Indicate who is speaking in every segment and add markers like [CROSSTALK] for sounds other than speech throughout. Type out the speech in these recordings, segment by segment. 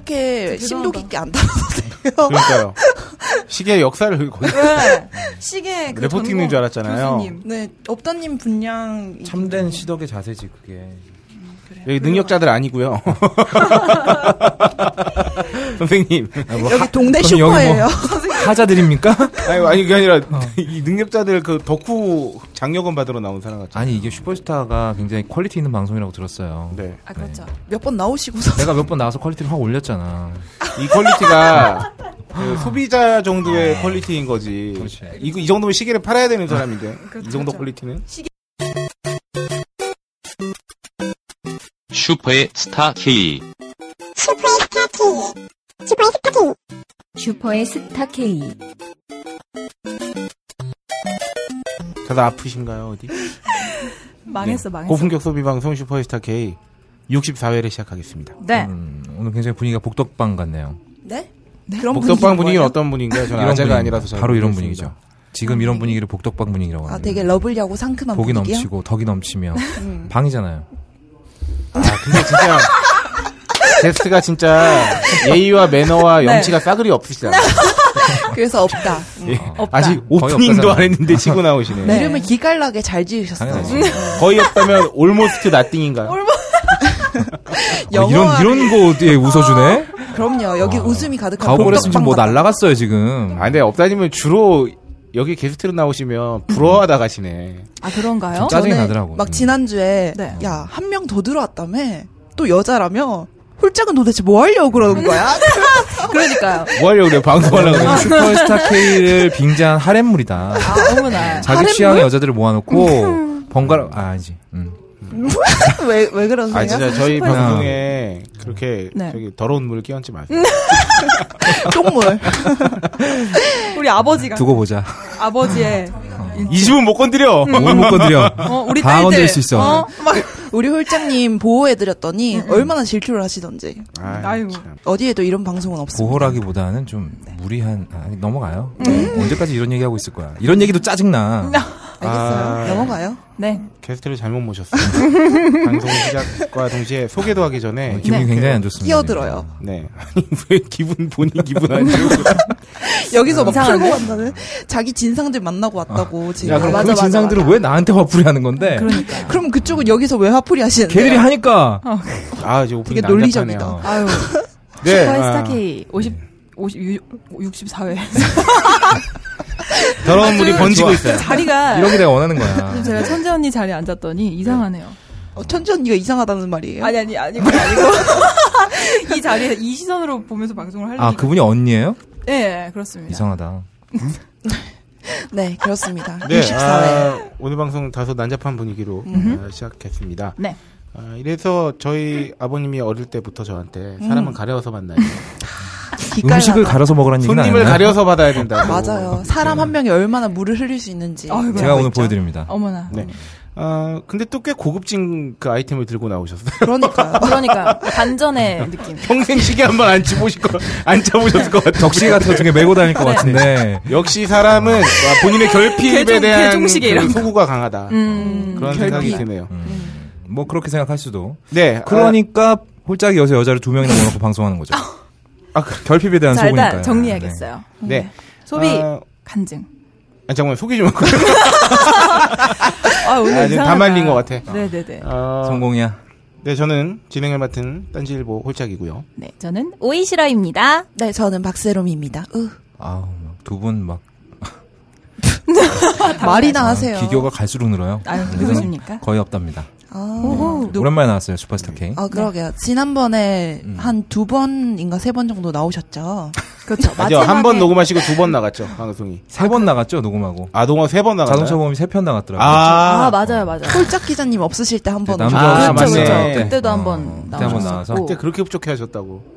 Speaker 1: 그렇게 심도 깊게 안 [LAUGHS] 다뤄도 돼요.
Speaker 2: 그러니까요. 시계 역사를 거의
Speaker 3: 네. 시계 그
Speaker 2: 레포팅인
Speaker 3: 전공
Speaker 2: 줄 알았잖아요.
Speaker 3: 교수님.
Speaker 1: 네, 업다님 분량
Speaker 4: 참된 시덕의 자세지 그게.
Speaker 2: 여기 능력자들 아니고요. [LAUGHS] 선생님.
Speaker 4: 아, 뭐
Speaker 1: 여기
Speaker 4: 하-
Speaker 1: 동대
Speaker 4: 그럼 여기
Speaker 1: 네, 슈퍼예요.
Speaker 4: 뭐 [LAUGHS] 하자드립니까?
Speaker 2: 아니, 아니 그게 아니라
Speaker 3: 어.
Speaker 2: 이 능력자들 그 덕후 장려금 받으러 나온 사람 같죠.
Speaker 4: [LAUGHS] 아니 이게 슈퍼스타가 굉장히 퀄리티 있는 방송이라고 들었어요.
Speaker 2: 네.
Speaker 1: 아 그렇죠. 몇 번 나오시고서 [LAUGHS]
Speaker 4: 내가 몇 번 나와서 퀄리티를 확 올렸잖아.
Speaker 2: 이 퀄리티가 그 소비자 정도의 퀄리티인 거지.
Speaker 4: 네. 그렇지.
Speaker 2: 이, 이 정도면 시계를 팔아야 되는 사람인데.
Speaker 3: 그렇죠,
Speaker 2: 이 정도
Speaker 3: 그렇죠.
Speaker 2: 퀄리티는?
Speaker 5: 슈퍼의 스타 K.
Speaker 6: 슈퍼의 스타 K.
Speaker 2: 다들 아프신가요, 어디?
Speaker 1: 망했어,
Speaker 2: 네.
Speaker 1: 망했어.
Speaker 2: 고품격 소비 방송 슈퍼스타 K 64회를 시작하겠습니다.
Speaker 3: 네.
Speaker 4: 음, 오늘 굉장히 분위기가 복덕방 같네요.
Speaker 1: 네? 그런
Speaker 2: 복덕방 분위기는
Speaker 1: 뭐예요?
Speaker 2: 어떤 분위기인가요? 저는
Speaker 4: 이런
Speaker 2: 아재가
Speaker 4: 분위기.
Speaker 2: 아니라서 잘
Speaker 4: 바로 이런
Speaker 2: 모르겠습니다.
Speaker 4: 분위기죠. 지금 이런 분위기를 복덕방 분위기라고
Speaker 1: 아,
Speaker 4: 하는데
Speaker 1: 되게 음. 러블리하고 상큼한
Speaker 4: 복이
Speaker 1: 분위기요?
Speaker 4: 넘치고 덕이 넘치며 방이잖아요.
Speaker 2: 아, 근데 진짜 제스가 진짜 예의와 매너와
Speaker 1: 네.
Speaker 2: 염치가 싸그리 없으시잖아요.
Speaker 1: [LAUGHS] 그래서 없다. 음.
Speaker 2: 예.
Speaker 1: 없다.
Speaker 2: 아직
Speaker 4: 거의
Speaker 2: 오프닝도
Speaker 4: 없다잖아요.
Speaker 2: 안 했는데 치고 나오시네.
Speaker 1: 네. 이름을 기깔나게 잘 지으셨어요.
Speaker 4: 당연하지. 뭐
Speaker 2: 거의 없다면 almost nothing인가요?
Speaker 4: 어, 이런 이런 거 어디에 웃어주네?
Speaker 1: 그럼요. 여기 웃음이 가득한
Speaker 4: 예. 아. [LAUGHS] 가오버렸으면 지금 뭐
Speaker 1: 아, 복덕방
Speaker 4: 날라갔어요 지금.
Speaker 2: 아, 근데 업다님은 주로 여기 게스트로 나오시면 부러워하다 가시네.
Speaker 3: 아 그런가요?
Speaker 4: 짜증이
Speaker 1: 전에
Speaker 4: 나더라고.
Speaker 1: 네. 막
Speaker 4: 음.
Speaker 1: 지난주에
Speaker 3: 네.
Speaker 1: 야 한 명 더 들어왔다며 또 여자라며 홀짝은 도대체 뭐 하려고 그러는 거야?
Speaker 3: 아, 그러니까요.
Speaker 2: 뭐 하려고 그래?
Speaker 1: 아,
Speaker 2: 방송하려고 그래?
Speaker 4: 오늘 슈퍼스타 K를 빙자한 하렘물이다.
Speaker 3: 아 어머나.
Speaker 4: 자기 취향의 여자들을 모아놓고 번갈아 아, 아니지. 음.
Speaker 1: 왜 왜 그러세요?
Speaker 2: 아 진짜 저희
Speaker 4: 스포일러.
Speaker 2: 방송에
Speaker 1: 음.
Speaker 2: 그렇게
Speaker 3: 네.
Speaker 2: 저기 더러운 물 끼얹지 마세요.
Speaker 1: 똥물.
Speaker 3: 우리 아버지가
Speaker 4: 두고 보자.
Speaker 3: 아버지의
Speaker 1: 음.
Speaker 2: 이 집은 못 건드려.
Speaker 4: [LAUGHS] 오늘 못 건드려.
Speaker 3: 어, 우리
Speaker 4: 다
Speaker 3: 딸들
Speaker 4: 건드릴 수 있어.
Speaker 3: 어, 막
Speaker 1: 우리 홀짝님
Speaker 4: 음,
Speaker 1: 보호해드렸더니 얼마나 질투를 하시던지
Speaker 2: 아유.
Speaker 3: 아이고.
Speaker 2: 참.
Speaker 1: 어디에도 이런 방송은 없습니다.
Speaker 4: 보호라기보다는 좀 무리한 아, 아니, 넘어가요. 언제까지 이런 얘기 하고 있을 거야? 이런 얘기도 짜증나.
Speaker 1: 알겠어요.
Speaker 2: 아.
Speaker 1: 넘어가요.
Speaker 4: 음.
Speaker 3: 네.
Speaker 2: 게스트를 잘못 모셨어요. 방송 시작과 동시에 소개도 하기 전에
Speaker 4: 어, 기분이
Speaker 1: 네.
Speaker 4: 굉장히 안 좋습니다. [LAUGHS]
Speaker 1: 끼어들어요.
Speaker 2: 네 아니 왜 기분 본인 기분 안 좋고
Speaker 1: 여기서 막 풀고 간다는 자기 진상들 만나고 왔다고 지금.
Speaker 4: 야, 그럼
Speaker 1: 맞아,
Speaker 4: 그
Speaker 1: 맞아,
Speaker 4: 진상들은
Speaker 1: 맞아.
Speaker 4: 왜 나한테 화풀이 하는 건데?
Speaker 3: 그러니까.
Speaker 1: 그럼 그쪽은 여기서 왜 화풀이 하시는데?
Speaker 4: 걔들이 하니까
Speaker 2: 아 이제 오프닝
Speaker 1: 되게 논리적이다.
Speaker 3: 아유.
Speaker 2: 난잡하네요. 네,
Speaker 3: 슈퍼의 스타
Speaker 2: 아,
Speaker 3: K 50 50 64회
Speaker 2: 아, 더러운
Speaker 3: 아,
Speaker 2: 물이 번지고 있어요.
Speaker 3: [LAUGHS] 자리가
Speaker 4: 이런 게 내가 원하는 거야.
Speaker 3: [LAUGHS] 지금 제가 천재 언니 자리에 앉았더니 이상하네요. 뭐?
Speaker 1: 어, 천지 언니가 이상하다는 말이에요.
Speaker 3: 네. 아니 아니 아니고 아니고 [LAUGHS] 이 자리에 이 시선으로 보면서 방송을 하려고.
Speaker 4: 아 그분이 언니예요?
Speaker 3: 네, 그렇습니다.
Speaker 4: 이상하다.
Speaker 1: 네, 그렇습니다.
Speaker 2: 네,
Speaker 1: 64회.
Speaker 2: 아, 오늘 방송 다소 난잡한 분위기로 아, 시작했습니다.
Speaker 3: 네.
Speaker 2: 아, 이래서 저희 아버님이 어릴 때부터 저한테 사람은 가려워서 만나요.
Speaker 1: 기깔나다.
Speaker 4: 아, 음식을 갈아서 먹으라는 얘기는
Speaker 2: 손님을
Speaker 4: 아니야?
Speaker 2: 가려서 받아야 된다고.
Speaker 1: 맞아요. 사람 한 명이 얼마나 물을 흘릴 수 있는지.
Speaker 3: 아유,
Speaker 4: 제가 오늘
Speaker 1: 알고 있죠.
Speaker 4: 보여드립니다.
Speaker 3: 어머나.
Speaker 2: 네. 아, 근데 또 꽤 고급진 그 아이템을 들고 나오셨어요. [LAUGHS]
Speaker 1: 그러니까요.
Speaker 3: 그러니까 반전의 느낌.
Speaker 2: 평생 시계 한 번 안 집으실 거, 안 잡으셨을 것 같아요.
Speaker 4: 덕시 같은 거 중에 메고 다닐 것 같은데
Speaker 2: 역시 사람은 와, 본인의 결핍에
Speaker 3: 개종- 음.
Speaker 2: 대한
Speaker 3: 개종식에
Speaker 2: 그
Speaker 3: 이런 거.
Speaker 2: 소구가 강하다. 그런 생각이
Speaker 1: 결핍.
Speaker 2: 드네요.
Speaker 4: 뭐 그렇게 생각할 수도.
Speaker 2: 네.
Speaker 4: 그러니까 홀짝이 여기서 여자를 두 명이나 모아놓고 방송하는 거죠.
Speaker 2: 아, 아, 그-
Speaker 4: 결핍에 대한 아,
Speaker 3: 자,
Speaker 4: 소문이니까.
Speaker 3: 일단 정리해야겠어요.
Speaker 2: 네.
Speaker 3: 소비
Speaker 2: 아,
Speaker 3: 간증.
Speaker 2: 아, 잠깐만, 소개 좀 할까요?
Speaker 3: 아, 오늘
Speaker 2: 아, 지금 다
Speaker 3: 이상하다.
Speaker 2: 말린 것 같아.
Speaker 3: 네, 네, 네.
Speaker 2: [LAUGHS] 어,
Speaker 4: 성공이야.
Speaker 2: 네, 저는 진행을 맡은 딴지일보 홀짝이고요.
Speaker 3: 네, 저는
Speaker 6: 오이시라입니다.
Speaker 1: 네, 저는 박세롬입니다. 으,
Speaker 4: 아우 두 분 막
Speaker 1: 말이나 하세요.
Speaker 4: 아, 기교가 갈수록 늘어요. 음.
Speaker 3: 아유, 누구십니까?
Speaker 4: 거의 없답니다.
Speaker 1: 아,
Speaker 4: 오랜만에 나왔어요 슈퍼스타 K.
Speaker 1: 아, 그러게요. 지난번에
Speaker 4: 음.
Speaker 1: 한 두 번인가 세 번 정도
Speaker 4: [LAUGHS]
Speaker 1: 나오셨죠.
Speaker 3: 그렇죠.
Speaker 2: 맞아요. 한 번 녹음하시고 두 번 나갔죠, 방송이.
Speaker 4: 세
Speaker 3: 그-
Speaker 4: 번 나갔죠 녹음하고.
Speaker 2: 아, 동화 세 번 나갔나요?
Speaker 4: 자동차 보험이 세 편 나갔더라고요.
Speaker 2: 아,
Speaker 3: 아, 맞아요, 맞아요.
Speaker 1: 홀짝 기자님 없으실 때 한 번.
Speaker 4: 남자
Speaker 3: 그렇죠,
Speaker 2: 아, 맞네.
Speaker 3: 그렇죠. 그때도 한번
Speaker 4: 그때 한번 나와서
Speaker 3: 나오셨었고.
Speaker 2: 그때 그렇게 흡족해 하셨다고.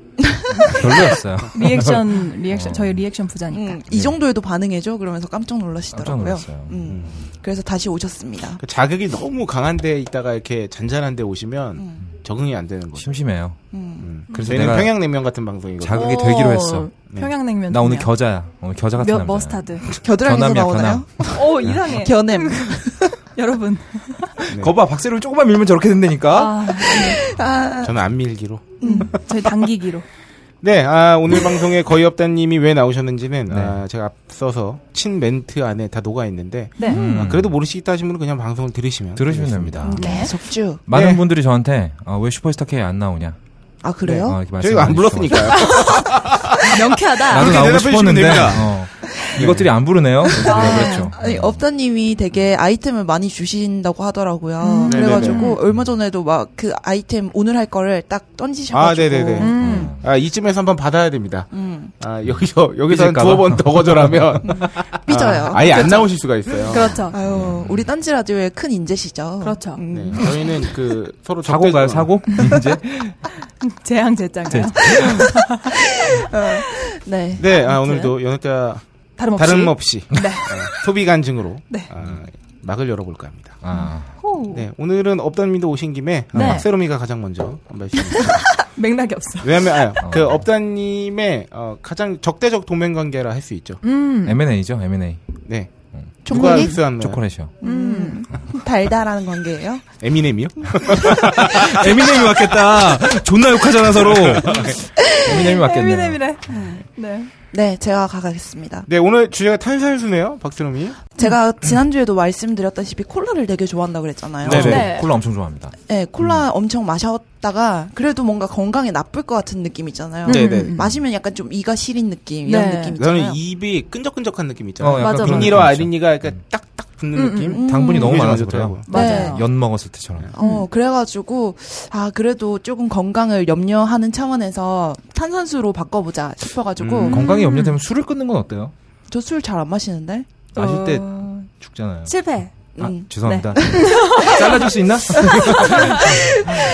Speaker 4: 별로였어요.
Speaker 3: [LAUGHS] 리액션, 리액션, 저희 리액션 부자니까.
Speaker 1: 음, 이 정도에도 반응해줘? 그러면서 깜짝
Speaker 4: 네. 깜짝
Speaker 1: 놀라시더라고요.
Speaker 4: 놀랐어요.
Speaker 1: 음, 그래서 다시 오셨습니다.
Speaker 2: 그 자극이 너무 강한 데 있다가 이렇게 잔잔한 데 오시면
Speaker 3: 음.
Speaker 2: 적응이 안 되는 거죠.
Speaker 4: 심심해요.
Speaker 2: 음.
Speaker 4: 그래서
Speaker 2: 저희는
Speaker 4: 내가
Speaker 2: 평양냉면 같은 방송이거든요.
Speaker 4: 자극이 되기로
Speaker 3: 오,
Speaker 4: 했어.
Speaker 3: 평양냉면.
Speaker 4: 나 오늘
Speaker 3: 좋네요.
Speaker 4: 겨자야. 오늘 겨자 같은
Speaker 3: 몇
Speaker 4: 남자.
Speaker 3: 머스타드.
Speaker 1: 겨드랑이에서
Speaker 4: 변함이야,
Speaker 1: 나오나요? 네.
Speaker 3: 오, 이상해.
Speaker 1: 겨냄.
Speaker 3: 음. 여러분.
Speaker 2: 네.
Speaker 4: 거봐 박세를 어? 조금만 밀면 저렇게 된다니까.
Speaker 3: 아,
Speaker 2: 저는 안 밀기로.
Speaker 3: 음, 저희 당기기로.
Speaker 2: 네, 아, 오늘 [LAUGHS] 방송에 거의 없다님이 왜 나오셨는지는
Speaker 4: 네.
Speaker 2: 아, 제가 앞서서 친 멘트 안에 다 녹아 있는데
Speaker 3: 네.
Speaker 4: 음.
Speaker 2: 아, 그래도 모르시겠다 하시면 그냥 방송을 들으시면
Speaker 4: 들으시면
Speaker 2: 되겠습니다.
Speaker 4: 됩니다.
Speaker 3: 네.
Speaker 1: 계속 쭉.
Speaker 4: 많은
Speaker 2: 네.
Speaker 4: 분들이 저한테 아, 왜 슈퍼스타 K 안 나오냐.
Speaker 1: 아, 그래요?
Speaker 4: 아, 이렇게 말씀
Speaker 2: 저희가 안
Speaker 4: 많이
Speaker 2: 불렀으니까요.
Speaker 4: 주셔가지고.
Speaker 3: 명쾌하다.
Speaker 4: 나도
Speaker 2: 그렇게
Speaker 4: 나오고
Speaker 2: 대답해 주시면
Speaker 4: 싶었는데
Speaker 2: 됩니다.
Speaker 4: 어, 이것들이 안 부르네요. 그렇죠.
Speaker 1: 아니, 업다님이 되게
Speaker 4: 음.
Speaker 1: 아이템을 많이 주신다고 하더라고요.
Speaker 3: 음.
Speaker 1: 그래가지고,
Speaker 3: 네네네.
Speaker 1: 얼마 전에도 막 그 아이템 오늘 할 거를 딱 던지셔가지고.
Speaker 2: 아, 네네네.
Speaker 3: 음.
Speaker 2: 아, 이쯤에서 한번 받아야 됩니다.
Speaker 1: 음,
Speaker 2: 아, 여기서, 여기서 한
Speaker 4: 삐질까봐.
Speaker 2: 두어 번 더
Speaker 4: [LAUGHS]
Speaker 2: 거절하면.
Speaker 1: 삐져요.
Speaker 2: 아, 예안 나오실 수가 있어요.
Speaker 3: 그렇죠.
Speaker 4: 네.
Speaker 1: 아유, 우리 딴지 라디오의 큰 인재시죠.
Speaker 3: 그렇죠.
Speaker 1: 음.
Speaker 2: 네, 저희는 그, 서로
Speaker 4: 사고 가요,
Speaker 2: 적대적으로-
Speaker 4: 사고? 이제?
Speaker 3: 재앙 재짱이요.
Speaker 1: 네.
Speaker 2: 네, 아, 오늘도 연예가
Speaker 3: 다름없이.
Speaker 2: 다름없이
Speaker 3: 네.
Speaker 2: 아, 소비 간증으로
Speaker 3: 네.
Speaker 2: 아, 막을 열어볼까 합니다.
Speaker 4: 아,
Speaker 3: 호우.
Speaker 2: 네, 오늘은 업다님도 오신 김에 아,
Speaker 3: 네.
Speaker 2: 박세롬이가 가장 먼저 한 말씀.
Speaker 3: 맥락이 없어.
Speaker 2: [LAUGHS] 왜냐면 아, 그
Speaker 4: 어.
Speaker 2: 업다님의 어, 가장 적대적 동맹 관계라 할 수 있죠.
Speaker 3: 음.
Speaker 4: M&A죠, M&A.
Speaker 2: 네, 누가
Speaker 4: 그
Speaker 1: 초콜릿?
Speaker 2: 흡수하는
Speaker 4: 초콜릿이요.
Speaker 3: 음.
Speaker 1: 달달한 관계예요?
Speaker 2: 에미넴이요?
Speaker 4: 에미넴이 맞겠다. 존나 욕하잖아, 서로. 에미넴이 맞겠네.
Speaker 3: 에미넴이래. 네.
Speaker 1: 네, 제가 가겠습니다.
Speaker 2: 네, 오늘 주제가 탄산수네요, 박세롬이.
Speaker 1: 제가
Speaker 3: 음.
Speaker 1: 지난주에도 말씀드렸다시피 콜라를 되게 좋아한다고 그랬잖아요.
Speaker 4: 네,
Speaker 3: 네.
Speaker 4: 네. 콜라 엄청 좋아합니다.
Speaker 1: 네,
Speaker 3: 음.
Speaker 1: 콜라 엄청 마셨다가 그래도 뭔가 건강에 나쁠 것 같은 느낌 있잖아요.
Speaker 3: 네,
Speaker 2: 네.
Speaker 1: 마시면 약간 좀 이가 시린 느낌 이런
Speaker 3: 네.
Speaker 1: 느낌 있잖아요.
Speaker 2: 저는 입이 끈적끈적한 느낌 있잖아요.
Speaker 3: 맞아, 맞아.
Speaker 4: 어, 느낌
Speaker 2: 빈니와
Speaker 4: 있죠.
Speaker 2: 아린이가 어, 그러니까 딱딱 붙는
Speaker 3: 음,
Speaker 2: 느낌.
Speaker 1: 음.
Speaker 4: 당분이 너무
Speaker 2: 그게 좀
Speaker 4: 많아서
Speaker 2: 좋더라고요.
Speaker 4: 그래요.
Speaker 3: 맞아요.
Speaker 4: 연 먹었을 때처럼.
Speaker 1: 네. 어, 그래가지고, 아, 그래도 조금 건강을 염려하는 차원에서 탄산수로 바꿔보자 싶어가지고,
Speaker 4: 음, 건강이 염려되면 술을 끊는 건 어때요?
Speaker 1: 저 술 잘 안 마시는데?
Speaker 4: 마실 때
Speaker 3: 어,
Speaker 4: 죽잖아요.
Speaker 3: 실패.
Speaker 4: 아,
Speaker 1: 음.
Speaker 4: 죄송합니다. 잘라줄 수 있나?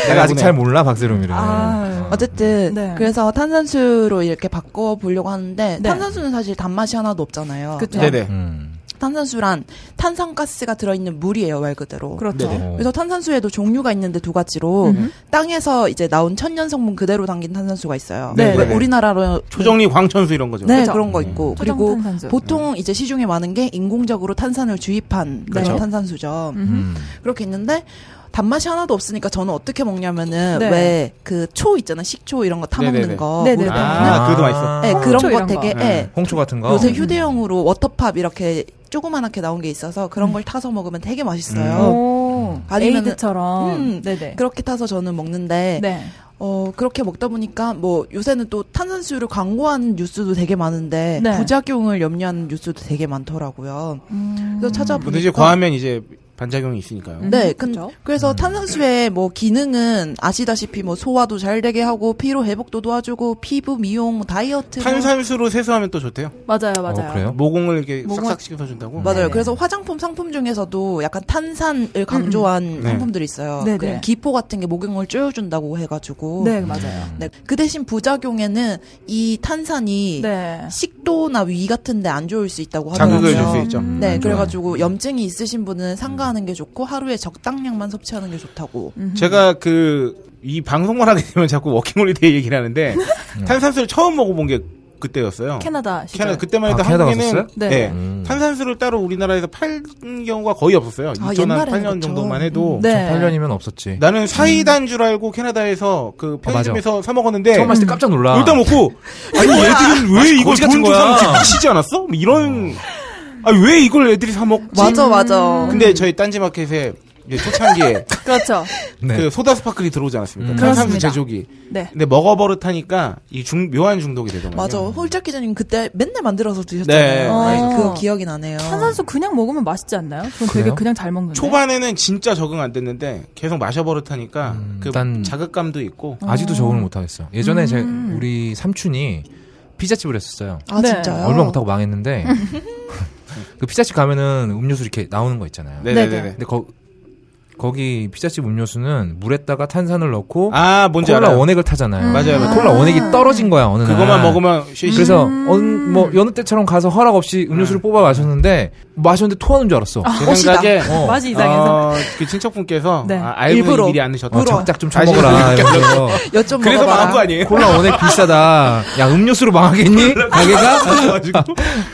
Speaker 4: 내가 아직
Speaker 2: 그러네.
Speaker 4: 잘 몰라, 박세롬이를.
Speaker 3: 아.
Speaker 1: 어쨌든,
Speaker 3: 네.
Speaker 1: 그래서 탄산수로 이렇게 바꿔보려고 하는데,
Speaker 3: 네.
Speaker 1: 탄산수는 사실 단맛이 하나도 없잖아요.
Speaker 3: 그쵸.
Speaker 2: 네네.
Speaker 4: 음.
Speaker 1: 탄산수란 탄산가스가 들어있는 물이에요, 말 그대로.
Speaker 3: 그렇죠.
Speaker 2: 네네.
Speaker 1: 그래서 탄산수에도 종류가 있는데 두 가지로
Speaker 3: 음.
Speaker 1: 땅에서 이제 나온 천연 성분 그대로 담긴 탄산수가 있어요.
Speaker 2: 네.
Speaker 1: 왜 우리나라로
Speaker 2: 초정리 광천수 이런 거죠.
Speaker 1: 네,
Speaker 3: 그죠? 음.
Speaker 1: 그런 거
Speaker 2: 네.
Speaker 1: 있고
Speaker 3: 초정
Speaker 1: 그리고
Speaker 3: 탄산수.
Speaker 1: 보통 이제 시중에 많은 게 인공적으로 탄산을 주입한 그런
Speaker 3: 그렇죠.
Speaker 1: 탄산수죠.
Speaker 3: 음.
Speaker 1: 그렇게 있는데 단맛이 하나도 없으니까 저는 어떻게 먹냐면은
Speaker 3: 네.
Speaker 1: 왜 그 초 있잖아 식초 이런 거 타 먹는
Speaker 2: 네네네.
Speaker 1: 거.
Speaker 3: 네네.
Speaker 1: 우리-
Speaker 2: 아, 그것도 맛있어.
Speaker 1: 네, 그런
Speaker 3: 홍초
Speaker 1: 거
Speaker 3: 이런
Speaker 1: 되게
Speaker 3: 거.
Speaker 1: 예.
Speaker 2: 네.
Speaker 4: 홍초 같은 거.
Speaker 1: 요새 휴대용으로 워터팝 이렇게 조그만하게 나온 게 있어서 그런 걸 타서 먹으면 되게
Speaker 2: 음.
Speaker 1: 맛있어요.
Speaker 3: 오.
Speaker 1: 아니면은-
Speaker 3: 에이드처럼.
Speaker 1: 음.
Speaker 3: 네네.
Speaker 1: 그렇게 타서 저는 먹는데
Speaker 3: 네.
Speaker 1: 어, 그렇게 먹다 보니까 뭐 요새는 또 탄산수를 광고하는 뉴스도 되게 많은데
Speaker 3: 네.
Speaker 1: 부작용을 염려하는 뉴스도 되게 많더라고요.
Speaker 3: 음.
Speaker 1: 그래서
Speaker 2: 근데 이제
Speaker 1: 찾아보니까
Speaker 2: 과하면 이제 반작용이 있으니까요.
Speaker 3: 음.
Speaker 1: 네, 근,
Speaker 3: 그죠?
Speaker 1: 그래서 탄산수의 뭐 기능은 아시다시피 뭐 소화도 잘 되게 하고 피로 회복도 도와주고 피부 미용 다이어트 뭐-
Speaker 2: 탄산수로 세수하면 또 좋대요.
Speaker 3: 맞아요, 맞아요.
Speaker 4: 어, 그래요?
Speaker 2: 모공을 이렇게
Speaker 3: 모공을-
Speaker 2: 싹싹 씻어준다고.
Speaker 1: 맞아요.
Speaker 3: 네네.
Speaker 1: 그래서 화장품 상품 중에서도 약간 탄산을 강조한
Speaker 2: 네.
Speaker 1: 상품들이 있어요.
Speaker 3: 네네.
Speaker 1: 그런 기포 같은 게 목욕을 쬐어준다고 해가지고.
Speaker 3: 네, 맞아요.
Speaker 1: 네. 그 대신 부작용에는 이 탄산이
Speaker 3: 네.
Speaker 1: 어. 식도나 위 같은데 안 좋을 수 있다고
Speaker 2: 자극을
Speaker 1: 하더라고요.
Speaker 2: 줄 수 있죠.
Speaker 3: 음.
Speaker 1: 네,
Speaker 4: 안 좋아요.
Speaker 1: 그래가지고 염증이 있으신 분은 삼가하는 게 좋고 하루에 적당량만 섭취하는 게 좋다고.
Speaker 2: 음. 제가 그 이 방송만 하게 되면 자꾸 워킹홀리데이 얘기를 하는데 탄산수를 처음 먹어본 게 그때였어요.
Speaker 3: 캐나다 시절.
Speaker 2: 캐나- 그때만 해도
Speaker 4: 아, 캐나다
Speaker 2: 한국에는
Speaker 4: 갔었어요?
Speaker 3: 네.
Speaker 2: 네,
Speaker 4: 음.
Speaker 2: 탄산수를 따로 우리나라에서 파는 경우가 거의 없었어요.
Speaker 1: 아,
Speaker 2: 2008년
Speaker 1: 옛날에는
Speaker 2: 정도만
Speaker 1: 그쵸.
Speaker 2: 해도
Speaker 3: 네.
Speaker 4: 8년이면 없었지.
Speaker 2: 나는 사이다인 줄 알고 캐나다에서 그
Speaker 4: 예. 음. 맞아.
Speaker 2: 편의점에서 사 먹었는데
Speaker 4: 처음 마실 때 깜짝 놀라.
Speaker 2: 일단 먹고 아니 얘들은 왜 이걸
Speaker 4: 거지 같은
Speaker 2: 돈
Speaker 4: 거야. 음.
Speaker 2: 주고 미치지 않았어? 뭐 이런 아 왜 이걸 애들이 사 먹지?
Speaker 1: 맞아, 맞아.
Speaker 2: 음. 근데 저희 딴지마켓에 이제 초창기에
Speaker 3: 그렇죠.
Speaker 4: [LAUGHS] 네.
Speaker 2: 그 소다 스파클이 들어오지 않았습니까?
Speaker 4: 음.
Speaker 2: 탄산수
Speaker 3: 그렇습니다.
Speaker 2: 제조기.
Speaker 3: 네.
Speaker 2: 근데 먹어버릇하니까 이 중, 묘한 중독이 되더만요.
Speaker 1: 맞아. 홀짝 기자님 그때 맨날 만들어서 드셨잖아요.
Speaker 2: 음. 네,
Speaker 3: 맛있었어요.
Speaker 1: 그 기억이 나네요.
Speaker 3: 탄산수 그냥 먹으면 맛있지 않나요? 저는 되게
Speaker 4: 그래요?
Speaker 3: 그냥 잘 먹는데.
Speaker 2: 초반에는 진짜 적응 안 됐는데 계속 마셔버릇하니까
Speaker 4: 음,
Speaker 2: 그
Speaker 4: 일단-
Speaker 2: 자극감도 있고
Speaker 4: 아직도 적응을 못하겠어. 예전에 제 우리 삼촌이 피자집을 했었어요.
Speaker 1: 아,
Speaker 3: 네.
Speaker 1: 진짜요?
Speaker 4: 얼마 못하고 망했는데 [LAUGHS] 그 피자집 가면은 음료수 이렇게 나오는 거 있잖아요.
Speaker 2: 네네네.
Speaker 4: 근데 거, 거기 피자집 음료수는 물에다가 탄산을 넣고
Speaker 2: 아 뭔지
Speaker 4: 콜라
Speaker 2: 알아. 요
Speaker 4: 원액을 타잖아요.
Speaker 2: 맞아요, 맞아요.
Speaker 4: 콜라 원액이 떨어진 거야 어느 날.
Speaker 2: 그거만 먹으면 쉬쉬.
Speaker 4: 그래서 어느, 뭐 여느 때처럼 가서 허락 없이 음료수를 뽑아 마셨는데 마셨는데 토하는 줄 알았어.
Speaker 2: 제 음. 생각에
Speaker 4: 어.
Speaker 3: 맛이 이상해서.
Speaker 2: 어, 그 친척분께서
Speaker 3: 네.
Speaker 2: 아, 알고
Speaker 1: 일부러.
Speaker 2: 일이 안 드셨다.
Speaker 4: 어, 짝짝 좀 처먹어라.
Speaker 2: 다시
Speaker 4: 이러면서.
Speaker 1: 여쭤
Speaker 2: 그래서
Speaker 1: 먹어봐라.
Speaker 2: 망한 거 아니에요?
Speaker 4: 콜라 원액 비싸다. 야 음료수로 망하겠니? 가게가?
Speaker 2: 가지고 아,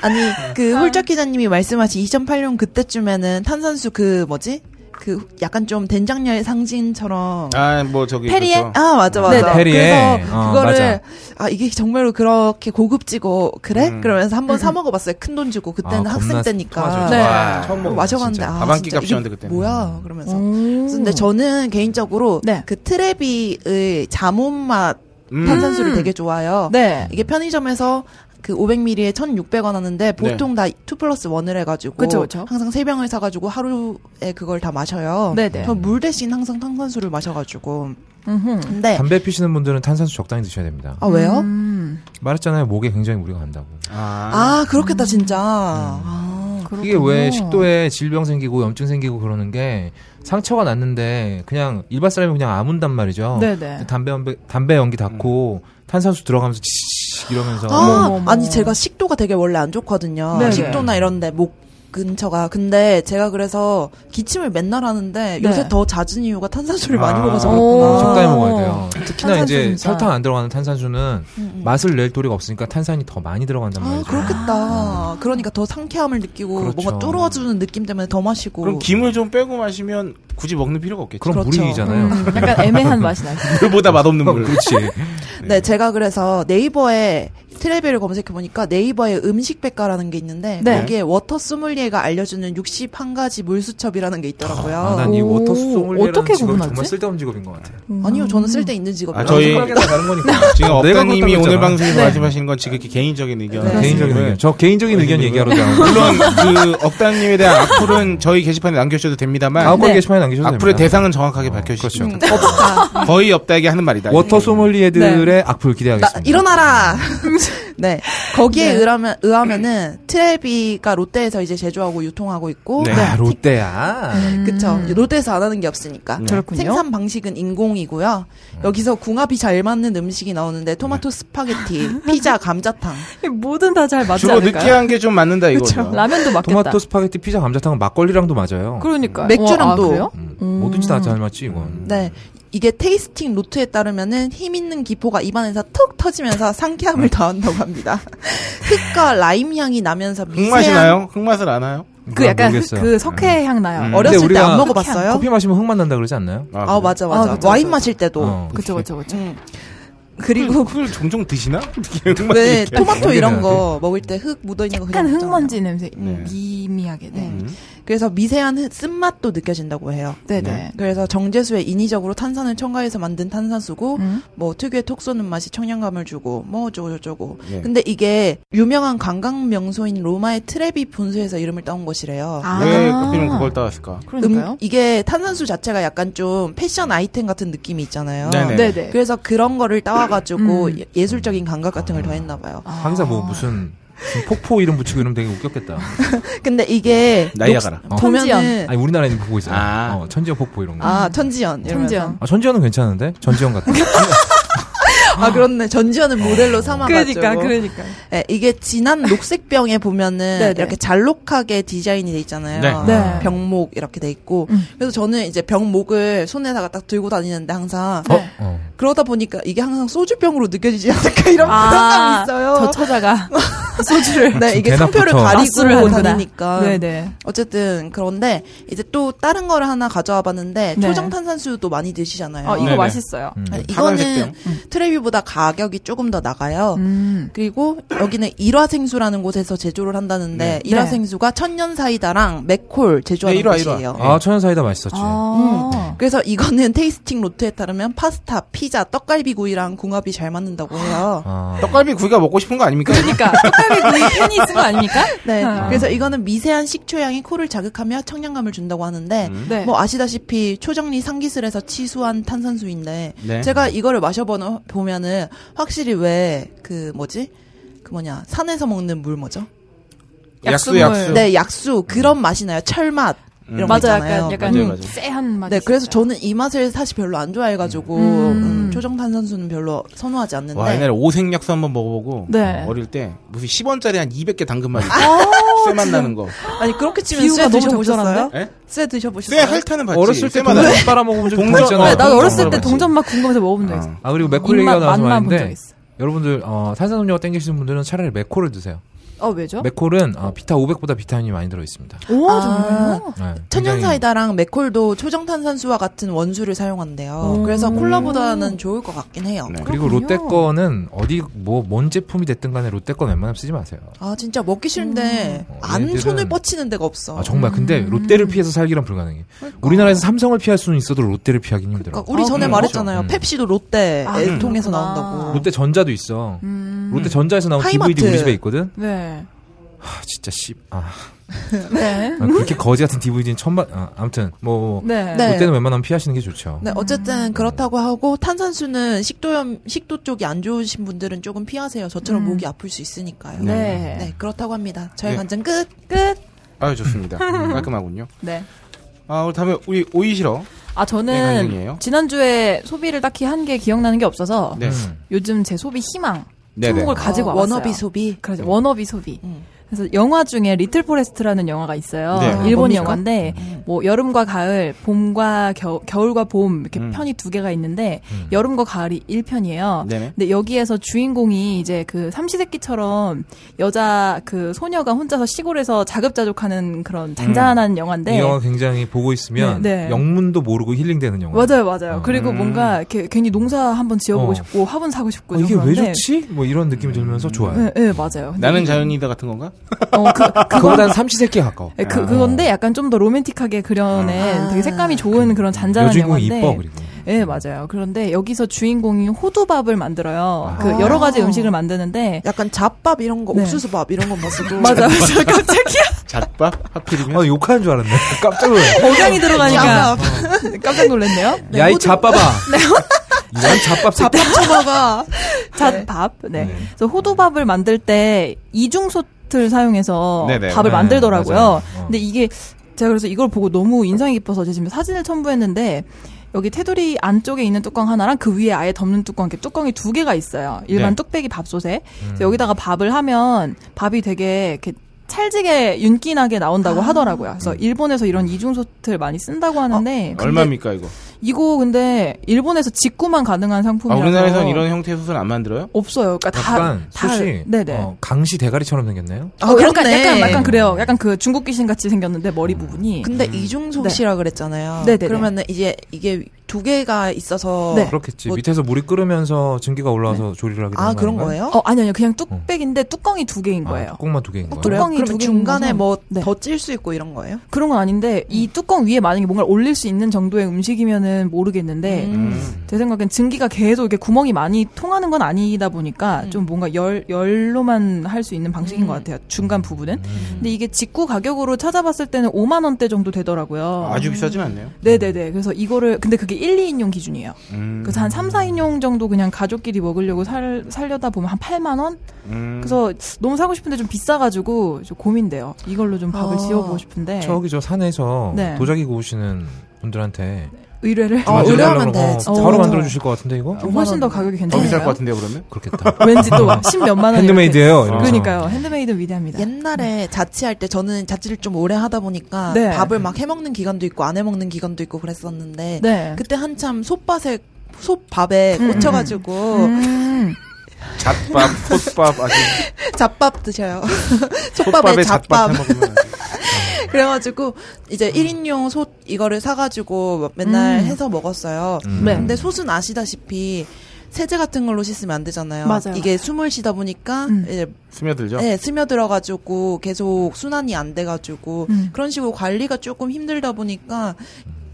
Speaker 1: 아니, 그 홀짝 기자님이 말씀하신 2008년 그때쯤에는 탄산수 그 뭐지? 그 약간 좀 된장녀의 상징처럼
Speaker 2: 아, 뭐 저기
Speaker 1: 페리에
Speaker 2: 그렇죠.
Speaker 1: 아 맞아 맞아
Speaker 6: 네네.
Speaker 4: 페리에.
Speaker 1: 그래서
Speaker 4: 어,
Speaker 1: 그거를
Speaker 4: 맞아.
Speaker 1: 아 이게 정말로 그렇게 고급지고 그래
Speaker 2: 음.
Speaker 1: 그러면서 한번 사 먹어봤어요 큰 돈 주고 그때는
Speaker 4: 아,
Speaker 1: 학생
Speaker 4: 겁나
Speaker 1: 때니까
Speaker 4: 통하죠.
Speaker 3: 네.
Speaker 2: 와, 처음
Speaker 1: 그거
Speaker 2: 먹어.
Speaker 1: 마셔봤는데
Speaker 2: 진짜.
Speaker 1: 아
Speaker 2: 다방끼
Speaker 1: 진짜 이게
Speaker 2: 값이었는데 그때는. 음.
Speaker 1: 뭐야 그러면서 그래서
Speaker 3: 근데
Speaker 1: 근데 저는 개인적으로
Speaker 3: 네.
Speaker 1: 그 트레비의 자몬 맛
Speaker 2: 음.
Speaker 1: 탄산수를
Speaker 3: 음.
Speaker 1: 되게 좋아해요.
Speaker 3: 네.
Speaker 1: 이게 편의점에서 그 500ml에 1,600원 하는데 보통 다2 플러스 1을 해가지고
Speaker 3: 그쵸, 그쵸.
Speaker 1: 항상 3병을 사가지고 하루에 그걸 다 마셔요.
Speaker 3: 네네.
Speaker 1: 전 물 대신 항상 탄산수를 마셔가지고.
Speaker 3: 음흠.
Speaker 1: 근데
Speaker 4: 담배 피시는 분들은 탄산수 적당히 드셔야 됩니다.
Speaker 1: 네. 아 왜요?
Speaker 3: 음,
Speaker 4: 말했잖아요. 목에 굉장히 무리가 간다고.
Speaker 2: 아,
Speaker 1: 아 그렇겠다 진짜.
Speaker 3: 음.
Speaker 1: 아,
Speaker 4: 이게 왜
Speaker 3: 그렇군요.
Speaker 4: 식도에 질병 생기고 염증 생기고 그러는 게 상처가 났는데 그냥 일반 사람이 그냥 아문단 말이죠.
Speaker 3: 네네.
Speaker 4: 담배 연기, 담배 연기 닿고 탄산수 들어가면서 치익 이러면서
Speaker 1: 아,
Speaker 3: 어머, 어머.
Speaker 1: 아니 제가 식도가 되게 원래 안 좋거든요.
Speaker 3: 네네.
Speaker 1: 식도나 이런데 목 근처가. 근데 제가 그래서 기침을 맨날 하는데
Speaker 3: 네.
Speaker 1: 요새 더 잦은 이유가 탄산수를 많이
Speaker 2: 아.
Speaker 1: 먹어서
Speaker 3: 오.
Speaker 1: 그렇구나.
Speaker 4: 적당히 먹어야 돼요. 특히나
Speaker 3: 탄산수
Speaker 4: 이제
Speaker 3: 진짜.
Speaker 4: 설탕 안 들어가는 탄산수는
Speaker 3: 음,
Speaker 4: 맛을 낼 도리가 없으니까 탄산이 더 많이 들어간단
Speaker 1: 아,
Speaker 4: 말이죠.
Speaker 1: 그렇겠다. 그러니까 더 상쾌함을 느끼고
Speaker 4: 그렇죠.
Speaker 1: 뭔가 뚫어주는 느낌 때문에 더 마시고.
Speaker 2: 그럼 김을 좀 빼고 마시면 굳이 먹는 필요가 없겠죠.
Speaker 4: 그럼
Speaker 1: 뭐. 그렇죠.
Speaker 4: 무리잖아요.
Speaker 3: 음, 약간 애매한 맛이 나죠.
Speaker 2: 물보다 맛없는 물.
Speaker 4: 그렇지.
Speaker 1: 네, 제가 그래서 네이버에 트레비를 검색해 보니까 네이버에 음식 백과라는 게 있는데
Speaker 3: 네.
Speaker 1: 거기에 워터 스물리에가 알려주는 61가지 물수첩이라는 게 있더라고요.
Speaker 4: 아,
Speaker 1: 아,
Speaker 4: 난 이
Speaker 3: 오,
Speaker 4: 워터 소믈리에라는
Speaker 3: 어떻게
Speaker 4: 직업이
Speaker 3: 구분하지?
Speaker 4: 정말 쓸데없는 직업인 것 같아.
Speaker 1: 니요 저는 쓸데 있는
Speaker 2: 아,
Speaker 1: 직업이라고
Speaker 2: 저희-
Speaker 1: 생각합니다.
Speaker 4: 생각해서 다른 거니까.
Speaker 2: [LAUGHS] [LAUGHS] 지금
Speaker 4: 내가
Speaker 2: 업다님이
Speaker 4: 그렇다고
Speaker 2: 오늘
Speaker 4: 했잖아. 네.
Speaker 2: 방송에서 말씀하시는 건 지극히 개인적인 의견. 네.
Speaker 1: 네.
Speaker 4: 개인적인 의견. 저 개인적인 의견 얘기하러
Speaker 2: [LAUGHS]
Speaker 4: 나온
Speaker 2: 물론 그 업다님에 대한 악플은 저희 게시판에 남겨주셔도 됩니다만
Speaker 4: 다음 번
Speaker 3: 네.
Speaker 4: 게시판에 남겨주세요.
Speaker 2: 악플의 대상은 정확하게 밝혀주시죠.
Speaker 4: 그렇죠.
Speaker 1: 음. 아,
Speaker 2: 거의 업다에게 하는 말이다.
Speaker 4: 워터 소믈리에들의
Speaker 3: 네.
Speaker 4: 악플 기대하겠습니다.
Speaker 1: 나-
Speaker 3: [LAUGHS]
Speaker 1: 일어나라. 네. 거기에
Speaker 3: 네.
Speaker 1: 의하면 의하면은 트레비가 롯데에서 이제 제조하고 유통하고 있고
Speaker 2: 네.
Speaker 4: 아, 롯데야.
Speaker 3: 음,
Speaker 1: 그쵸. 롯데에서 안 하는 게 없으니까.
Speaker 2: 네.
Speaker 3: 그렇군요.
Speaker 1: 생산 방식은 인공이고요.
Speaker 2: 음.
Speaker 1: 여기서 궁합이 잘 맞는 음식이 나오는데 토마토
Speaker 2: 네.
Speaker 1: 스파게티, 피자, 감자탕.
Speaker 2: 음.
Speaker 3: 뭐든 다 잘 맞지
Speaker 2: 주로
Speaker 3: 않을까요?
Speaker 2: 느끼한 게 좀 맞는다 이거죠.
Speaker 3: 라면도 맞겠다.
Speaker 4: 토마토 스파게티 피자 감자탕은 막걸리랑도 맞아요.
Speaker 3: 그러니까
Speaker 1: 맥주랑
Speaker 3: 어, 아,
Speaker 1: 또.
Speaker 3: 그래요?
Speaker 4: 음, 뭐든지 다 잘 맞지 이건.
Speaker 1: 네. 이게 테이스팅 노트에 따르면은 힘 있는 기포가 입안에서 톡 터지면서 상쾌함을
Speaker 2: 네.
Speaker 1: 더한다고 합니다. [LAUGHS] 흙과 라임 향이 나면서
Speaker 2: 흑맛이
Speaker 1: 미세한
Speaker 2: 나요? 흑맛을 안 나요?
Speaker 3: 그 약간 그,
Speaker 4: 모르겠어요.
Speaker 3: 그 석회 향 나요.
Speaker 2: 아, 음.
Speaker 1: 어렸을
Speaker 4: 근데
Speaker 1: 때 안
Speaker 4: 우리가
Speaker 1: 먹어봤어요?
Speaker 4: 커피 마시면 흙만 난다 그러지 않나요?
Speaker 1: 아 맞아
Speaker 3: 아,
Speaker 1: 맞아
Speaker 3: 그쵸,
Speaker 1: 와인
Speaker 3: 그쵸.
Speaker 1: 마실 때도
Speaker 4: 어.
Speaker 3: 그쵸 그쵸 그쵸.
Speaker 1: 음. 그리고
Speaker 2: 그걸 종종 드시나? [LAUGHS] 흑맛
Speaker 1: [LAUGHS] 왜
Speaker 2: 음. 이렇게.
Speaker 1: 토마토 이런
Speaker 4: 모르겠네.
Speaker 1: 거 먹을 때 흙 묻어 있는 거 그냥
Speaker 3: 약간
Speaker 1: 먹잖아요.
Speaker 3: 흙먼지 냄새
Speaker 2: 네.
Speaker 3: 미미하게. 네.
Speaker 2: 음.
Speaker 1: 그래서 미세한 흙- 쓴맛도 느껴진다고 해요.
Speaker 3: 네네.
Speaker 1: 그래서 정제수에 인위적으로 탄산을 첨가해서 만든 탄산수고
Speaker 3: 음.
Speaker 1: 뭐 특유의 톡 쏘는 맛이 청량감을 주고 뭐 어쩌고 저쩌고.
Speaker 2: 예.
Speaker 1: 근데 이게 유명한 관광 명소인 로마의 트레비 분수에서 이름을 따온 것이래요.
Speaker 3: 아.
Speaker 2: 왜 하필이면 네, 그걸 따왔을까?
Speaker 1: 음.
Speaker 3: 그러니까요.
Speaker 1: 이게 탄산수 자체가 약간 좀 패션 아이템 같은 느낌이 있잖아요.
Speaker 2: 네네.
Speaker 3: 네네.
Speaker 1: 그래서 그런 거를 따와가지고
Speaker 3: 음. 아.
Speaker 1: 예- 예술적인 감각 같은 걸 더했나 봐요.
Speaker 4: 항상 뭐 무슨 무슨 폭포 이름 붙이고 이러면 되게 웃겼겠다.
Speaker 1: 근데 이게
Speaker 2: 나이아가라.
Speaker 4: 어.
Speaker 3: 네.
Speaker 1: 보면은
Speaker 4: 아니 우리나라에는 보고 있어요.
Speaker 2: 아.
Speaker 4: 어, 천지연 폭포 이런 거.
Speaker 1: 아 천지연 이러면서.
Speaker 3: 천지연.
Speaker 4: 아, 천지연은 괜찮은데? 전지현 같은 거.
Speaker 1: 아 그렇네 전지현은 모델로 삼아가지고
Speaker 3: 그러니까 그러니까.
Speaker 1: 예, 이게
Speaker 3: [LAUGHS]
Speaker 1: 진한 녹색병에 보면은
Speaker 3: 네네.
Speaker 1: 이렇게 잘록하게 디자인이 돼 있잖아요
Speaker 3: 네. 네.
Speaker 1: 병목 이렇게 돼 있고
Speaker 3: 음.
Speaker 1: 그래서 저는 이제 병목을 손에다가 딱 들고 다니는데 항상
Speaker 4: 어?
Speaker 3: [LAUGHS] 네.
Speaker 4: 어.
Speaker 1: 그러다 보니까 이게 항상 소주병으로 느껴지지 않을까 이런 부담감이 있어요 [LAUGHS]
Speaker 3: 아, 저 처자가 소주를
Speaker 1: 네 이게
Speaker 4: 대낮부터.
Speaker 1: 상표를
Speaker 3: 악수를
Speaker 1: 가리고
Speaker 3: 하는구나.
Speaker 1: 다니니까
Speaker 3: 네네.
Speaker 1: 어쨌든 그런데 이제 또 다른 거를 하나 가져와 봤는데
Speaker 3: 네.
Speaker 1: 초정 탄산수도 많이 드시잖아요
Speaker 3: 어 이거
Speaker 2: 네네.
Speaker 3: 맛있어요.
Speaker 4: 음.
Speaker 1: 네,
Speaker 2: 파란색병.
Speaker 1: 이거는 트레비보다 가격이 조금 더 나가요.
Speaker 3: 음.
Speaker 1: 그리고 여기는 일화생수라는 곳에서 제조를 한다는데 일화생수가 천년사이다랑 맥콜 제조하는
Speaker 2: 네, 일화,
Speaker 1: 곳이에요.
Speaker 2: 일화.
Speaker 4: 아, 천연사이다 맛있었지.
Speaker 3: 아.
Speaker 1: 그래서 이거는 테이스팅 로트에 따르면 파스타, 피자, 떡갈비 구이랑 궁합이 잘 맞는다고 해요.
Speaker 4: 아.
Speaker 2: 떡갈비 구이가 먹고 싶은 거 아닙니까?
Speaker 3: 그러니까 떡갈비 구이 팬이 있은 거 아닙니까?
Speaker 1: 네.
Speaker 3: 아.
Speaker 1: 그래서 이거는 미세한 식초향이 코를 자극하며 청량감을 준다고 하는데
Speaker 2: 음.
Speaker 3: 네.
Speaker 1: 뭐 아시다시피 초정리 상기슬에서 치수한 탄산수인데
Speaker 2: 네.
Speaker 1: 제가 이거를 마셔보는 보면은 확실히 왜 그 뭐지 그 뭐냐 산에서 먹는 물 뭐죠?
Speaker 2: 약수 약수.
Speaker 1: 네 약수 그런 맛이 나요 철맛
Speaker 4: 음.
Speaker 1: 이런 거
Speaker 3: 맞아
Speaker 1: 있잖아요.
Speaker 3: 약간 약간
Speaker 2: 맞아요, 맞아요.
Speaker 3: 쎄한 맛.
Speaker 1: 네 그래서 저는 이 맛을 사실 별로 안 좋아해가지고
Speaker 3: 음.
Speaker 1: 음, 초정 탄산수는 별로 선호하지 않는데
Speaker 2: 와 옛날에 오색약수 한번 먹어보고
Speaker 3: 네.
Speaker 2: 어릴 때 무슨 10원짜리 한 200개 담근 맛이 쇠맛 나는 거.
Speaker 1: 아니 그렇게 치면 쇠
Speaker 3: 비유가 너무
Speaker 1: 드셔보셨어요? 네?
Speaker 3: 적절한데?
Speaker 2: 에?
Speaker 1: 쇠 드셔보셨어요?
Speaker 2: 쇠 할타는 봤지.
Speaker 4: 어렸을 때
Speaker 2: 쇠맛 나는
Speaker 4: 동전 빨아 먹으면 좀
Speaker 2: 동전-
Speaker 4: 있잖아요.
Speaker 2: 네,
Speaker 3: 나도
Speaker 2: 동전
Speaker 3: 어렸을 때
Speaker 4: 먹어봤지.
Speaker 3: 동전 맛 궁금해서 먹어본 적 있어.
Speaker 2: 어.
Speaker 4: 아 그리고 맥콜
Speaker 3: 입맛
Speaker 4: 얘기가 나와서
Speaker 3: 맛만 본
Speaker 4: 말인데
Speaker 3: 적 있어.
Speaker 4: 여러분들 어, 탄산음료가 땡기시는 분들은 차라리 맥콜을 드세요.
Speaker 3: 아 왜죠?
Speaker 4: 맥콜은 어, 비타 500보다 비타민이 많이 들어 있습니다.
Speaker 3: 오
Speaker 1: 아.
Speaker 3: 정말요?
Speaker 4: 네, 굉장히-
Speaker 1: 천연사이다랑 맥콜도 초정탄산수와 같은 원수를 사용한대요.
Speaker 4: 어.
Speaker 1: 그래서 콜라보다는 좋을 것 같긴 해요.
Speaker 2: 네.
Speaker 4: 그리고
Speaker 3: 그렇군요.
Speaker 4: 롯데 거는 어디 뭐 뭔 제품이 됐든 간에 롯데 건 웬만하면 쓰지 마세요.
Speaker 1: 아 진짜 먹기 싫은데
Speaker 4: 음. 어,
Speaker 1: 안
Speaker 4: 얘네들은-
Speaker 1: 손을 뻗치는 데가 없어.
Speaker 4: 아 정말 근데
Speaker 3: 음. 그러니까.
Speaker 4: 롯데를 피해서 살기란 불가능해. 우리나라에서 삼성을 피할 수는 있어도 롯데를 피하긴 힘들어.
Speaker 1: 그러니까 우리
Speaker 3: 아,
Speaker 1: 전에
Speaker 2: 그래요?
Speaker 1: 말했잖아요.
Speaker 4: 음.
Speaker 1: 펩시도 롯데
Speaker 3: 아,
Speaker 1: 애 통해서
Speaker 3: 그렇구나.
Speaker 1: 나온다고.
Speaker 4: 롯데 전자도 있어.
Speaker 3: 음.
Speaker 4: 롯데 전자에서 나온
Speaker 1: 하이마트.
Speaker 4: DVD 우리 집에 있거든.
Speaker 3: 네.
Speaker 4: 아 진짜 씨. 아,
Speaker 3: 네.
Speaker 4: 아, 그렇게 거지 같은 DVD는 천만. 아, 아무튼 뭐, 뭐
Speaker 3: 네.
Speaker 1: 네.
Speaker 4: 롯데는 웬만하면 피하시는 게 좋죠.
Speaker 1: 네, 어쨌든 그렇다고 하고 탄산수는 식도염, 식도 쪽이 안 좋으신 분들은 조금 피하세요. 저처럼
Speaker 3: 음.
Speaker 1: 목이 아플 수 있으니까요.
Speaker 3: 네.
Speaker 1: 네, 그렇다고 합니다. 저의
Speaker 2: 네.
Speaker 1: 관전 끝.
Speaker 3: 끝.
Speaker 2: 아유 좋습니다. 음, 깔끔하군요.
Speaker 3: 네.
Speaker 2: 아 오늘 다음에 우리 오이 싫어.
Speaker 3: 아
Speaker 2: 네,
Speaker 3: 저는
Speaker 2: 강연이에요.
Speaker 3: 지난주에 소비를 딱히 한 게 기억나는 게 없어서
Speaker 2: 네.
Speaker 4: 음.
Speaker 3: 요즘 제 소비 희망
Speaker 2: 네네.
Speaker 3: 천국을 가지고
Speaker 1: 어,
Speaker 3: 와봤어요.
Speaker 1: 워너비 소비.
Speaker 3: 그렇죠. 워너비 소비.
Speaker 1: 음.
Speaker 3: 그래서 영화 중에 리틀 포레스트라는 영화가 있어요.
Speaker 2: 네.
Speaker 3: 일본
Speaker 1: 뭡니까?
Speaker 3: 영화인데 뭐 여름과 가을, 봄과 겨, 겨울과 봄 이렇게
Speaker 2: 음.
Speaker 3: 편이 두 개가 있는데 여름과 가을이 1편이에요.
Speaker 2: 네네.
Speaker 3: 근데 여기에서 주인공이 이제 그 삼시세끼처럼 여자 그 소녀가 혼자서 시골에서 자급자족하는 그런 잔잔한 영화인데
Speaker 4: 이 영화 굉장히 보고 있으면
Speaker 3: 네, 네.
Speaker 4: 영문도 모르고 힐링되는 영화.
Speaker 3: 맞아요, 맞아요.
Speaker 4: 어.
Speaker 3: 그리고
Speaker 2: 음.
Speaker 3: 뭔가 이렇게 괜히 농사 한번 지어보고
Speaker 4: 어.
Speaker 3: 싶고 화분 사고 싶고
Speaker 4: 어,
Speaker 3: 좀
Speaker 4: 이게 왜
Speaker 3: 그런데
Speaker 4: 좋지? 뭐 이런 느낌이 들면서 좋아요.
Speaker 3: 네, 네, 맞아요. 근데
Speaker 2: 나는 자연이다 같은 건가?
Speaker 3: 어, 그,
Speaker 2: [LAUGHS]
Speaker 4: 그거보다는 삼시세끼가 가까워.
Speaker 3: 네, 그, 그건데 약간 좀 더 로맨틱하게 그려낸
Speaker 1: 아.
Speaker 3: 되게 색감이 좋은 그런 잔잔한
Speaker 4: 여주인공이
Speaker 3: 영화인데.
Speaker 4: 이뻐 그리고.
Speaker 3: 네, 맞아요. 그런데 여기서 주인공이 호두밥을 만들어요.
Speaker 4: 아.
Speaker 3: 그 여러 가지
Speaker 1: 아.
Speaker 3: 음식을 만드는데.
Speaker 1: 약간 잡밥 이런 거,
Speaker 3: 네.
Speaker 1: 옥수수밥 이런 건 봤어도.
Speaker 3: [LAUGHS] 맞아, 맞아. 갑자기
Speaker 2: 잣밥 하필이면
Speaker 4: 아 욕하는 줄 알았네. [LAUGHS] 깜짝 놀랐어.
Speaker 3: 억양이 [LAUGHS] 들어가니까
Speaker 1: 잡밥.
Speaker 3: 깜짝 놀랐네요. 네. [LAUGHS]
Speaker 4: 야이 잡밥아. 이런 잡밥 새끼.
Speaker 1: 잡밥 쳐봐봐.
Speaker 3: 잣밥. 네.
Speaker 4: 네.
Speaker 3: 그래서 호두밥을 만들 때 이중소 틀 사용해서
Speaker 2: 네네.
Speaker 3: 밥을
Speaker 4: 네,
Speaker 3: 만들더라고요.
Speaker 4: 맞아요. 어.
Speaker 3: 근데 이게 제가 그래서 이걸 보고 너무 인상이 깊어서 제가 지금 사진을 첨부했는데 여기 테두리 안쪽에 있는 뚜껑 하나랑 그 위에 아예 덮는 뚜껑 이렇게 뚜껑이 두 개가 있어요. 일반
Speaker 2: 네.
Speaker 3: 뚝배기 밥솥에 그래서 여기다가 밥을 하면 밥이 되게 이렇게 찰지게 윤기나게 나온다고 하더라고요. 그래서 일본에서 이런 이중소틀 많이 쓴다고 하는데 근데
Speaker 2: 어, 얼마입니까 이거?
Speaker 3: 이거 근데 일본에서 직구만 가능한
Speaker 2: 아,
Speaker 3: 상품이라서
Speaker 2: 우리나라에선 이런 형태의 솥은 안 만들어요?
Speaker 3: 없어요. 그러니까
Speaker 4: 약간
Speaker 3: 다, 다
Speaker 4: 솥이
Speaker 3: 네네.
Speaker 4: 어, 강시 대가리처럼 생겼네요.
Speaker 1: 아,
Speaker 3: 어, 약간
Speaker 1: 그렇네.
Speaker 3: 약간 약간 그래요. 약간 그 중국 귀신 같이 생겼는데 머리
Speaker 2: 음.
Speaker 3: 부분이.
Speaker 1: 근데 이중속시라 그랬잖아요.
Speaker 3: 네네네.
Speaker 1: 그러면은 이제 이게 두 개가 있어서.
Speaker 3: 네.
Speaker 4: 그렇겠지.
Speaker 1: 뭐-
Speaker 4: 밑에서 물이 끓으면서 증기가 올라와서 조리를 하게 되는
Speaker 1: 아, 그런
Speaker 4: 거 아닌가요?
Speaker 1: 거예요?
Speaker 3: 어 아니 아니요
Speaker 2: 음.
Speaker 3: 그냥 뚝배기인데 뚜껑이 두 개인 거예요. 어,
Speaker 4: 아, 뚜껑만 두 개인 거예요.
Speaker 1: 그래요?
Speaker 3: 뚜껑이
Speaker 1: 그러면
Speaker 3: 두 개인
Speaker 1: 중간에
Speaker 3: 거죠?
Speaker 1: 뭐 더
Speaker 3: 네.
Speaker 1: 찔 수 있고 이런 거예요?
Speaker 3: 그런 건 아닌데 이
Speaker 1: 음.
Speaker 3: 뚜껑 위에 만약에 뭔가를 올릴 수 있는 정도의 음식이면은 모르겠는데
Speaker 2: 음.
Speaker 3: 제 생각엔 증기가 계속 이렇게 구멍이 많이 통하는 건 아니다 보니까
Speaker 1: 음.
Speaker 3: 좀 뭔가 열 열로만 할 수 있는 방식인 것 같아요. 중간 부분은.
Speaker 2: 음.
Speaker 3: 근데 이게 직구 가격으로 찾아봤을 때는 5만 원대 정도 되더라고요.
Speaker 2: 음. 아주 비싸진 않네요.
Speaker 3: 네네네. 그래서 이거를 근데 그게 1, 2인용 기준이에요.
Speaker 2: 음.
Speaker 3: 그래서 한 3, 4인용 정도 그냥 가족끼리 먹으려고 살, 살려다 보면 한 8만원?
Speaker 2: 음.
Speaker 3: 그래서 너무 사고 싶은데 좀 비싸가지고 좀 고민돼요. 이걸로 좀 밥을
Speaker 1: 아,
Speaker 3: 지어보고 싶은데.
Speaker 4: 저기 저 산에서
Speaker 3: 네.
Speaker 4: 도자기 구우시는 분들한테
Speaker 3: 의뢰를.
Speaker 1: 어,
Speaker 3: [LAUGHS]
Speaker 4: 만들어달라고
Speaker 1: 의뢰하면
Speaker 4: 그러면,
Speaker 1: 돼,
Speaker 4: 어,
Speaker 1: 진짜.
Speaker 4: 바로
Speaker 3: 어.
Speaker 4: 만들어 주실 것 같은데 이거?
Speaker 3: 어, 훨씬 더 가격이
Speaker 2: 더 비쌀
Speaker 3: 괜찮아요.
Speaker 2: 것 같은데요 그러면?
Speaker 4: 그렇겠다.
Speaker 3: [LAUGHS] 왠지 또십몇만 원.
Speaker 4: 핸드메이드예요. 이러면서.
Speaker 3: 그러니까요. 핸드메이드 위대합니다.
Speaker 1: 옛날에 자취할 때 저는 자취를 좀 오래 하다 보니까
Speaker 3: 네.
Speaker 1: 밥을 막 해먹는 기간도 있고 안 해먹는 기간도 있고 그랬었는데
Speaker 3: 네.
Speaker 1: 그때 한참 솥밭에 솥밥에 꽂혀가지고
Speaker 3: 음. [LAUGHS]
Speaker 2: 잣밥, 솥밥 아주
Speaker 1: 잡밥 드셔요. [LAUGHS] 솥밥에
Speaker 2: 솥밥에 잣밥
Speaker 1: 잡밥.
Speaker 2: 해 먹으면
Speaker 1: [LAUGHS] 그래가지고 이제 1인용 솥 이거를 사가지고 맨날
Speaker 3: 음.
Speaker 1: 해서 먹었어요.
Speaker 4: 음.
Speaker 3: 네.
Speaker 1: 근데 솥은 아시다시피 세제 같은 걸로 씻으면 안 되잖아요.
Speaker 3: 맞아요,
Speaker 1: 이게 숨을 쉬다 보니까
Speaker 3: 음.
Speaker 1: 이제
Speaker 2: 스며들죠.
Speaker 1: 네, 스며들어가지고 계속 순환이 안 돼가지고
Speaker 3: 음.
Speaker 1: 그런 식으로 관리가 조금 힘들다 보니까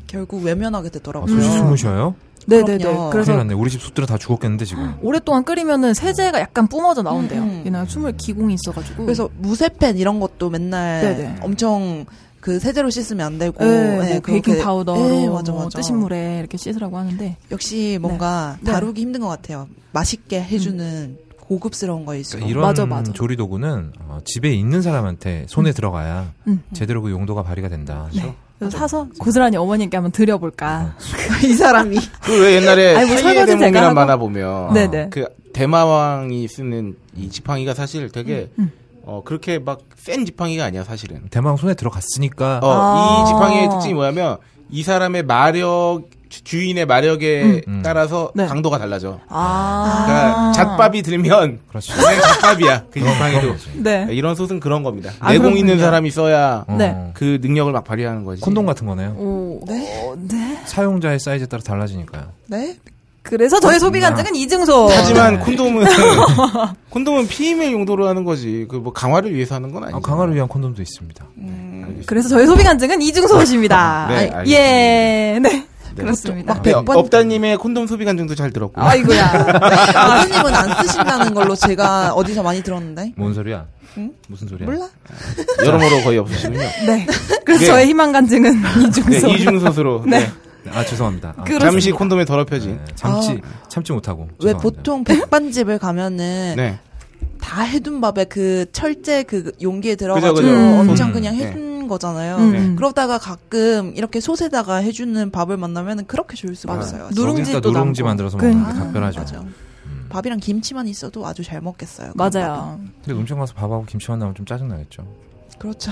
Speaker 1: 결국 외면하게
Speaker 4: 아,
Speaker 1: 되더라고요.
Speaker 4: 소시 숨을 쉬어요?
Speaker 3: 네네네.
Speaker 1: 그럼요.
Speaker 4: 큰일
Speaker 3: 음. 그래서
Speaker 4: 났네. 우리 집 솥들은 다 죽었겠는데 지금.
Speaker 3: 오랫동안 끓이면은 세제가 약간 뿜어져 나온대요.
Speaker 1: 음, 음.
Speaker 3: 그냥 숨을 기공이 있어가지고.
Speaker 1: 그래서 무쇠팬 이런 것도 맨날
Speaker 3: 네네.
Speaker 1: 엄청 그 세제로 씻으면 안 되고
Speaker 3: 네, 뭐
Speaker 1: 예, 그렇게-
Speaker 3: 베이킹 파우더로
Speaker 1: 네, 맞아,
Speaker 3: 뭐
Speaker 1: 맞아.
Speaker 3: 뜨신 물에 이렇게 씻으라고 하는데
Speaker 1: 역시 뭔가
Speaker 3: 네. 음.
Speaker 1: 다루기 힘든 것 같아요. 맛있게 해주는 고급스러운 거일수록.
Speaker 4: 그러니까 이런
Speaker 3: 맞아, 맞아.
Speaker 4: 조리 도구는 어, 집에 있는 사람한테 손에 들어가야
Speaker 3: 음. 네.
Speaker 4: 제대로 그 용도가 발휘가 된다.
Speaker 3: 그래서 사서 고스란히 어머님께 한번 드려볼까.
Speaker 1: [LAUGHS] 이 사람이
Speaker 2: 그 왜 옛날에
Speaker 3: 아니, 뭐
Speaker 2: 사이의
Speaker 3: 설거지 제가
Speaker 2: 대문이란
Speaker 3: 하고.
Speaker 2: 만화 보면
Speaker 3: 네네.
Speaker 2: 그 대마왕이 쓰는 이 지팡이가 사실 되게
Speaker 3: 음,
Speaker 2: 어 그렇게 막 센 지팡이가 아니야 사실은.
Speaker 4: 대망 손에 들어갔으니까
Speaker 2: 어,
Speaker 3: 아.
Speaker 2: 이 지팡이의 특징이 뭐냐면 이 사람의 마력 주- 주인의 마력에
Speaker 4: 음.
Speaker 2: 따라서
Speaker 3: 네.
Speaker 2: 강도가 달라져.
Speaker 3: 아.
Speaker 2: 그러니까 잣밥이 들면
Speaker 4: 그렇죠.
Speaker 2: 그냥 잣밥이야. 그
Speaker 4: 어, 그런
Speaker 2: 지팡이도.
Speaker 4: 거지.
Speaker 3: 네.
Speaker 2: 이런 솥은 그런 겁니다.
Speaker 3: 아,
Speaker 2: 내공 있는
Speaker 3: 그렇군요.
Speaker 2: 사람이 써야
Speaker 4: 어,
Speaker 3: 네.
Speaker 2: 그 능력을 막 발휘하는 거지.
Speaker 4: 음. 콘돔 같은 거네요.
Speaker 3: 오. 네. 네.
Speaker 4: 사용자의 사이즈에 따라 달라지니까요. 아,
Speaker 1: 네.
Speaker 3: 그래서 저의 소비 관측은 이증소.
Speaker 2: 하지만
Speaker 4: 네.
Speaker 2: [LAUGHS] 콘돔은 콘돔은 피임의 용도로 하는 거지. 그 뭐 강화를 위해서 하는 건 아니죠.
Speaker 4: 아, 강화를 위한 콘돔도 있습니다.
Speaker 3: 음. 그래서 저의 소비 관측은 이증소 씨입니다. 아,
Speaker 2: 네, 알겠습니다.
Speaker 3: 예. 네. 그렇습니다.
Speaker 1: 막
Speaker 2: 네,
Speaker 1: 백 번-
Speaker 2: 업다님의 콘돔 소비 관증도 잘 들었고. 요
Speaker 3: 아이고야.
Speaker 1: 아버님은 안 쓰신다는 걸로 제가 어디서 많이 들었는데.
Speaker 4: 뭔 소리야?
Speaker 1: 응?
Speaker 3: 음?
Speaker 4: 무슨 소리야?
Speaker 1: 몰라?
Speaker 2: 여러모로 거의 없으시군요.
Speaker 3: 네. 그래서
Speaker 2: 네.
Speaker 3: 저의 희망 관측은 이증소.
Speaker 2: 네, 이중소수로. 네.
Speaker 4: 아 죄송합니다. 아,
Speaker 3: 그렇습니다.
Speaker 2: 잠시 콘돔에 더럽혀진.
Speaker 4: 네, 참지
Speaker 3: 아.
Speaker 4: 참지 못하고.
Speaker 1: 왜
Speaker 4: [LAUGHS] 죄송합니다.
Speaker 1: 보통 백반집을 가면은
Speaker 2: 네.
Speaker 1: 다 해둔 밥에 그 철제 그 용기에 들어가지고
Speaker 2: 그죠,
Speaker 3: 그죠.
Speaker 1: 엄청
Speaker 4: 음.
Speaker 1: 그냥
Speaker 2: 네.
Speaker 1: 해둔 거잖아요.
Speaker 3: 음,
Speaker 2: 네.
Speaker 3: 음.
Speaker 1: 그러다가 가끔 이렇게 솥에다가 해주는 밥을 만나면 그렇게 좋을 수가
Speaker 2: 맞아요.
Speaker 1: 없어요.
Speaker 3: 누- 누룽지도
Speaker 4: 거기다 누룽지
Speaker 3: 남고.
Speaker 4: 만들어서
Speaker 3: 그러니까.
Speaker 4: 먹는 게 각별하죠.
Speaker 1: 맞아. 밥이랑 김치만 있어도 아주 잘 먹겠어요. 그런 밥은.
Speaker 3: 맞아요.
Speaker 4: 근데 음식 가서 밥하고 김치만 나오면 좀 짜증 나겠죠.
Speaker 1: 그렇죠.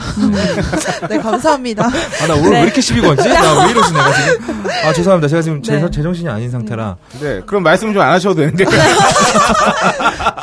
Speaker 1: 네, 감사합니다. [LAUGHS]
Speaker 4: 아 나
Speaker 3: 네.
Speaker 4: 오늘 왜 이렇게 시비 걸지? 나 왜 이러지 내가 지금? 아 죄송합니다. 제가 지금 제,
Speaker 3: 네.
Speaker 4: 제정신이 아닌 상태라
Speaker 2: 네. 그럼 말씀 좀 안 하셔도 되는데.
Speaker 4: 네.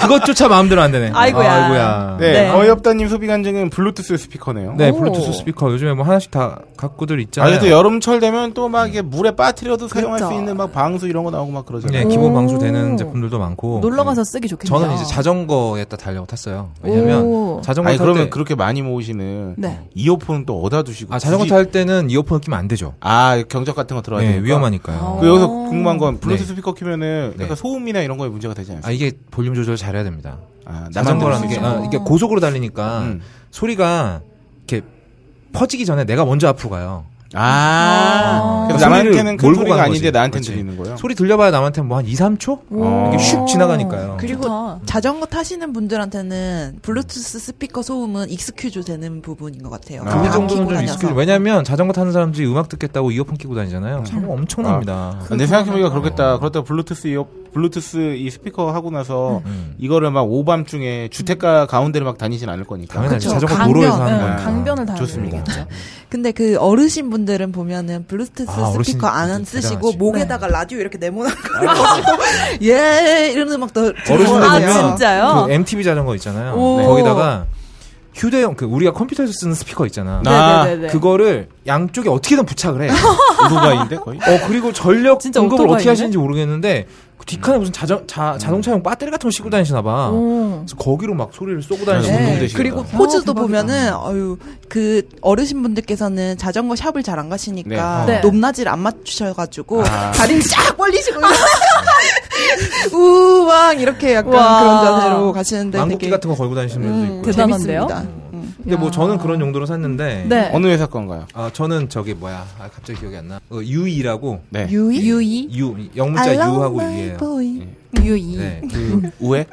Speaker 4: 그것조차 마음대로 안 되네.
Speaker 3: 아이고야.
Speaker 4: 아이고야.
Speaker 2: 네.
Speaker 3: 네.
Speaker 2: 거의 없다님 소비 관증은 블루투스 스피커네요.
Speaker 4: 네,
Speaker 3: 오.
Speaker 4: 블루투스 스피커 요즘에 뭐 하나씩 다 갖고들 있잖아요.
Speaker 2: 아직도 여름철 되면 또 막 이게 물에 빠뜨려도 사용할
Speaker 1: 그렇죠.
Speaker 2: 수 있는 막 방수 이런 거 나오고 막
Speaker 4: 네,
Speaker 2: 그러잖아요.
Speaker 4: 기본
Speaker 3: 오.
Speaker 4: 방수되는 제품들도 많고.
Speaker 3: 놀러
Speaker 4: 네.
Speaker 3: 가서 쓰기 좋겠네요.
Speaker 4: 저는 이제 자전거에다 달려고 탔어요. 왜냐면
Speaker 3: 오.
Speaker 4: 자전거
Speaker 2: 아니
Speaker 4: 탈
Speaker 2: 그러면
Speaker 4: 때,
Speaker 2: 그렇게 많이 모으시는
Speaker 3: 네.
Speaker 2: 이어폰은 또 어디다 두시고
Speaker 4: 아 자전거
Speaker 2: 굳이-
Speaker 4: 탈 때는 이어폰을 끼면 안 되죠.
Speaker 2: 아 경적 같은 거 들어가야
Speaker 4: 네,
Speaker 2: 되니까.
Speaker 1: 아.
Speaker 4: 위험하니까요.
Speaker 2: 그 여기서
Speaker 3: 어.
Speaker 2: 궁금한 건 블루투스
Speaker 4: 네.
Speaker 2: 스피커 키면은
Speaker 4: 네.
Speaker 2: 약간 소음이나 이런 거에 문제가 되지 않습니까?
Speaker 4: 아 이게 볼륨 조절 잘해야 됩니다.
Speaker 2: 아, 나만 들을 수
Speaker 4: 자전거라는 게
Speaker 2: 있죠.
Speaker 4: 아, 이게 고속으로 달리니까
Speaker 2: 음.
Speaker 4: 소리가 이렇게 퍼지기 전에 내가 먼저 앞으로 가요.
Speaker 2: 아, 그럼
Speaker 4: 그
Speaker 2: 남한테는
Speaker 4: 소리를
Speaker 2: 큰
Speaker 4: 몰고
Speaker 2: 소리가
Speaker 4: 가는
Speaker 2: 아닌데
Speaker 4: 거지.
Speaker 2: 나한테는
Speaker 4: 그렇지.
Speaker 2: 들리는 거예요.
Speaker 4: 소리 들려봐야 남한테는 뭐 한 2, 3초?
Speaker 3: 오.
Speaker 4: 이게 슉 지나가니까요.
Speaker 1: 어. 그리고
Speaker 3: 좋다.
Speaker 1: 자전거 타시는 분들한테는 블루투스 스피커 소음은 익스큐즈 되는 부분인 것 같아요.
Speaker 2: 아.
Speaker 4: 그
Speaker 1: 그냥
Speaker 4: 정도는
Speaker 1: 끼고
Speaker 4: 좀
Speaker 1: 다녀서. 음.
Speaker 4: 익숙해요. 왜냐면 자전거 타는 사람들이 음악 듣겠다고 이어폰 끼고 다니잖아요. 정말 엄청납니다.
Speaker 2: 근데 생각해보니까 그렇겠다.
Speaker 4: 어.
Speaker 2: 그렇다 블루투스 이어, 블루투스 이 스피커 하고 나서
Speaker 4: 음.
Speaker 2: 이거를 막 오밤중에 주택가 가운데를 막 다니진 않을 거니까.
Speaker 4: 당연하지
Speaker 1: 그쵸.
Speaker 4: 자전거
Speaker 1: 강변.
Speaker 4: 도로에서 하는
Speaker 2: 네,
Speaker 4: 거니까.
Speaker 3: 강변을 다
Speaker 2: 좋습니다.
Speaker 1: 근데 그 어르신 분들은 보면은 블루투스
Speaker 4: 아,
Speaker 1: 스피커 안
Speaker 4: 어르신분들
Speaker 1: 쓰시고
Speaker 4: 대단하시네. 아.
Speaker 1: 목에다가 라디오 이렇게 네모난 [LAUGHS] 거예 이러는 음악 더
Speaker 4: 어르신들
Speaker 3: 아,
Speaker 4: 보면
Speaker 3: 진짜요?
Speaker 4: 그 MTV 자전거 있잖아요.
Speaker 3: 오.
Speaker 4: 거기다가 휴대용 그 우리가 컴퓨터에서 쓰는 스피커 있잖아.
Speaker 2: 나- 아,
Speaker 3: 네네네네.
Speaker 4: 그거를 양쪽에
Speaker 3: [LAUGHS]
Speaker 4: 어떻게든 부착을 해.
Speaker 2: 오토바이인데 거의?
Speaker 4: 어 그리고 전력
Speaker 3: 진짜
Speaker 4: 공급을
Speaker 3: 오토바이네?
Speaker 4: 어떻게 하시는지 모르겠는데 그 뒷칸에 무슨 자전 자, 자동차용 배터리 같은 거 싣고 다니시나 봐.
Speaker 3: 오.
Speaker 4: 그래서 거기로 막 소리를 쏘고 다니시는
Speaker 1: 네.
Speaker 4: 분들.
Speaker 2: 운동되시겠다.
Speaker 1: 그리고
Speaker 2: 아,
Speaker 1: 포즈도
Speaker 3: 어, 대박이다.
Speaker 1: 보면은 어유 그 어르신 분들께서는 자전거 샵을 잘 안 가시니까
Speaker 4: 어.
Speaker 3: 네. 네.
Speaker 1: 높낮이를 안 맞추셔가지고
Speaker 2: 아.
Speaker 1: 다리를 쫙 벌리시고
Speaker 3: 아.
Speaker 1: [LAUGHS] 우왕 이렇게 약간
Speaker 3: 와.
Speaker 1: 그런 자세로
Speaker 3: 네,
Speaker 1: 가시는데
Speaker 4: 망고기
Speaker 1: 되게
Speaker 4: 같은 거 걸고 다니시는 분들도
Speaker 1: 음,
Speaker 4: 있고.
Speaker 3: 대단한데요?
Speaker 1: 재밌습니다. 음.
Speaker 4: 근데 뭐 저는 그런 용도로 샀는데.
Speaker 3: 아. 네.
Speaker 2: 어느 회사 건가요?
Speaker 4: 아 저는 저기 뭐야 아, 갑자기 기억이 안 나. 어, 유이라고
Speaker 2: 네.
Speaker 1: 유이
Speaker 3: 유이
Speaker 4: 유 영문자 유하고 유예요.
Speaker 1: boy.
Speaker 3: 유이.
Speaker 4: 네. 그
Speaker 2: 우회?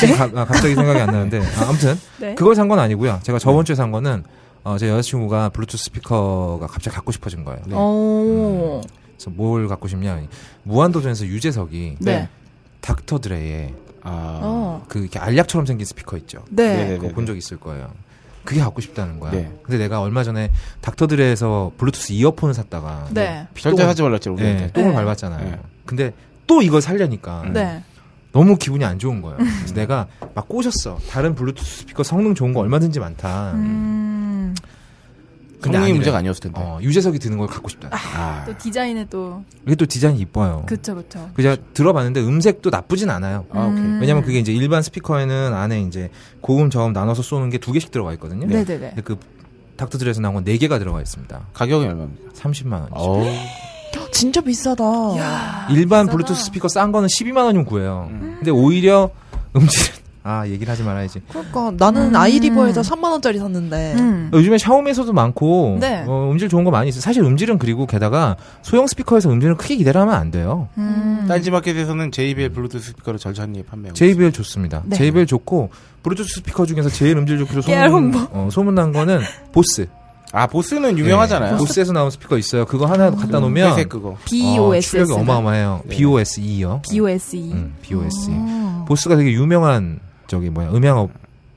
Speaker 4: 지금 가- 아, 갑자기 생각이 안 나는데 아, 무튼
Speaker 3: [LAUGHS] 네.
Speaker 4: 그걸 산 건 아니고요. 제가 저번 주에 산 거는 어, 제 여자친구가 블루투스 스피커가 갑자기 갖고 싶어진 거예요.
Speaker 3: 네.
Speaker 4: 네.
Speaker 3: 오.
Speaker 4: 그래서 뭘 갖고 싶냐? 무한도전에서 유재석이
Speaker 3: 네.
Speaker 4: 닥터 드레의
Speaker 2: 아.
Speaker 3: 어.
Speaker 4: 그 이렇게 알약처럼 생긴 스피커 있죠.
Speaker 3: 네.
Speaker 2: 네네.
Speaker 4: 그거 본 적 있을 거예요. 그게 갖고 싶다는 거야.
Speaker 2: 네.
Speaker 4: 근데 내가 얼마 전에 닥터 드레에서 블루투스 이어폰을 샀다가
Speaker 3: 네.
Speaker 2: 절대
Speaker 4: 똥을-
Speaker 2: 하지 말랬죠,
Speaker 4: 네,
Speaker 2: 우리한테.
Speaker 4: 똥을
Speaker 3: 네.
Speaker 4: 밟았잖아요.
Speaker 2: 네.
Speaker 4: 근데 또 이걸 살려니까
Speaker 3: 네.
Speaker 4: 너무 기분이 안 좋은 거예요.
Speaker 3: 음.
Speaker 4: 그래서 내가 막 꼬셨어. 다른 블루투스 스피커 성능 좋은 거 얼마든지 많다.
Speaker 3: 음.
Speaker 4: 근데
Speaker 2: 성능이
Speaker 4: 아니래.
Speaker 2: 문제가 아니었을 텐데.
Speaker 4: 어, 유재석이 드는 걸 갖고 싶다.
Speaker 2: 아.
Speaker 3: 또 디자인에 또
Speaker 4: 이게 또 디자인이 이뻐요. 그...
Speaker 3: 그쵸 그쵸.
Speaker 4: 제가 들어봤는데 음색도 나쁘진 않아요.
Speaker 2: 아, 오케이.
Speaker 3: 음.
Speaker 4: 왜냐면 그게 이제 일반 스피커에는 안에 이제 고음 저음 나눠서 쏘는 게 두 개씩 들어가 있거든요.
Speaker 3: 네. 네네네.
Speaker 4: 근데 그 닥터들에서 나온 건 네 개가 들어가 있습니다.
Speaker 2: 가격이
Speaker 4: 네.
Speaker 2: 얼마입니까?
Speaker 4: 30만 원.
Speaker 2: 어우.
Speaker 1: 진짜 비싸다.
Speaker 3: 비싸다.
Speaker 4: 일반
Speaker 3: 음.
Speaker 4: 블루투스 스피커 싼 거는 12만 원이면 구해요. 근데 오히려 음질 아 얘기를 하지 말아야지.
Speaker 1: 그러니까 나는 아이리버에서 3만 원짜리 샀는데
Speaker 3: 음.
Speaker 4: 요즘에 샤오미에서도 많고
Speaker 3: 네.
Speaker 4: 어, 음질 좋은 거 많이 있어요. 사실 음질은 그리고 게다가 소형 스피커에서 음질은 크게 기대를 하면 안 돼요.
Speaker 3: 음.
Speaker 2: 딴지마켓에서는 JBL 블루투스 스피커를 절찬리 판매하고
Speaker 4: JBL 좋습니다.
Speaker 3: 네.
Speaker 4: JBL 좋고 블루투스 스피커 중에서 제일 음질 좋기로
Speaker 3: 깨알
Speaker 4: 소문,
Speaker 3: 홍보.
Speaker 4: 어, 소문난 거는 보스.
Speaker 2: 있어요. 아 보스는 유명하잖아요.
Speaker 4: 네, 보스에서 나온 스피커 있어요. 그거 하나 갖다 놓으면
Speaker 2: 회색 그거.
Speaker 3: 음. B O
Speaker 4: 어,
Speaker 3: S
Speaker 4: 출력이
Speaker 3: S.
Speaker 4: 어마어마해요.
Speaker 2: 네.
Speaker 4: BOSE요.
Speaker 3: B O S E. 아.
Speaker 4: 음, BOSE. 보스가 되게 유명한 저기 뭐야 음향 업,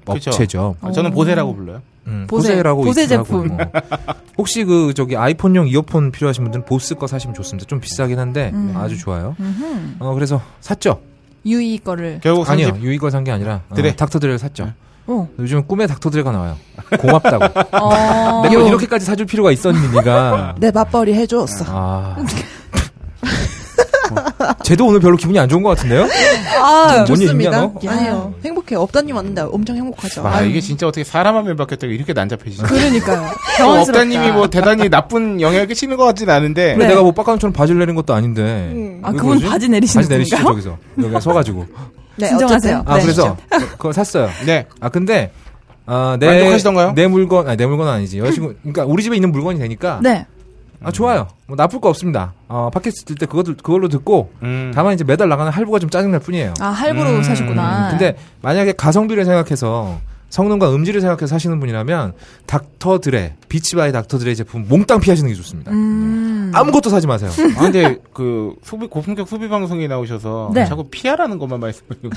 Speaker 2: 그쵸.
Speaker 4: 업체죠.
Speaker 3: 어.
Speaker 2: 아, 저는 보세라고 불러요.
Speaker 4: 음,
Speaker 3: 보세.
Speaker 4: 보세라고
Speaker 3: 보세
Speaker 4: 있더라고요.
Speaker 3: 제품.
Speaker 4: 어. 혹시 그 저기 아이폰용 이어폰 필요하신 분들은 보스 거 사시면 좋습니다. 좀 비싸긴 한데 네,
Speaker 3: 음.
Speaker 4: 아주 좋아요. 어 그래서 샀죠.
Speaker 3: 유이 거를.
Speaker 2: 결국
Speaker 4: 아니요
Speaker 2: 30
Speaker 4: 유이 걸 산 게 아니라 어,
Speaker 2: 어, 드레. 네.
Speaker 4: 닥터드레를 샀죠.
Speaker 3: 어.
Speaker 4: 요즘 꿈에 닥터드레가 나와요. 고맙다고.
Speaker 3: [LAUGHS] 어.
Speaker 4: [LAUGHS]
Speaker 3: 네.
Speaker 4: 내가 이렇게까지 사줄 필요가 있었니
Speaker 3: [LAUGHS]
Speaker 4: 니가.
Speaker 1: 내 맞벌이 해줬어.
Speaker 4: 아. 쟤도 오늘 별로 기분이 안 좋은 것 같은데요?
Speaker 3: 아,
Speaker 4: 뭔
Speaker 1: 좋습니다.
Speaker 4: 일이냐, 너?
Speaker 1: 아니요. 행복해. 업다님 왔는데 엄청 행복하죠.
Speaker 2: 아, 이게 진짜 어떻게 사람 한 명 바뀌었다고 이렇게 난잡해지지?
Speaker 3: 그러니까요.
Speaker 2: 어,
Speaker 3: 당황스럽다.
Speaker 2: 업다님이 뭐 대단히 나쁜 영향을 끼치는 것 같진 않은데
Speaker 4: 근데
Speaker 3: 네.
Speaker 4: 내가 뭐 빡강처럼 바지를 내린 것도 아닌데.
Speaker 1: 음.
Speaker 3: 아,
Speaker 4: 왜
Speaker 3: 그분
Speaker 4: 그러지?
Speaker 3: 바지 내리시는
Speaker 4: 바지 내리시죠,
Speaker 3: 분인가요?
Speaker 4: 저기서. 여기 서가지고.
Speaker 1: 네,
Speaker 3: 진정하세요.
Speaker 1: 어쨌든.
Speaker 4: 아,
Speaker 3: 네. [LAUGHS]
Speaker 4: 그래서 그거 샀어요.
Speaker 2: 네
Speaker 4: 아 근데 아, 내,
Speaker 2: 만족하시던가요? 음.
Speaker 4: 내 물건 아니 내 물건은 아니지 여자친구 그러니까 우리 집에 있는 물건이 되니까
Speaker 3: 네.
Speaker 4: 아 좋아요 뭐 나쁠 거 없습니다 어 팟캐스트 들때 그거 그걸로 듣고
Speaker 2: 음.
Speaker 4: 다만 이제 매달 나가는 할부가 좀 짜증날 뿐이에요
Speaker 3: 아, 할부로
Speaker 2: 음,
Speaker 3: 사셨구나.
Speaker 4: 근데 만약에 가성비를 생각해서 성능과 음질을 생각해서 사시는 분이라면 닥터드레 비치바이 닥터드레 제품 몽땅 피하시는 게 좋습니다
Speaker 3: 음.
Speaker 4: 아무것도
Speaker 3: [LAUGHS]
Speaker 4: 사지 마세요
Speaker 2: 아, 근데 그 소비 고품격 소비 방송에 나오셔서
Speaker 3: 네.
Speaker 2: 자꾸 피하라는 것만 말씀드리고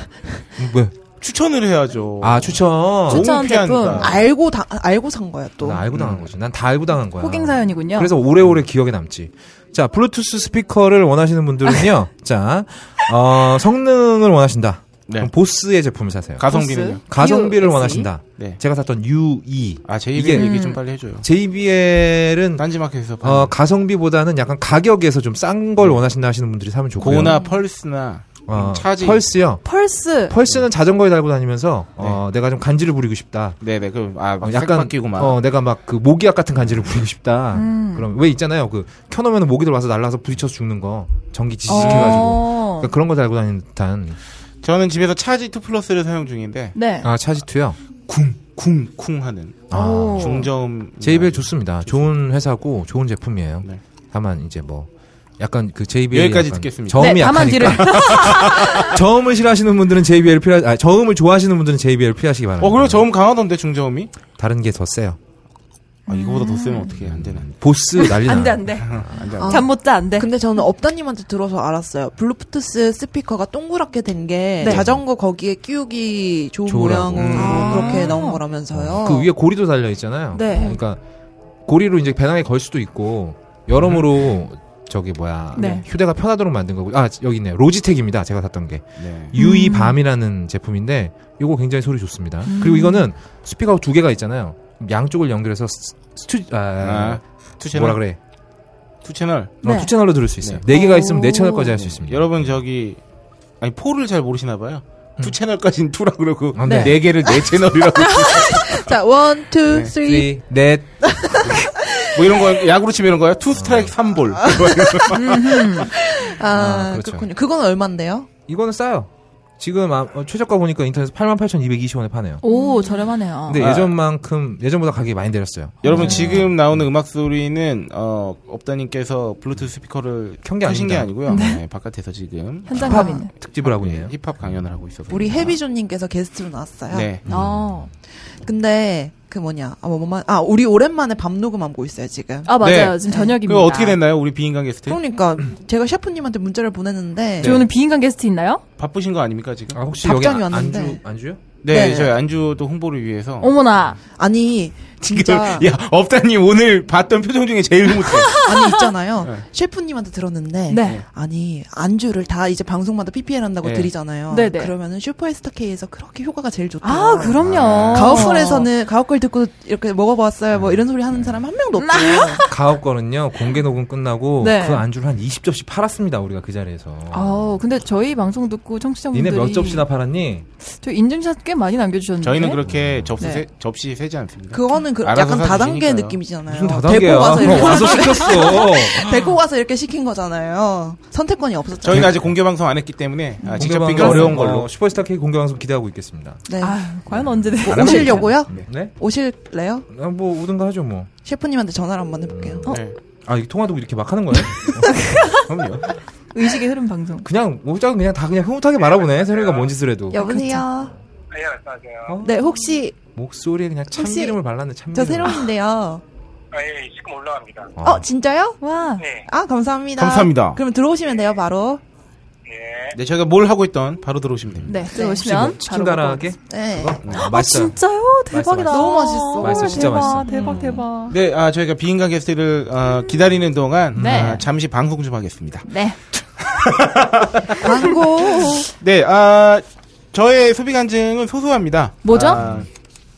Speaker 4: 왜?
Speaker 2: [LAUGHS] 추천을 해야죠.
Speaker 4: 아 추천
Speaker 2: 너무
Speaker 3: 추천
Speaker 2: 피하니까.
Speaker 3: 제품. 아,
Speaker 1: 알고 다, 알고 산 거야 또.
Speaker 4: 나 알고
Speaker 2: 음.
Speaker 4: 당한 거지 난 다 알고 당한 거야
Speaker 3: 호갱 사연이군요.
Speaker 4: 그래서 오래오래 기억에 남지. 자, 블루투스 스피커를 원하시는 분들은요. 자, 어, 성능을 원하신다.
Speaker 2: 네.
Speaker 4: 그럼 보스의 제품을 사세요.
Speaker 2: 가성비는요.
Speaker 4: 가성비를
Speaker 3: USE?
Speaker 4: 원하신다.
Speaker 2: 네.
Speaker 4: 제가 샀던 E. UE.
Speaker 2: 아
Speaker 4: 이게-
Speaker 2: 제이비 얘기 좀 빨리 해줘요.
Speaker 4: JBL은
Speaker 2: 딴지마켓에서
Speaker 4: 어,
Speaker 2: 파는
Speaker 4: 가성비보다는 약간 가격에서 좀 싼 걸 원하신다 하시는 분들이 사면 좋고요.
Speaker 2: 네. 고나 펄스나
Speaker 4: 어,
Speaker 2: 차지. 네.
Speaker 4: 펄스요.
Speaker 3: 펄스.
Speaker 4: 펄스는 자전거에 달고 다니면서 어, 내가 좀 간지를 부리고 싶다.
Speaker 2: 네네 그럼 아
Speaker 4: 어,
Speaker 2: 약간 바뀌고 막
Speaker 4: 어, 내가 막 그 모기약 같은 간지를 부리고 싶다.
Speaker 3: 음.
Speaker 4: 그럼 왜 있잖아요. 그 켜놓으면 모기들 와서 날라서 부딪혀서 죽는 거 전기 지식해가지고
Speaker 3: 어.
Speaker 4: 그런거 달고 다니는 듯한
Speaker 2: 저는 집에서 차지 2 플러스를 사용 중인데
Speaker 3: 네.
Speaker 4: 아 차지투요.
Speaker 2: 쿵쿵쿵 하는
Speaker 4: 아.
Speaker 3: 오.
Speaker 2: 중저음
Speaker 4: JBL 좋습니다. 좋은 회사고 좋은 제품이에요.
Speaker 2: 네.
Speaker 4: 다만 이제 뭐 약간 그 JBL
Speaker 2: 여기까지 듣겠습니다.
Speaker 4: 저음이
Speaker 3: 네, 다만 뒤를.
Speaker 4: 약하니까 [LAUGHS] 저음을 싫어하시는 분들은 JBL 피하 아 저음을 좋아하시는 분들은 JBL 피하시기 바랍니다.
Speaker 2: 어 그리고 저음 강하던데 중저음이
Speaker 4: 다른 게 더 세요.
Speaker 2: 아 이거보다 더 세면 어떻게 안 되나
Speaker 4: 보스 난리 나.
Speaker 3: 안 돼, 안 돼.
Speaker 2: 안돼
Speaker 1: 아.
Speaker 3: 잠 못 자, 안 돼.
Speaker 1: 근데 저는 업다님한테 들어서 알았어요. 블루투스 스피커가 동그랗게 된 게
Speaker 3: 네.
Speaker 1: 자전거 거기에 끼우기 좋은
Speaker 4: 좋으라고.
Speaker 1: 모양으로
Speaker 2: 음.
Speaker 1: 그렇게
Speaker 3: 아.
Speaker 1: 나온 거라면서요.
Speaker 4: 그 위에 고리도 달려 있잖아요.
Speaker 3: 네.
Speaker 4: 그러니까 고리로 이제 배낭에 걸 수도 있고 여러모로 저기 뭐야
Speaker 3: 네.
Speaker 4: 휴대가 편하도록 만든 거고 아 여기 있네요 로지텍입니다 제가 샀던 게
Speaker 2: 네.
Speaker 4: 유이 밤이라는 제품인데 이거 굉장히 소리 좋습니다. 그리고 이거는 스피커 두 개가 있잖아요. 양쪽을 연결해서 스- 스튜 아,
Speaker 2: 아, 투 채널
Speaker 4: 뭐라 그래
Speaker 2: 투 채널
Speaker 4: 어,
Speaker 3: 네.
Speaker 4: 투 채널로 들을 수 있어요. 네 개가 있으면 네 채널까지 할 수 있습니다.
Speaker 2: 여러분 저기 아니 포를 잘 모르시나 봐요 투 채널까지는 투라 그러고
Speaker 4: 아,
Speaker 2: 네.
Speaker 4: 네.
Speaker 2: 개를 네 채널이라고
Speaker 1: 자, 원, 투,
Speaker 2: 네.
Speaker 1: 쓰리.
Speaker 4: 쓰리, 넷
Speaker 2: 뭐 이런 거 야구로 치면 이런 거야 투 스트라이크 삼볼
Speaker 1: 아,
Speaker 4: 아, 그렇죠.
Speaker 1: 그렇군요. 그건 얼만데요?
Speaker 4: 이거는 싸요. 지금 아, 어, 최저가 보니까 인터넷 88,220원에 파네요.
Speaker 3: 오, 저렴하네요.
Speaker 1: 어.
Speaker 4: 근데
Speaker 2: 아.
Speaker 4: 예전만큼 예전보다 가격이 많이 내렸어요.
Speaker 2: 여러분 지금 나오는 음악 소리는 어 업다님께서 블루투스 스피커를
Speaker 4: 켠게
Speaker 2: 켜신 게
Speaker 4: 아닙니다.
Speaker 2: 아니고요 네, 바깥에서 지금
Speaker 3: 현장감 있네.
Speaker 4: 특집을 하고
Speaker 2: 네,
Speaker 4: 있네요.
Speaker 2: 힙합 강연을 하고 있어서
Speaker 4: 아.
Speaker 1: 우리 해비조님께서 게스트로 나왔어요.
Speaker 2: 네
Speaker 3: 어.
Speaker 1: 근데 그 뭐냐? 아, 뭐, 뭐, 아, 우리 오랜만에 밤 녹음하고 있어요 지금.
Speaker 3: 아, 맞아요.
Speaker 2: 네.
Speaker 3: 지금 저녁입니다.
Speaker 2: 그거 어떻게 됐나요 우리 비인간 게스트
Speaker 1: 그러니까 제가 셰프님한테 문자를 보냈는데
Speaker 3: 저희 오늘 비인간 게스트 있나요?
Speaker 2: 바쁘신 거 아닙니까 지금
Speaker 4: 아, 혹시 여기
Speaker 1: 답장이
Speaker 4: 안- 안주
Speaker 1: 왔는데.
Speaker 4: 안주요?
Speaker 2: 네,
Speaker 1: 네.
Speaker 2: 저희 안주도 홍보를 위해서 그,
Speaker 3: 어머나.
Speaker 1: 아니
Speaker 2: [LAUGHS]
Speaker 1: 진짜
Speaker 2: 야 업다님 오늘 봤던 표정 중에
Speaker 3: [LAUGHS]
Speaker 2: 제일 못해
Speaker 1: 아니 있잖아요. 셰프님한테 들었는데
Speaker 3: 네.
Speaker 1: 아니 안주를 다 이제 방송마다 PPL 한다고
Speaker 2: 네.
Speaker 1: 드리잖아요.
Speaker 3: 네네.
Speaker 1: 그러면은 슈퍼에스타 K에서 그렇게 효과가 제일 좋다.
Speaker 3: 아, 그럼요.
Speaker 1: 네. 가오컬에서는 가오컬 듣고 이렇게 먹어봤어요. 뭐 이런 소리 하는 사람 한 명도 없고.
Speaker 4: [LAUGHS] 가업 거는요 공개 녹음 끝나고
Speaker 3: 네.
Speaker 4: 그 안주를 한 20접시 팔았습니다 우리가 그 자리에서.
Speaker 1: 아,
Speaker 3: 어, 근데 저희 방송 듣고 청취자분들이
Speaker 4: 니네 몇 접시나 팔았니?
Speaker 3: 저 인증샷 꽤 많이 남겨주셨는데
Speaker 2: 저희는 그렇게 접수
Speaker 3: 네.
Speaker 2: 세, 접시 세지 않습니다
Speaker 1: 그거는 그
Speaker 2: 알아서
Speaker 1: 약간 다단계
Speaker 2: 사주시니까요.
Speaker 1: 느낌이잖아요.
Speaker 4: 무슨
Speaker 1: 데리고
Speaker 4: 다단계야?
Speaker 1: 가서 이렇게
Speaker 4: 와서 시켰어.
Speaker 1: [LAUGHS] 데리고 가서 이렇게 시킨 거잖아요. 선택권이 없었죠.
Speaker 2: 저희는 아직 공개 방송 안 했기 때문에 아, 직접
Speaker 4: 공개
Speaker 2: 비교
Speaker 4: 방송,
Speaker 2: 어려운 걸로
Speaker 4: 어, 슈퍼스타 K 공개 방송 기대하고 있겠습니다.
Speaker 1: 네.
Speaker 3: 아, 과연 언제 돼?
Speaker 1: 뭐 오시려고요?
Speaker 4: 네?
Speaker 1: 오실래요?
Speaker 4: 아, 뭐 오든가 하죠 뭐.
Speaker 1: 셰프님한테 전화를 한번 해볼게요.
Speaker 3: 어?
Speaker 2: 네.
Speaker 4: 아, 이 통화도 이렇게 막 하는
Speaker 1: [LAUGHS]
Speaker 4: 거예요? 어,
Speaker 2: 그럼요
Speaker 3: 의식의 흐름 방송
Speaker 4: 그냥 오작은 그냥 다 그냥 흐뭇하게 말아보네. 세령이가 뭔 짓을 해도.
Speaker 1: 여보세요.
Speaker 5: 네, 안녕하세요.
Speaker 4: 어?
Speaker 1: 네, 혹시
Speaker 4: 목소리에 그냥 참기름을 발랐네. 참기름.
Speaker 1: 저 새로운데요.
Speaker 5: 아, 예, 지금 올라갑니다.
Speaker 4: 아.
Speaker 1: 어, 진짜요?
Speaker 3: 와
Speaker 5: 네,
Speaker 1: 아, 감사합니다.
Speaker 2: 감사합니다.
Speaker 1: 그럼 들어오시면 돼요, 바로.
Speaker 5: 예.
Speaker 2: 네, 저희가 뭘 하고 있던 바로 들어오시면 됩니다.
Speaker 3: 네,
Speaker 4: 지금
Speaker 3: 들어오시면
Speaker 4: 치킨
Speaker 3: 바로
Speaker 4: 다라하게
Speaker 1: 네.
Speaker 4: 어,
Speaker 3: 아
Speaker 4: 맛있어요.
Speaker 3: 진짜요? 대박이다.
Speaker 4: 맛있어.
Speaker 1: 너무 맛있어.
Speaker 4: 맛있어, 진짜
Speaker 3: 대박,
Speaker 4: 맛있어.
Speaker 3: 대박, 대박.
Speaker 2: 네, 아, 저희가 비인간 게스트를 어, 기다리는 동안
Speaker 3: 네.
Speaker 2: 아, 잠시 방송 좀 하겠습니다.
Speaker 3: 네.
Speaker 1: 광고.
Speaker 2: 네, 아, 저의 소비 간증은 소소합니다.
Speaker 3: 뭐죠?
Speaker 2: 아,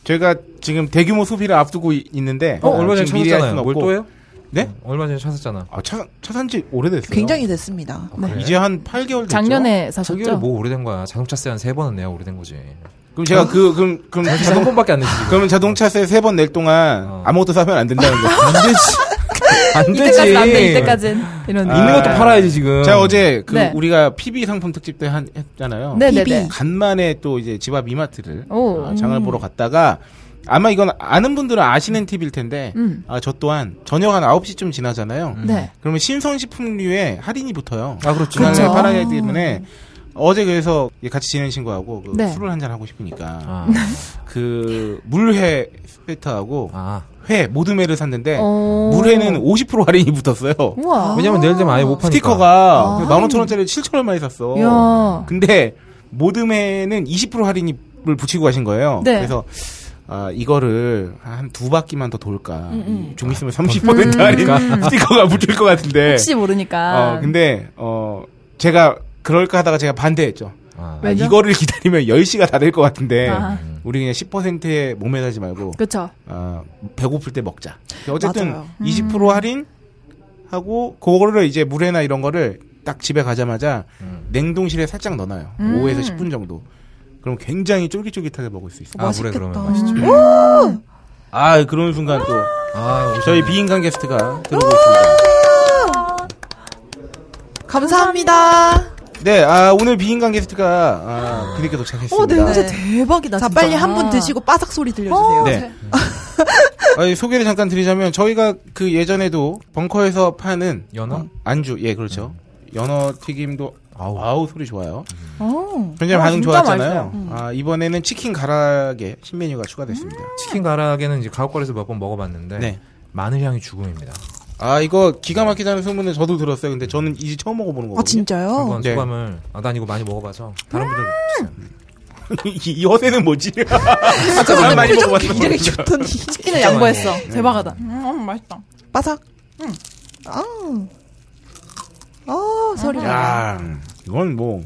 Speaker 2: 저희가 지금 대규모 소비를 앞두고 이- 있는데
Speaker 4: 어,
Speaker 2: 아,
Speaker 4: 얼마 전에
Speaker 2: 지금 미리 할 수는
Speaker 4: 찾았잖아요. 뭘
Speaker 2: 없고.
Speaker 4: 또 해요? 어,
Speaker 2: 네?
Speaker 4: 얼마 전에 찾았잖아.
Speaker 2: 아, 차, 차산지 오래됐어요.
Speaker 1: 굉장히 됐습니다. 뭐
Speaker 3: 네.
Speaker 4: 그래?
Speaker 2: 이제 한 8개월 됐죠.
Speaker 3: 작년에
Speaker 4: 저기요,
Speaker 3: 사셨죠?
Speaker 4: 뭐 오래된 거야. 자동차세 한 세 번은 내야 오래된 거지.
Speaker 2: 그럼 제가 그 그럼 그럼
Speaker 4: 자동
Speaker 2: 자동
Speaker 4: 번밖에 안
Speaker 3: [LAUGHS]
Speaker 4: 내지. 지금.
Speaker 2: 그러면 자동차세 세 번 낼 동안
Speaker 4: 어.
Speaker 2: 아무것도 사면 안 된다는 거.
Speaker 4: 안 되지. 안 되지.
Speaker 3: 이때까지는 안 돼. 이때까진 이런.
Speaker 2: 아,
Speaker 4: 있는 것도 네. 팔아야지 지금.
Speaker 2: 제가 어제 그
Speaker 3: 네.
Speaker 2: 우리가 PB 상품 특집 때 한, 했잖아요.
Speaker 3: 네, 네,
Speaker 1: 비비.
Speaker 3: 네.
Speaker 2: 간만에 또 이제 집 앞 이마트를
Speaker 3: 오.
Speaker 2: 아, 장을 보러 갔다가 아마 이건 아는 분들은 아시는 팁일 텐데
Speaker 3: 음.
Speaker 2: 아, 저 또한 저녁 한 9시쯤 지나잖아요.
Speaker 3: 네.
Speaker 2: 그러면 신선식품류에 할인이 붙어요.
Speaker 4: 아 그렇죠.
Speaker 2: 지난해
Speaker 3: 그렇죠.
Speaker 2: 팔아야 때문에 어제 그래서 같이 지낸 친구하고 그
Speaker 3: 네.
Speaker 2: 술을 한잔 하고 싶으니까
Speaker 4: 아,
Speaker 2: 그 물회 스페타하고
Speaker 4: 아.
Speaker 2: 회 모듬회를 샀는데
Speaker 3: 어.
Speaker 2: 물회는 50% 할인이 붙었어요.
Speaker 3: 우와.
Speaker 4: 왜냐면 내일 되면 네. 아예 못 파니까.
Speaker 2: 스티커가
Speaker 3: 아.
Speaker 2: 15,000원짜리 7,000원만
Speaker 4: 뭐.
Speaker 2: 샀어.
Speaker 3: 이야.
Speaker 2: 근데 모듬에는 20% 할인을 붙이고 가신 거예요.
Speaker 3: 네.
Speaker 2: 그래서 아, 이거를 한 두 바퀴만 더 돌까.
Speaker 3: 음,
Speaker 2: 좀 있으면 30% 할인
Speaker 4: 음.
Speaker 2: 스티커가 붙을 것 같은데.
Speaker 3: 혹시 아. 모르니까.
Speaker 2: 어, 근데 어 제가 그럴까 하다가 제가 반대했죠.
Speaker 4: 아.
Speaker 2: 아,
Speaker 3: 왜죠?
Speaker 2: 이거를 기다리면 10시가 다 될 것 같은데
Speaker 3: 아.
Speaker 2: 우리 그냥 10%에 몸매다지 말고
Speaker 3: 그렇죠.
Speaker 2: 아, 배고플 때 먹자. 어쨌든
Speaker 1: 맞아요.
Speaker 3: 음.
Speaker 2: 20% 할인 하고 그거를 이제 물회나 이런 거를 딱 집에 가자마자
Speaker 4: 음.
Speaker 2: 냉동실에 살짝 넣어놔요.
Speaker 3: 음.
Speaker 2: 5에서 10분 정도. 그럼 굉장히 쫄깃쫄깃하게 먹을 수 있어요.
Speaker 4: 아, 물에
Speaker 1: 맛있겠다. 음.
Speaker 4: 그러면 맛있죠.
Speaker 2: 아 그런 순간 또
Speaker 4: 아, 오셨네.
Speaker 2: 저희 비인간 게스트가 들어오고 있습니다.
Speaker 1: 감사합니다.
Speaker 2: 네, 아, 오늘 비인간 게스트가 아, 그렇게
Speaker 3: 어, 네,
Speaker 2: 도착했습니다.
Speaker 3: 진짜 대박이다.
Speaker 1: 자,
Speaker 3: 진짜. 아.
Speaker 1: 빨리 한 분 드시고 바삭 소리 들려주세요.
Speaker 3: 어,
Speaker 2: 네. [LAUGHS] 아니, 소개를 잠깐 드리자면 저희가 그 예전에도 벙커에서 파는
Speaker 4: 연어?
Speaker 2: 어, 안주 예 그렇죠 연어 튀김도 아우,
Speaker 4: 아우.
Speaker 2: 소리 좋아요.
Speaker 3: 어.
Speaker 2: 굉장히
Speaker 3: 어,
Speaker 2: 반응
Speaker 3: 진짜
Speaker 2: 좋았잖아요.
Speaker 3: 맛있어요. 음.
Speaker 2: 아, 이번에는 치킨 가락에 신메뉴가 추가됐습니다.
Speaker 4: 치킨 가라게는 이제 가옥거리에서 몇 번 먹어봤는데
Speaker 2: 네.
Speaker 4: 마늘 향이 죽음입니다.
Speaker 2: 아 이거 기가 막히다는 소문을 저도 들었어요. 근데 저는 이제 처음 먹어보는 거거든요.
Speaker 1: 아, 진짜요?
Speaker 4: 한번
Speaker 2: 네.
Speaker 4: 소감을 아, 난 이거 많이 먹어봐서 다른 분들
Speaker 3: 음.
Speaker 4: 음. 주세요.
Speaker 2: [LAUGHS] 이, 이 연애는 뭐지?
Speaker 1: 아, 저는
Speaker 2: 많이
Speaker 1: 표정
Speaker 2: 먹어봤어요.
Speaker 1: 굉장히 좋더니.
Speaker 3: 치킨을 양보했어. 대박하다. 음, 음, 맛있다.
Speaker 1: 바삭. 아. 아, 소리.
Speaker 2: 야 이건 뭐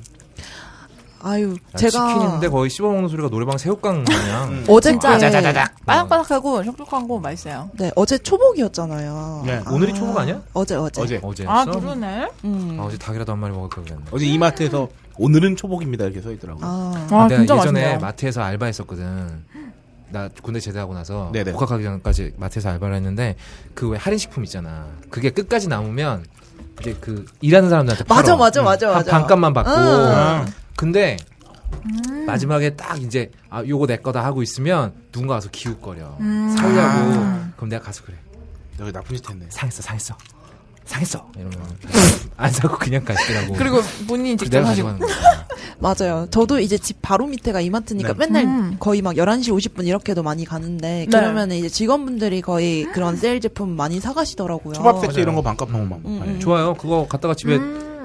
Speaker 1: 아유,
Speaker 4: 야,
Speaker 1: 제가
Speaker 4: 치킨인데 거의 씹어먹는 소리가 노래방 새우깡 마냥.
Speaker 1: 어저께
Speaker 3: 그 바삭바삭하고 촉촉하고 맛있어요.
Speaker 1: 네, 어제 초복이었잖아요.
Speaker 2: 네,
Speaker 1: 아,
Speaker 4: 오늘이 초복 아니야?
Speaker 1: 어제 어제.
Speaker 2: 어제
Speaker 4: 어제
Speaker 3: 아,
Speaker 4: 했어?
Speaker 3: 그러네.
Speaker 1: 음.
Speaker 4: 아, 어제 닭이라도 한 마리 먹을 걸 그랬네.
Speaker 2: 어제 이마트에서 오늘은 초복입니다 이렇게 써 있더라고요.
Speaker 1: 아.
Speaker 3: 와,
Speaker 4: 내가
Speaker 3: 진짜
Speaker 4: 예전에
Speaker 3: 맛있네요.
Speaker 4: 마트에서 알바했었거든. 나 군대 제대하고 나서
Speaker 2: 네네.
Speaker 4: 복학하기 전까지 마트에서 알바를 했는데 그 왜 할인 식품 있잖아. 그게 끝까지 남으면 이제 그 일하는 사람들한테 팔아.
Speaker 1: 맞아, 맞아, 맞아,
Speaker 4: 한
Speaker 1: 맞아.
Speaker 4: 반값만 받고. 음.
Speaker 1: 응.
Speaker 4: 근데
Speaker 3: 음.
Speaker 4: 마지막에 딱 이제 아 요거 내 거다 하고 있으면 누군가 와서 기웃거려.
Speaker 3: 음.
Speaker 4: 살려고.
Speaker 3: 아.
Speaker 4: 그럼 내가 가서 그래.
Speaker 2: 여기 나쁜 짓 했네.
Speaker 4: 상했어, 상했어, 상했어. 이러면 [LAUGHS] 안 사고 그냥 가시더라고.
Speaker 3: 그리고 본인이 직접
Speaker 4: 내가
Speaker 3: 하시고.
Speaker 4: 가져가는 거야.
Speaker 1: 맞아요. 저도 이제 집 바로 밑에가 이마트니까
Speaker 4: 네.
Speaker 1: 맨날
Speaker 3: 음. 네.
Speaker 1: 거의 막 11시 50분 이렇게도 많이 가는데 그러면 이제 직원분들이 거의 그런 세일 제품 많이 사가시더라고요.
Speaker 2: 초밥 세트
Speaker 4: 맞아요.
Speaker 2: 이런 거 반값 하고 막.
Speaker 1: 음,
Speaker 2: 팔아요.
Speaker 1: 음.
Speaker 4: 네, 좋아요. 그거 갖다가 집에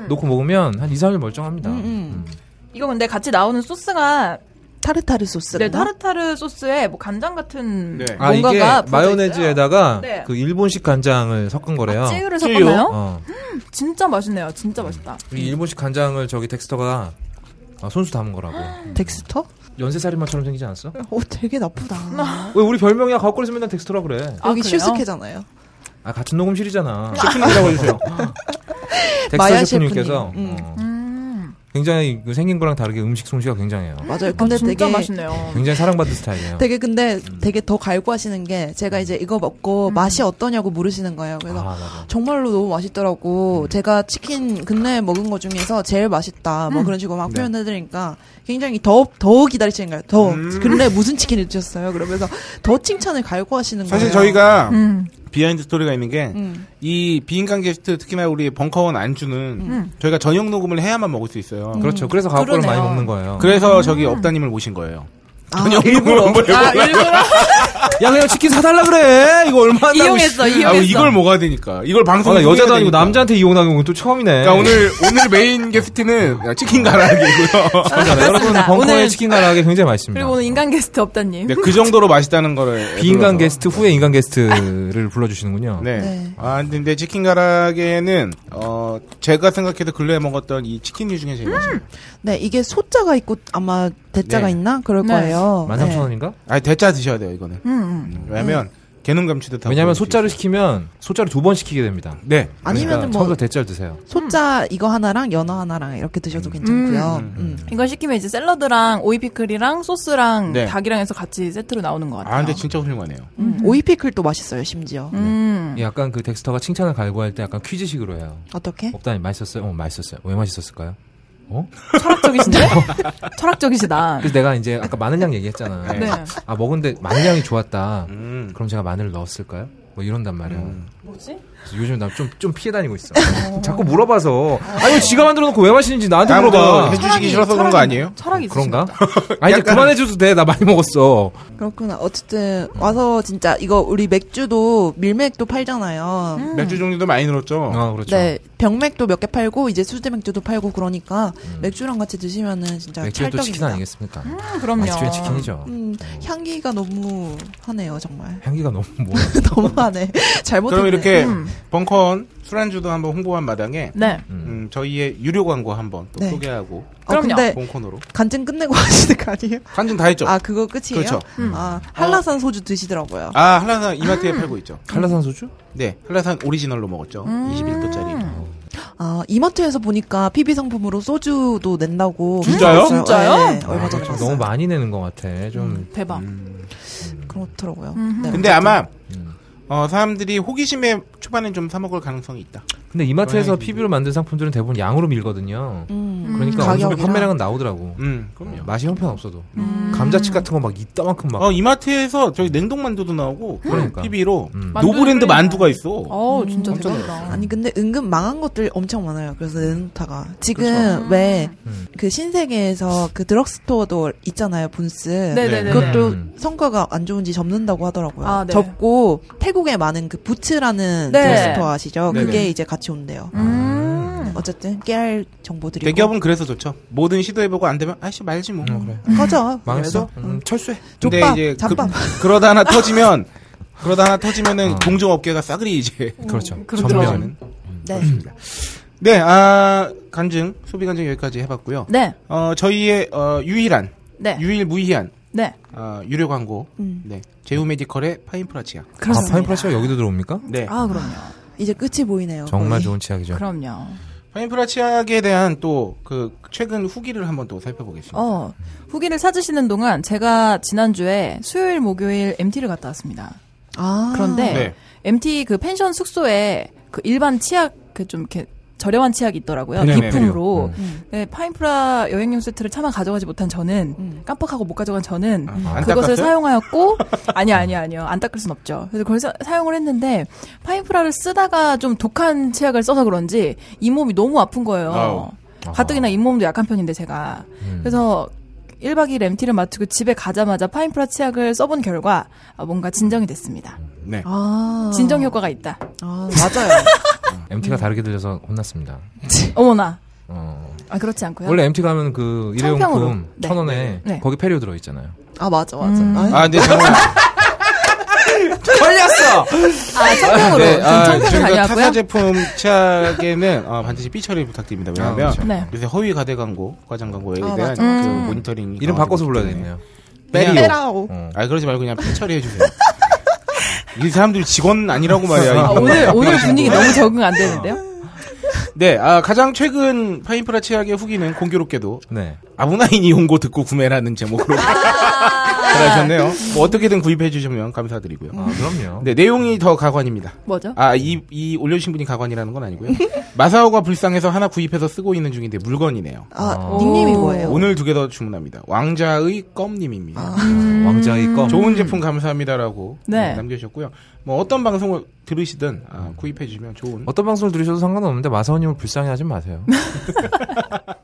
Speaker 4: 놓고 먹으면 한 2, 3일 멀쩡합니다.
Speaker 1: 음, 음.
Speaker 4: 음.
Speaker 3: 이거 근데 같이 나오는 소스가
Speaker 1: 타르타르 소스.
Speaker 3: 네, 타르타르 소스에 뭐 간장 같은
Speaker 2: 네.
Speaker 4: 아 이게
Speaker 3: 뭔가가 퍼져 있어요.
Speaker 4: 마요네즈에다가
Speaker 3: 네.
Speaker 4: 그 일본식 간장을 섞은 거래요.
Speaker 3: 있어요. 찌유를
Speaker 2: 찌유?
Speaker 3: 섞었나요?
Speaker 4: 어.
Speaker 3: 진짜 맛있네요. 진짜 맛있다.
Speaker 4: 이 일본식 간장을 저기 덱스터가 아, 손수 담은 거라고.
Speaker 1: 덱스터?
Speaker 4: 연쇄살인마처럼 생기지 않았어?
Speaker 1: 어, 되게 나쁘다.
Speaker 4: 왜 우리 별명이야? 가옥거리에서 맨날 덱스터라 그래.
Speaker 3: 아,
Speaker 1: 여기
Speaker 3: 그래요?
Speaker 1: 실스케잖아요.
Speaker 4: 아 같은 녹음실이잖아.
Speaker 2: 셰프님이라고 해주세요.
Speaker 4: 덱스터
Speaker 1: 마야
Speaker 4: 셰프님께서
Speaker 1: 셰프님. 음.
Speaker 4: 어,
Speaker 3: 음.
Speaker 4: 굉장히 그 생긴 거랑 다르게 음식 솜씨가 굉장해요.
Speaker 1: 맞아요. 근데
Speaker 3: 진짜
Speaker 1: 되게 음.
Speaker 3: 맛있네요.
Speaker 4: 굉장히 사랑받는
Speaker 2: 어.
Speaker 4: 스타일이에요.
Speaker 1: 되게 근데
Speaker 2: 음.
Speaker 1: 되게 더 갈구하시는 게 제가 이제 이거 먹고 맛이 어떠냐고 물으시는 거예요.
Speaker 4: 아
Speaker 1: 그래서
Speaker 4: 맞아.
Speaker 1: 정말로 너무 맛있더라고.
Speaker 2: 음.
Speaker 1: 제가 치킨 근래에 먹은 것 중에서 제일 맛있다.
Speaker 2: 음.
Speaker 1: 뭐 그런 식으로 막
Speaker 2: 네.
Speaker 1: 표현해드리니까 굉장히 더, 더 기다리시는 거예요. 더.
Speaker 2: 음.
Speaker 1: 근래 무슨 치킨을 드셨어요? 그러면서 더 칭찬을 갈구하시는
Speaker 2: 사실
Speaker 1: 거예요.
Speaker 2: 저희가
Speaker 3: 음.
Speaker 2: 비하인드 스토리가 있는 게
Speaker 1: 음.
Speaker 2: 이 비인간 게스트 특히나 우리 벙커원 안주는 저희가 저녁 녹음을 해야만 먹을 수 있어요.
Speaker 4: 그렇죠. 그래서 가옥거리 많이
Speaker 3: 그러네요.
Speaker 4: 먹는 거예요.
Speaker 2: 그래서 저기 업다님을 모신 거예요.
Speaker 1: 아,
Speaker 2: 저녁 녹음을 한번 해보자.
Speaker 3: 아, 일부러
Speaker 4: 야 그냥 치킨 사달라 그래. 이거 얼마나
Speaker 3: 이용했어,
Speaker 2: 아,
Speaker 3: 이용했어.
Speaker 2: 이걸 먹어야 되니까. 이걸
Speaker 4: 아,
Speaker 2: 방송
Speaker 4: 나 여자도 아니고 남자한테 이용당한 건또 처음이네.
Speaker 2: 그러니까 오늘 오늘 메인 게스트는 그냥 치킨 가라기고요.
Speaker 4: 그러니까 여러분
Speaker 3: 그렇습니다.
Speaker 4: 벙커의
Speaker 3: 오늘-
Speaker 4: 치킨
Speaker 3: [LAUGHS]
Speaker 4: 가라하게 굉장히 맛있습니다.
Speaker 3: 그리고 오늘 인간 게스트 없다님.
Speaker 2: 네, 그 정도로 맛있다는 거를
Speaker 4: 비인간
Speaker 2: 애둘러서.
Speaker 4: 게스트 후에 인간 게스트를 [LAUGHS] 불러주시는군요.
Speaker 2: 네.
Speaker 1: 네.
Speaker 2: 아 근데 치킨 가라게는 어 제가 생각해도 근래 에 먹었던 이 치킨류 중에 제일 맛있어요.
Speaker 1: 네, 이게 소자가 있고 아마 대자가
Speaker 2: 네.
Speaker 1: 있나? 그럴
Speaker 3: 네.
Speaker 1: 거예요.
Speaker 4: 만 삼천 원인가?
Speaker 2: 아니 대짜 드셔야 돼요 이거는.
Speaker 3: 음, 음.
Speaker 2: 왜냐면 개눈 감치듯. 하고
Speaker 4: 왜냐하면
Speaker 2: 먹을 수
Speaker 4: 소자를
Speaker 2: 있어요.
Speaker 4: 시키면 소자를 두 번 시키게 됩니다. 그러니까
Speaker 2: 네.
Speaker 1: 아니면은 뭐-
Speaker 4: 처음부터 대짜를 드세요.
Speaker 1: 소자 이거 하나랑 연어 하나랑 이렇게 드셔도 괜찮고요.
Speaker 2: 음.
Speaker 1: 음.
Speaker 3: 이걸 시키면 이제 샐러드랑 오이 피클이랑 소스랑
Speaker 2: 네.
Speaker 3: 닭이랑 해서 같이 세트로 나오는 것 같아요.
Speaker 2: 아 근데 진짜 훌륭하네요.
Speaker 1: 음. 오이 피클도 맛있어요, 심지어.
Speaker 3: 음.
Speaker 4: 약간 그 덱스터가 칭찬을 갈구할 때 약간 퀴즈식으로 해요.
Speaker 1: 어떻게?
Speaker 4: 없다니 맛있었어요. 어 맛있었어요. 왜 맛있었을까요? 어?
Speaker 3: 철학적이신데? [LAUGHS] 철학적이시다.
Speaker 4: 그래서 내가 이제 아까 마늘 향
Speaker 1: [LAUGHS]
Speaker 4: 얘기했잖아.
Speaker 2: 네.
Speaker 3: 네.
Speaker 4: 아 먹은데 마늘 향이 좋았다.
Speaker 2: 음.
Speaker 4: 그럼 제가 마늘 넣었을까요? 뭐 이런단 말이야.
Speaker 3: 뭐지?
Speaker 4: 그래서 요즘 나 좀 좀 피해 다니고 있어. [LAUGHS] 자꾸 물어봐서 아니 지가 만들어 놓고 왜 맛있는지 나한테
Speaker 2: 아무도
Speaker 4: 물어봐.
Speaker 2: 해주시기 싫어서 그런 거 아니에요?
Speaker 3: 철학이
Speaker 4: 그런가?
Speaker 3: 있으십니다.
Speaker 4: 아 이제 그만해 줘도 돼. 나 많이 먹었어.
Speaker 1: 그렇구나. 어쨌든 와서 진짜 이거 우리 맥주도 밀맥도 팔잖아요.
Speaker 2: 맥주 종류도 많이 늘었죠.
Speaker 4: 아 그렇죠.
Speaker 1: 네, 병맥도 몇 개 팔고 이제 수제 맥주도 팔고 그러니까 맥주랑 같이 드시면은 진짜
Speaker 4: 맥주에 네, 또 치킨
Speaker 1: 찰떡입니다.
Speaker 4: 아니겠습니까?
Speaker 3: 음, 그럼요.
Speaker 4: 맛집에 치킨이죠.
Speaker 1: 음, 향기가 너무 하네요, 정말. [LAUGHS]
Speaker 4: 향기가 너무 뭐.
Speaker 1: 너무 하네. [LAUGHS] 잘못
Speaker 2: 그럼 이렇게
Speaker 3: 음.
Speaker 2: 벙커원 술안주도 한번 홍보한 마당에
Speaker 3: 네.
Speaker 2: 음, 저희의 유료 광고 한번 또
Speaker 1: 네.
Speaker 2: 소개하고
Speaker 1: 아,
Speaker 3: 그럼요.
Speaker 1: 근데
Speaker 2: 본코너로
Speaker 1: 간증 끝내고 [LAUGHS] 하시는 거 아니에요?
Speaker 2: 간증 다 했죠.
Speaker 1: 아, 그거 끝이에요?
Speaker 2: 그렇죠.
Speaker 1: 아, 한라산 소주 드시더라고요.
Speaker 2: 아 한라산 이마트에 팔고 있죠.
Speaker 4: 한라산 소주?
Speaker 2: 네 한라산 오리지널로 먹었죠. 21도짜리.
Speaker 1: 아, 이마트에서 보니까 PB 상품으로 소주도 낸다고.
Speaker 2: 진짜요?
Speaker 1: 봤어요.
Speaker 3: 진짜요?
Speaker 1: 네, 얼마 전에 봤어요.
Speaker 4: 좀 아, 그렇죠. 너무 많이 내는 것 같아.
Speaker 1: 음.
Speaker 4: 좀
Speaker 3: 대박.
Speaker 2: 음.
Speaker 1: 그렇더라고요.
Speaker 3: 음.
Speaker 1: 네.
Speaker 2: 근데 아마
Speaker 4: 음.
Speaker 2: 어, 사람들이 호기심에 초반엔 좀 사먹을 가능성이 있다.
Speaker 4: 근데 이마트에서
Speaker 2: 고양이
Speaker 4: PB로 만든 상품들은 대부분 양으로 밀거든요.
Speaker 1: 음.
Speaker 4: 그러니까 어느 정도
Speaker 1: 가격이랑.
Speaker 4: 판매량은 나오더라고.
Speaker 2: 음, 그럼요.
Speaker 4: 맛이 형편없어도
Speaker 3: 음.
Speaker 4: 감자칩 같은 거 막 이따만큼 막
Speaker 2: 어, 이마트에서 저기 냉동만두도 나오고
Speaker 4: 그러니까.
Speaker 2: TV로
Speaker 4: 음.
Speaker 2: 노브랜드
Speaker 3: 만두를-
Speaker 2: 만두가 있어.
Speaker 3: 어우, 진짜
Speaker 2: 깜짝
Speaker 3: 대박이다.
Speaker 1: 아니 근데 은근 망한 것들 엄청 많아요. 그래서 렌타가 지금
Speaker 2: 그렇죠.
Speaker 1: 왜 그
Speaker 4: 음.
Speaker 1: 신세계에서 그 드럭스토어도 있잖아요 분스.
Speaker 3: 네네네.
Speaker 1: 그것도
Speaker 4: 음.
Speaker 1: 성과가 안 좋은지 접는다고 하더라고요.
Speaker 3: 아, 네.
Speaker 1: 접고 태국에 많은 그 부츠라는
Speaker 3: 네.
Speaker 1: 드럭스토어 아시죠?
Speaker 2: 네네.
Speaker 1: 그게 이제 같이 온대요.
Speaker 3: 음.
Speaker 1: 어쨌든 깨알 정보 드리고.
Speaker 2: 대기업은 그래서 좋죠. 뭐든 시도해보고 안 되면 아씨 말지 뭐.
Speaker 4: 음,
Speaker 1: 꺼져.
Speaker 4: 망했어.
Speaker 1: 그래도.
Speaker 4: 음, 철수해.
Speaker 2: 근데
Speaker 1: 족밥,
Speaker 2: 이제
Speaker 1: 잡밥.
Speaker 2: 그, 러다 하나 터지면 그러다 하나 터지면은
Speaker 4: 어.
Speaker 2: 동종업계가 싸그리 이제
Speaker 4: 그렇죠.
Speaker 3: 그렇죠.
Speaker 4: 전면.
Speaker 1: 네.
Speaker 2: 네, 아 간증 소비 간증 여기까지 해봤고요.
Speaker 3: 네.
Speaker 2: 어 저희의 어, 유일한
Speaker 3: 네.
Speaker 2: 유일무이한
Speaker 3: 네.
Speaker 2: 어, 유료 광고
Speaker 1: 음.
Speaker 2: 네 제우메디컬의 파인프라치아.
Speaker 4: 아,
Speaker 3: 그렇습니다.
Speaker 4: 파인프라시가 여기도 들어옵니까?
Speaker 2: 네.
Speaker 3: 아, 그럼요.
Speaker 1: 이제 끝이 보이네요.
Speaker 4: 정말
Speaker 1: 거의.
Speaker 4: 좋은 치약이죠.
Speaker 3: 음. 그럼요.
Speaker 2: 파인프라 치약에 대한 또 그 최근 후기를 한번 또 살펴보겠습니다.
Speaker 3: 어, 후기를 찾으시는 동안 제가 지난주에 수요일, 목요일 MT를 갔다 왔습니다.
Speaker 1: 아.
Speaker 3: 그런데
Speaker 2: 네.
Speaker 3: MT 그 펜션 숙소에 그 일반 치약 그 좀 이렇게 저렴한 치약이 있더라고요.
Speaker 2: 네네네.
Speaker 3: 비품으로.
Speaker 4: 그래요.
Speaker 1: 음.
Speaker 3: 네, 파인프라 여행용 세트를 차마 가져가지 못한 저는
Speaker 1: 음.
Speaker 3: 깜빡하고 못 가져간 저는
Speaker 2: 아, 안
Speaker 3: 그것을
Speaker 2: 닦았어요?
Speaker 3: 사용하였고 [LAUGHS] 아니요 아니요 아니요 안 닦을 순 없죠. 그래서 그걸 사, 용을 했는데 파인프라를 쓰다가 좀 독한 치약을 써서 그런지 잇몸이 너무 아픈 거예요.
Speaker 2: 아우. 음.
Speaker 3: 가뜩이나 잇몸도 약한 편인데 제가 그래서 1박 2일 MT를 마치고 집에 가자마자 파인프라 치약을 써본 결과 아, 뭔가 진정이 됐습니다.
Speaker 2: 네.
Speaker 1: 아.
Speaker 3: 진정 효과가 있다.
Speaker 1: 아, 맞아요.
Speaker 3: 음.
Speaker 4: MT가 다르게 들려서 혼났습니다.
Speaker 3: 어머나.
Speaker 4: 어.
Speaker 3: 아 그렇지 않고요.
Speaker 4: 원래 MT 가면 그
Speaker 3: 청평으로.
Speaker 4: 일회용품
Speaker 3: 네.
Speaker 4: 천 원에
Speaker 3: 네.
Speaker 4: 거기 페리오 들어 있잖아요.
Speaker 1: 아, 맞아, 맞아. 아유.
Speaker 2: 아, 네,
Speaker 3: [LAUGHS]
Speaker 2: 정말. 걸렸어!
Speaker 3: 아 청평으로.
Speaker 2: 네,
Speaker 3: 전
Speaker 2: 아,
Speaker 3: 청평을
Speaker 2: 저희가 타사
Speaker 3: 다녀왔고요.
Speaker 2: 제품 치약에는 아, 반드시 삐 처리 부탁드립니다. 왜냐면
Speaker 4: 아, 그렇죠.
Speaker 3: 네.
Speaker 2: 요새 허위 가대 광고, 과장 광고에
Speaker 1: 아,
Speaker 2: 대한
Speaker 1: 맞아.
Speaker 2: 그
Speaker 3: 음.
Speaker 2: 모니터링.
Speaker 4: 이름 바꿔서 불러야 되겠네요.
Speaker 2: 빼리오.
Speaker 1: 빼라오.
Speaker 4: 어.
Speaker 2: 아, 그러지 말고 그냥 삐 처리해주세요. [LAUGHS] 이 사람들이 직원 아니라고 말이야.
Speaker 3: 아,
Speaker 2: 이거.
Speaker 3: 오늘 오늘 분위기 너무 적응 안 되는데요.
Speaker 2: 네, 아, 가장 최근 파인프라 치약의 후기는 공교롭게도
Speaker 4: 네.
Speaker 2: 아브나인이 홍고 듣고 구매라는
Speaker 3: 아.
Speaker 2: [LAUGHS] 제목으로 달아주셨네요. 뭐 어떻게든 구입해주시면 감사드리고요.
Speaker 3: 음. 어.
Speaker 4: 아, 그럼요.
Speaker 2: 네, 내용이 더 가관입니다.
Speaker 3: 뭐죠?
Speaker 2: 아, 이, 이 올려주신 분이 가관이라는 건
Speaker 3: [LAUGHS]
Speaker 2: 아니고요. 마사오가 불쌍해서 하나 구입해서 쓰고 있는 중인데 물건이네요.
Speaker 3: 어.
Speaker 1: 아,
Speaker 4: 오.
Speaker 1: 닉네임이 뭐예요?
Speaker 2: 오늘 두 개 더 주문합니다. 왕자의 껌님입니다.
Speaker 3: 음.
Speaker 4: 왕자의 껌.
Speaker 2: 좋은 제품 감사합니다라고
Speaker 3: 아. 네. 음.
Speaker 2: 네, 남겨주셨고요. 뭐 어떤 방송을 들으시든 아, 구입해주시면 좋은.
Speaker 4: 어떤 방송을 들으셔도 상관없는데 마사오님을
Speaker 3: [LAUGHS]
Speaker 4: 불쌍해하지 마세요.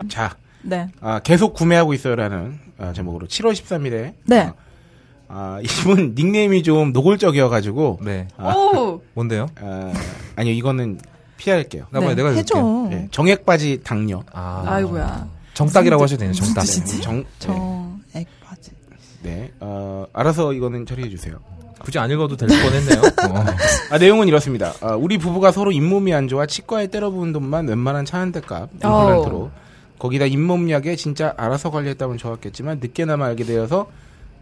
Speaker 2: 자,
Speaker 3: 네.
Speaker 2: 아, 계속 구매하고 있어요라는 아, 제목으로 7월 13일에
Speaker 3: 네.
Speaker 2: 아, 이분 [LAUGHS] 닉네임이 좀 노골적이어가지고,
Speaker 4: 네.
Speaker 2: 아.
Speaker 3: 오!
Speaker 4: 뭔데요?
Speaker 2: 아, 아니요, 이거는 피할게요.
Speaker 4: 나봐요.
Speaker 3: 네,
Speaker 4: 내가
Speaker 1: 해줘.
Speaker 4: 읽을게요.
Speaker 2: 예, 정액바지 당뇨.
Speaker 4: 아.
Speaker 3: 아이고야.
Speaker 4: 정딱이라고 하셔도 되네요.
Speaker 3: 무슨
Speaker 4: 정딱.
Speaker 3: 뜻이지? 아, 진짜?
Speaker 2: 정, 네,
Speaker 1: 정액 바지.
Speaker 2: 네. 어, 알아서 이거는 처리해주세요.
Speaker 4: 굳이 안 읽어도 될
Speaker 3: [LAUGHS]
Speaker 4: 뻔했네요. 어.
Speaker 2: 아, 내용은 이렇습니다. 아, 우리 부부가 서로 잇몸이 안 좋아 치과에 때려부은 돈만 웬만한 차 한 대값
Speaker 3: 어.
Speaker 2: 임플란트로 거기다 잇몸약에 진짜 알아서 관리했다면 좋았겠지만 늦게나마 알게 되어서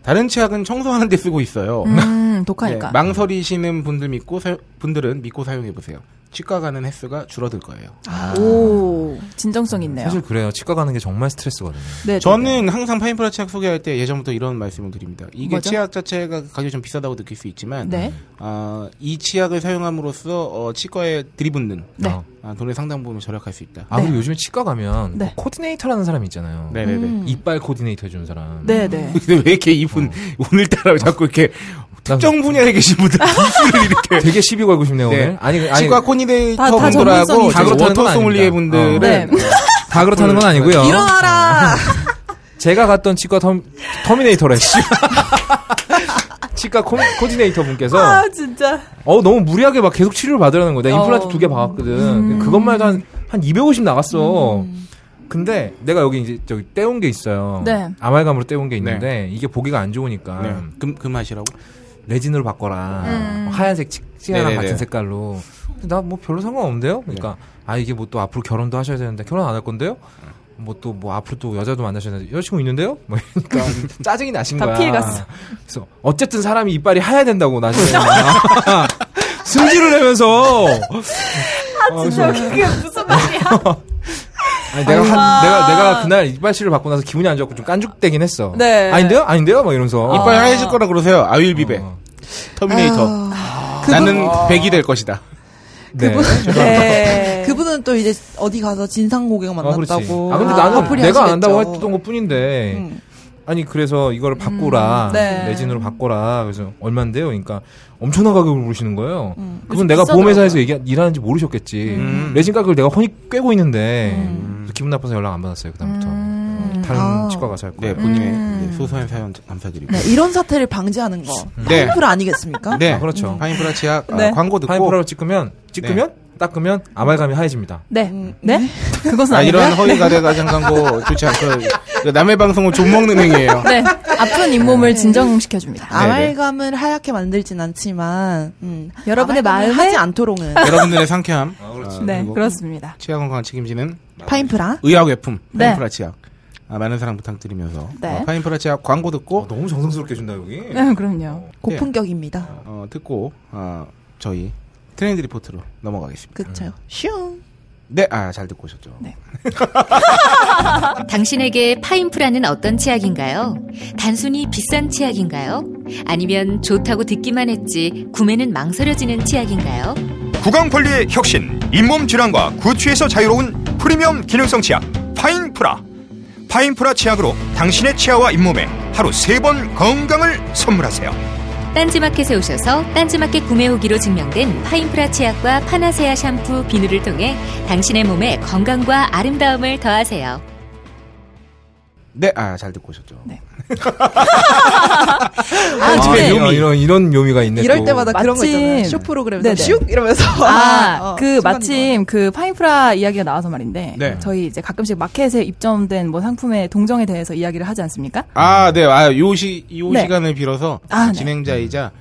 Speaker 2: 다른 치약은 청소하는 데 쓰고 있어요.
Speaker 3: 음, 독하니까.
Speaker 2: 네, 망설이시는 분들 믿고 사- 분들은 믿고 사용해 보세요. 치과 가는 횟수가 줄어들 거예요.
Speaker 3: 아, 오, 진정성 있네요.
Speaker 4: 사실 그래요. 치과 가는 게 정말 스트레스거든요.
Speaker 3: 네, 네,
Speaker 2: 저는 항상 파인프라 치약 소개할 때 예전부터 이런 말씀을 드립니다. 이게
Speaker 3: 뭐죠?
Speaker 2: 치약 자체가 가격이 좀 비싸다고 느낄 수 있지만
Speaker 3: 네.
Speaker 2: 아, 이 치약을 사용함으로써 어, 치과에 들이붓는
Speaker 3: 네.
Speaker 4: 어.
Speaker 2: 아, 돈의 상당 부분을 절약할 수 있다.
Speaker 4: 아, 그리고 요즘에 치과 가면 뭐
Speaker 3: 네.
Speaker 4: 코디네이터라는 사람이 있잖아요.
Speaker 2: 네네네.
Speaker 4: 이빨 코디네이터 해주는 사람.
Speaker 3: 네,
Speaker 4: [LAUGHS]
Speaker 3: 네.
Speaker 2: 음. 근데 왜 이렇게
Speaker 4: 어.
Speaker 2: 이분 오늘따라 자꾸 이렇게
Speaker 4: 난
Speaker 2: 특정 분야에 계신 분들 기술을 이렇게
Speaker 4: 되게 시비 걸고 싶네요,
Speaker 2: 네.
Speaker 4: 네, 오늘. 아니, 아니.
Speaker 2: 치과 코디네이터
Speaker 3: 다- 네. 다
Speaker 2: 분들하고
Speaker 3: 전문성이
Speaker 2: 다
Speaker 4: 있죠.
Speaker 2: 워터 소믈리에
Speaker 4: 그렇다는 건
Speaker 2: 분들은 네.
Speaker 3: 아닙니다.
Speaker 4: 다 그렇다는 건 아니고요.
Speaker 1: 일어나라.
Speaker 4: 제가 갔던 치과 터, 터미네이터래, 씨. [LAUGHS] 치과 코, 코디네이터 분께서
Speaker 3: [LAUGHS] 아, 진짜.
Speaker 4: 어 너무 무리하게 막 계속 치료를 받으라는 거야. 내가 임플란트
Speaker 3: 어.
Speaker 4: 두 개 받았거든. 근데 그것만 해도 한, 한 250 나갔어. 근데 내가 여기 이제 저기 떼온 게 있어요.
Speaker 3: 음. 네.
Speaker 4: 아말감으로 떼온 게 있는데 이게 보기가 안 좋으니까
Speaker 2: 네. 금, 금하시라고?
Speaker 4: 레진으로 바꿔라.
Speaker 3: 음.
Speaker 4: 하얀색 치, 치아랑
Speaker 2: 네네네. 네.
Speaker 4: 같은 색깔로. 나 뭐 별로 상관없는데요? 그러니까 아 이게 뭐 또 앞으로 결혼도 하셔야 되는데 결혼 안 할 건데요? 뭐 또 뭐 앞으로 또 여자도 만나셔야 되는데 여자친구 있는데요? 뭐 그러니까
Speaker 2: 음.
Speaker 4: [LAUGHS] 짜증이 나신
Speaker 3: 다
Speaker 4: 거야.
Speaker 3: 피해갔어.
Speaker 4: 그래서 어쨌든 사람이 이빨이 하야
Speaker 3: [LAUGHS]
Speaker 4: 된다고 나 지금 승질을 내면서 아,
Speaker 3: 진짜 그게 무슨 말이야.
Speaker 4: 아니, 내가 한-
Speaker 3: 아.
Speaker 4: 내가 내가 그날 이빨실을 받고 나서 기분이 안 좋고 좀 깐죽대긴 했어.
Speaker 3: 네. 어.
Speaker 4: 아닌데요? 아닌데요? 막 이러면서
Speaker 2: 이빨 하얘질 거라 그러세요. 아윌비베.
Speaker 4: 어.
Speaker 2: 터미네이터.
Speaker 1: 아.
Speaker 2: 나는 백이 될 것이다.
Speaker 4: 네.
Speaker 3: 네.
Speaker 1: 그분은 또 이제 어디 가서 진상 고객 만났다고.
Speaker 4: 아, 근데
Speaker 1: 아,
Speaker 4: 나는
Speaker 1: 커플이
Speaker 4: 내가 안
Speaker 1: 하시겠죠.
Speaker 4: 한다고 했던 것 뿐인데.
Speaker 1: 음.
Speaker 4: 아니 그래서 이걸 바꾸라
Speaker 3: 음, 네.
Speaker 4: 레진으로 바꿔라 그래서 얼마인데요 그러니까 엄청난 가격을 부르시는 거예요
Speaker 1: 음.
Speaker 4: 그건
Speaker 3: 요즘
Speaker 4: 내가
Speaker 3: 비싸더라고요.
Speaker 4: 보험회사에서 얘기 일하는지 모르셨겠지
Speaker 2: 음.
Speaker 4: 레진 가격을 내가 훤히 꿰고 있는데 그래서 기분 나빠서 연락 안 받았어요 그다음부터
Speaker 3: 음.
Speaker 4: 다른
Speaker 1: 음. 아.
Speaker 4: 치과 가서 할
Speaker 2: 네,
Speaker 4: 거예요
Speaker 2: 본인의
Speaker 3: 음.
Speaker 2: 이제 소소한 사연 감사드리고.
Speaker 1: 네, 이런 사태를 방지하는 거.
Speaker 2: 네.
Speaker 1: 파인프라 아니겠습니까?
Speaker 2: 네.
Speaker 4: 아, 그렇죠
Speaker 2: 파인프라 치약 아,
Speaker 3: 네.
Speaker 2: 광고 듣고
Speaker 4: 파인프라로 찍으면 찍으면 닦으면 아말감이 하얘집니다
Speaker 3: 네.
Speaker 1: 음,
Speaker 3: 네? 그것은
Speaker 2: 아,
Speaker 3: 아,
Speaker 2: 이런 허위가대가장 광고 좋지 않고 이거 남의 방송은 존먹는 행위예요.
Speaker 3: 네. 아픈 잇몸을 진정시켜줍니다.
Speaker 1: 아말감을 하얗게 만들진 않지만 음,
Speaker 3: 여러분의
Speaker 1: 아말감을
Speaker 3: 마음에
Speaker 1: 하지 않도록은
Speaker 2: 여러분들의 상쾌함. 아,
Speaker 3: 네,
Speaker 2: 그리고
Speaker 3: 그렇습니다.
Speaker 2: 치아 건강 책임지는
Speaker 1: 파인프라.
Speaker 2: 의학 외품
Speaker 3: 네.
Speaker 2: 파인프라 치약 아, 많은 사랑 부탁드리면서
Speaker 3: 네.
Speaker 2: 어, 파인프라 치약 광고 듣고
Speaker 4: 어, 너무 정성스럽게 준다 여기
Speaker 1: 아,
Speaker 3: 네, 그럼요.
Speaker 1: 고품격입니다.
Speaker 2: 어, 듣고 어, 저희 트렌드 리포트로 넘어가겠습니다.
Speaker 1: 그렇죠. 슝.
Speaker 2: 네, 아 잘 듣고 오셨죠.
Speaker 3: 네.
Speaker 6: 당신에게 파인프라는 어떤 치약인가요? 단순히 비싼 치약인가요? 아니면 좋다고 듣기만 했지 구매는 망설여지는 치약인가요?
Speaker 7: 구강 관리의 혁신, 잇몸 질환과 구취에서 자유로운 프리미엄 기능성 치약 파인프라. 파인프라 치약으로 당신의 치아와 잇몸에 하루 세 번 건강을 선물하세요.
Speaker 6: 딴지마켓에 오셔서 딴지마켓 구매 후기로 증명된 파인프라 치약과 파나세아 샴푸 비누를 통해 당신의 몸에 건강과 아름다움을 더하세요.
Speaker 2: 네, 아 잘 듣고 오셨죠.
Speaker 3: 네.
Speaker 4: 아,
Speaker 2: 집에
Speaker 4: 이런,
Speaker 2: 묘미.
Speaker 4: 이런 이런 묘미가 있네
Speaker 1: 이럴
Speaker 4: 또.
Speaker 1: 때마다 그런 거
Speaker 3: 마침-
Speaker 1: 있잖아요. 쇼 프로그램에서
Speaker 3: 네네.
Speaker 1: 슉 이러면서
Speaker 3: 아,
Speaker 1: [LAUGHS] 어,
Speaker 3: 그
Speaker 1: 순간
Speaker 3: 마침 그 파인프라 이야기가 나와서 말인데
Speaker 2: 네.
Speaker 3: 저희 이제 가끔씩 마켓에 입점된 뭐 상품의 동정에 대해서 이야기를 하지 않습니까?
Speaker 2: 아, 네, 아 요시 요
Speaker 3: 네.
Speaker 2: 시간을 빌어서
Speaker 3: 아, 네.
Speaker 2: 진행자이자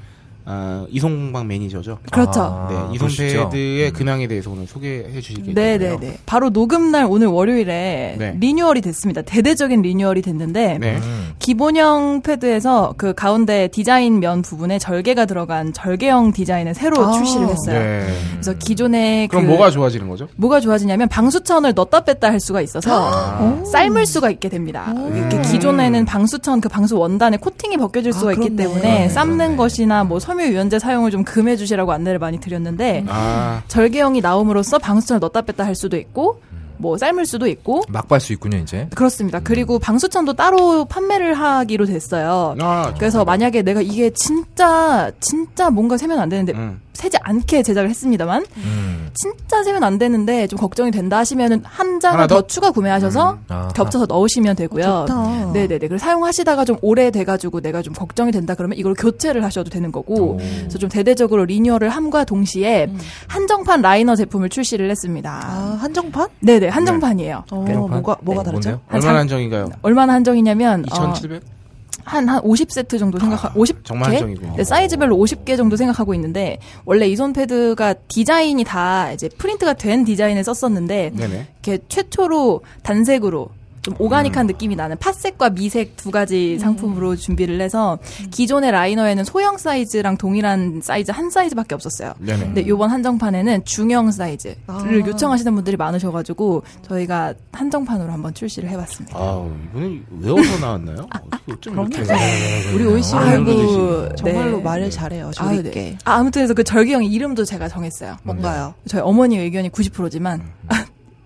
Speaker 2: 아, 이송방 매니저죠.
Speaker 3: 그렇죠.
Speaker 2: 네,
Speaker 4: 그러시죠.
Speaker 2: 이손패드의 근황에 대해서 오늘 소개해 주시겠네요.
Speaker 3: 네네네. 바로 녹음날 오늘 월요일에
Speaker 2: 네.
Speaker 3: 리뉴얼이 됐습니다. 대대적인 리뉴얼이 됐는데
Speaker 2: 네.
Speaker 3: 기본형 패드에서 그 가운데 디자인 면 부분에 절개가 들어간 절개형 디자인을 새로
Speaker 1: 아.
Speaker 3: 출시를 했어요.
Speaker 2: 네.
Speaker 3: 그래서 기존에
Speaker 2: 그럼
Speaker 3: 그
Speaker 2: 뭐가 좋아지는 거죠?
Speaker 3: 뭐가 좋아지냐면 방수천을 넣었다 뺐다 할 수가 있어서
Speaker 1: 아.
Speaker 3: 삶을 수가 있게 됩니다. 이렇게 기존에는 방수천 그 방수 원단에 코팅이 벗겨질 수가
Speaker 1: 아,
Speaker 3: 있기
Speaker 1: 그렇네.
Speaker 3: 때문에
Speaker 1: 그러네,
Speaker 3: 삶는 것이나 뭐 섬유 유연제 사용을 좀 금해 주시라고 안내를 많이 드렸는데
Speaker 1: 음.
Speaker 2: 아,
Speaker 3: 절개형이 나옴으로써 방수천을 넣었다 뺐다 할 수도 있고
Speaker 1: 음.
Speaker 3: 뭐 삶을 수도 있고
Speaker 4: 막발 수 있군요 이제
Speaker 3: 그렇습니다. 그리고 방수천도 따로 판매를 하기로 됐어요.
Speaker 2: 아,
Speaker 3: 그래서 만약에 내가 이게 진짜 진짜 뭔가 세면 안 되는데
Speaker 2: 음.
Speaker 3: 새지 않게 제작을 했습니다만
Speaker 4: 음.
Speaker 3: 진짜 세면 안 되는데 좀 걱정이 된다 하시면은 한
Speaker 2: 하나
Speaker 3: 장을
Speaker 2: 더? 음.
Speaker 3: 더 추가 구매하셔서
Speaker 4: 아하.
Speaker 3: 겹쳐서 넣으시면 되고요.
Speaker 1: 좋다.
Speaker 3: 네네네. 그리고 사용하시다가 좀 오래 돼가지고 내가 좀 걱정이 된다 그러면 이걸 교체를 하셔도 되는 거고.
Speaker 4: 오.
Speaker 3: 그래서 좀 대대적으로 리뉴얼을 함과 동시에 한정판 라이너 제품을 출시를 했습니다.
Speaker 1: 음. 아, 한정판?
Speaker 3: 네네. 한정판이에요.
Speaker 1: 어,
Speaker 4: 개정판?
Speaker 1: 뭐가 뭐가
Speaker 4: 네,
Speaker 1: 다르죠?
Speaker 4: 뭔데요?
Speaker 3: 한
Speaker 2: 얼마나
Speaker 3: 장-
Speaker 2: 한정인가요?
Speaker 3: 얼마나 한정이냐면 어,
Speaker 2: 2,700?
Speaker 3: 한, 한 50세트 정도 생각하,
Speaker 2: 아,
Speaker 3: 50개?
Speaker 2: 정말 한정이고.
Speaker 3: 네, 사이즈별로 50개 정도 생각하고 있는데, 원래 이손 패드가 디자인이 다 이제 프린트가 된 디자인을 썼었는데,
Speaker 2: 네네.
Speaker 3: 이렇게 최초로 단색으로 좀 오가닉한
Speaker 2: 음.
Speaker 3: 느낌이 나는 팥색과 미색 두 가지
Speaker 1: 음.
Speaker 3: 상품으로 준비를 해서 기존의 라이너에는 소형 사이즈랑 동일한 사이즈 한 사이즈밖에 없었어요.
Speaker 2: 네네.
Speaker 3: 근데 요번 한정판에는 중형 사이즈를
Speaker 1: 아.
Speaker 3: 요청하시는 분들이 많으셔가지고 저희가 한정판으로 한번 출시를 해봤습니다.
Speaker 2: 아, 이분이 외워서 나왔나요? 어떻게 어쩜 이렇게.
Speaker 1: 우리 오이 씨가
Speaker 2: 아,
Speaker 1: 알고
Speaker 2: 알려주시네.
Speaker 1: 정말로
Speaker 3: 네.
Speaker 1: 말을 잘해요.
Speaker 3: 아,
Speaker 1: 저리 있게.
Speaker 3: 네. 아, 아무튼 그래서 그 절기 형 이름도 제가 정했어요. 뭐
Speaker 2: 음.
Speaker 1: 뭔가요?
Speaker 3: 저희 어머니 의견이 90%지만 [LAUGHS]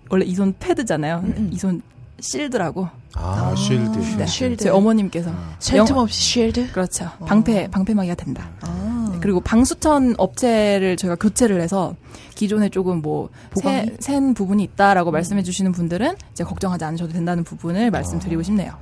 Speaker 3: 원래 이 손 패드잖아요.
Speaker 1: 음.
Speaker 3: 이 손 실드라고
Speaker 2: 아, 쉴드.
Speaker 1: 네.
Speaker 3: 저희
Speaker 1: 쉴드.
Speaker 3: 어머님께서 영-
Speaker 1: 쉴틈 없이 쉴드.
Speaker 3: 그렇죠. 방패 방패막이가 된다.
Speaker 1: 아.
Speaker 3: 네, 그리고 방수천 업체를 저희가 교체를 해서 기존에 조금 뭐
Speaker 1: 보강이? 음.
Speaker 3: 뭐센 부분이 있다라고 말씀해 주시는 분들은 이제 걱정하지 않으셔도 된다는 부분을
Speaker 1: 아.
Speaker 3: 말씀드리고 싶네요.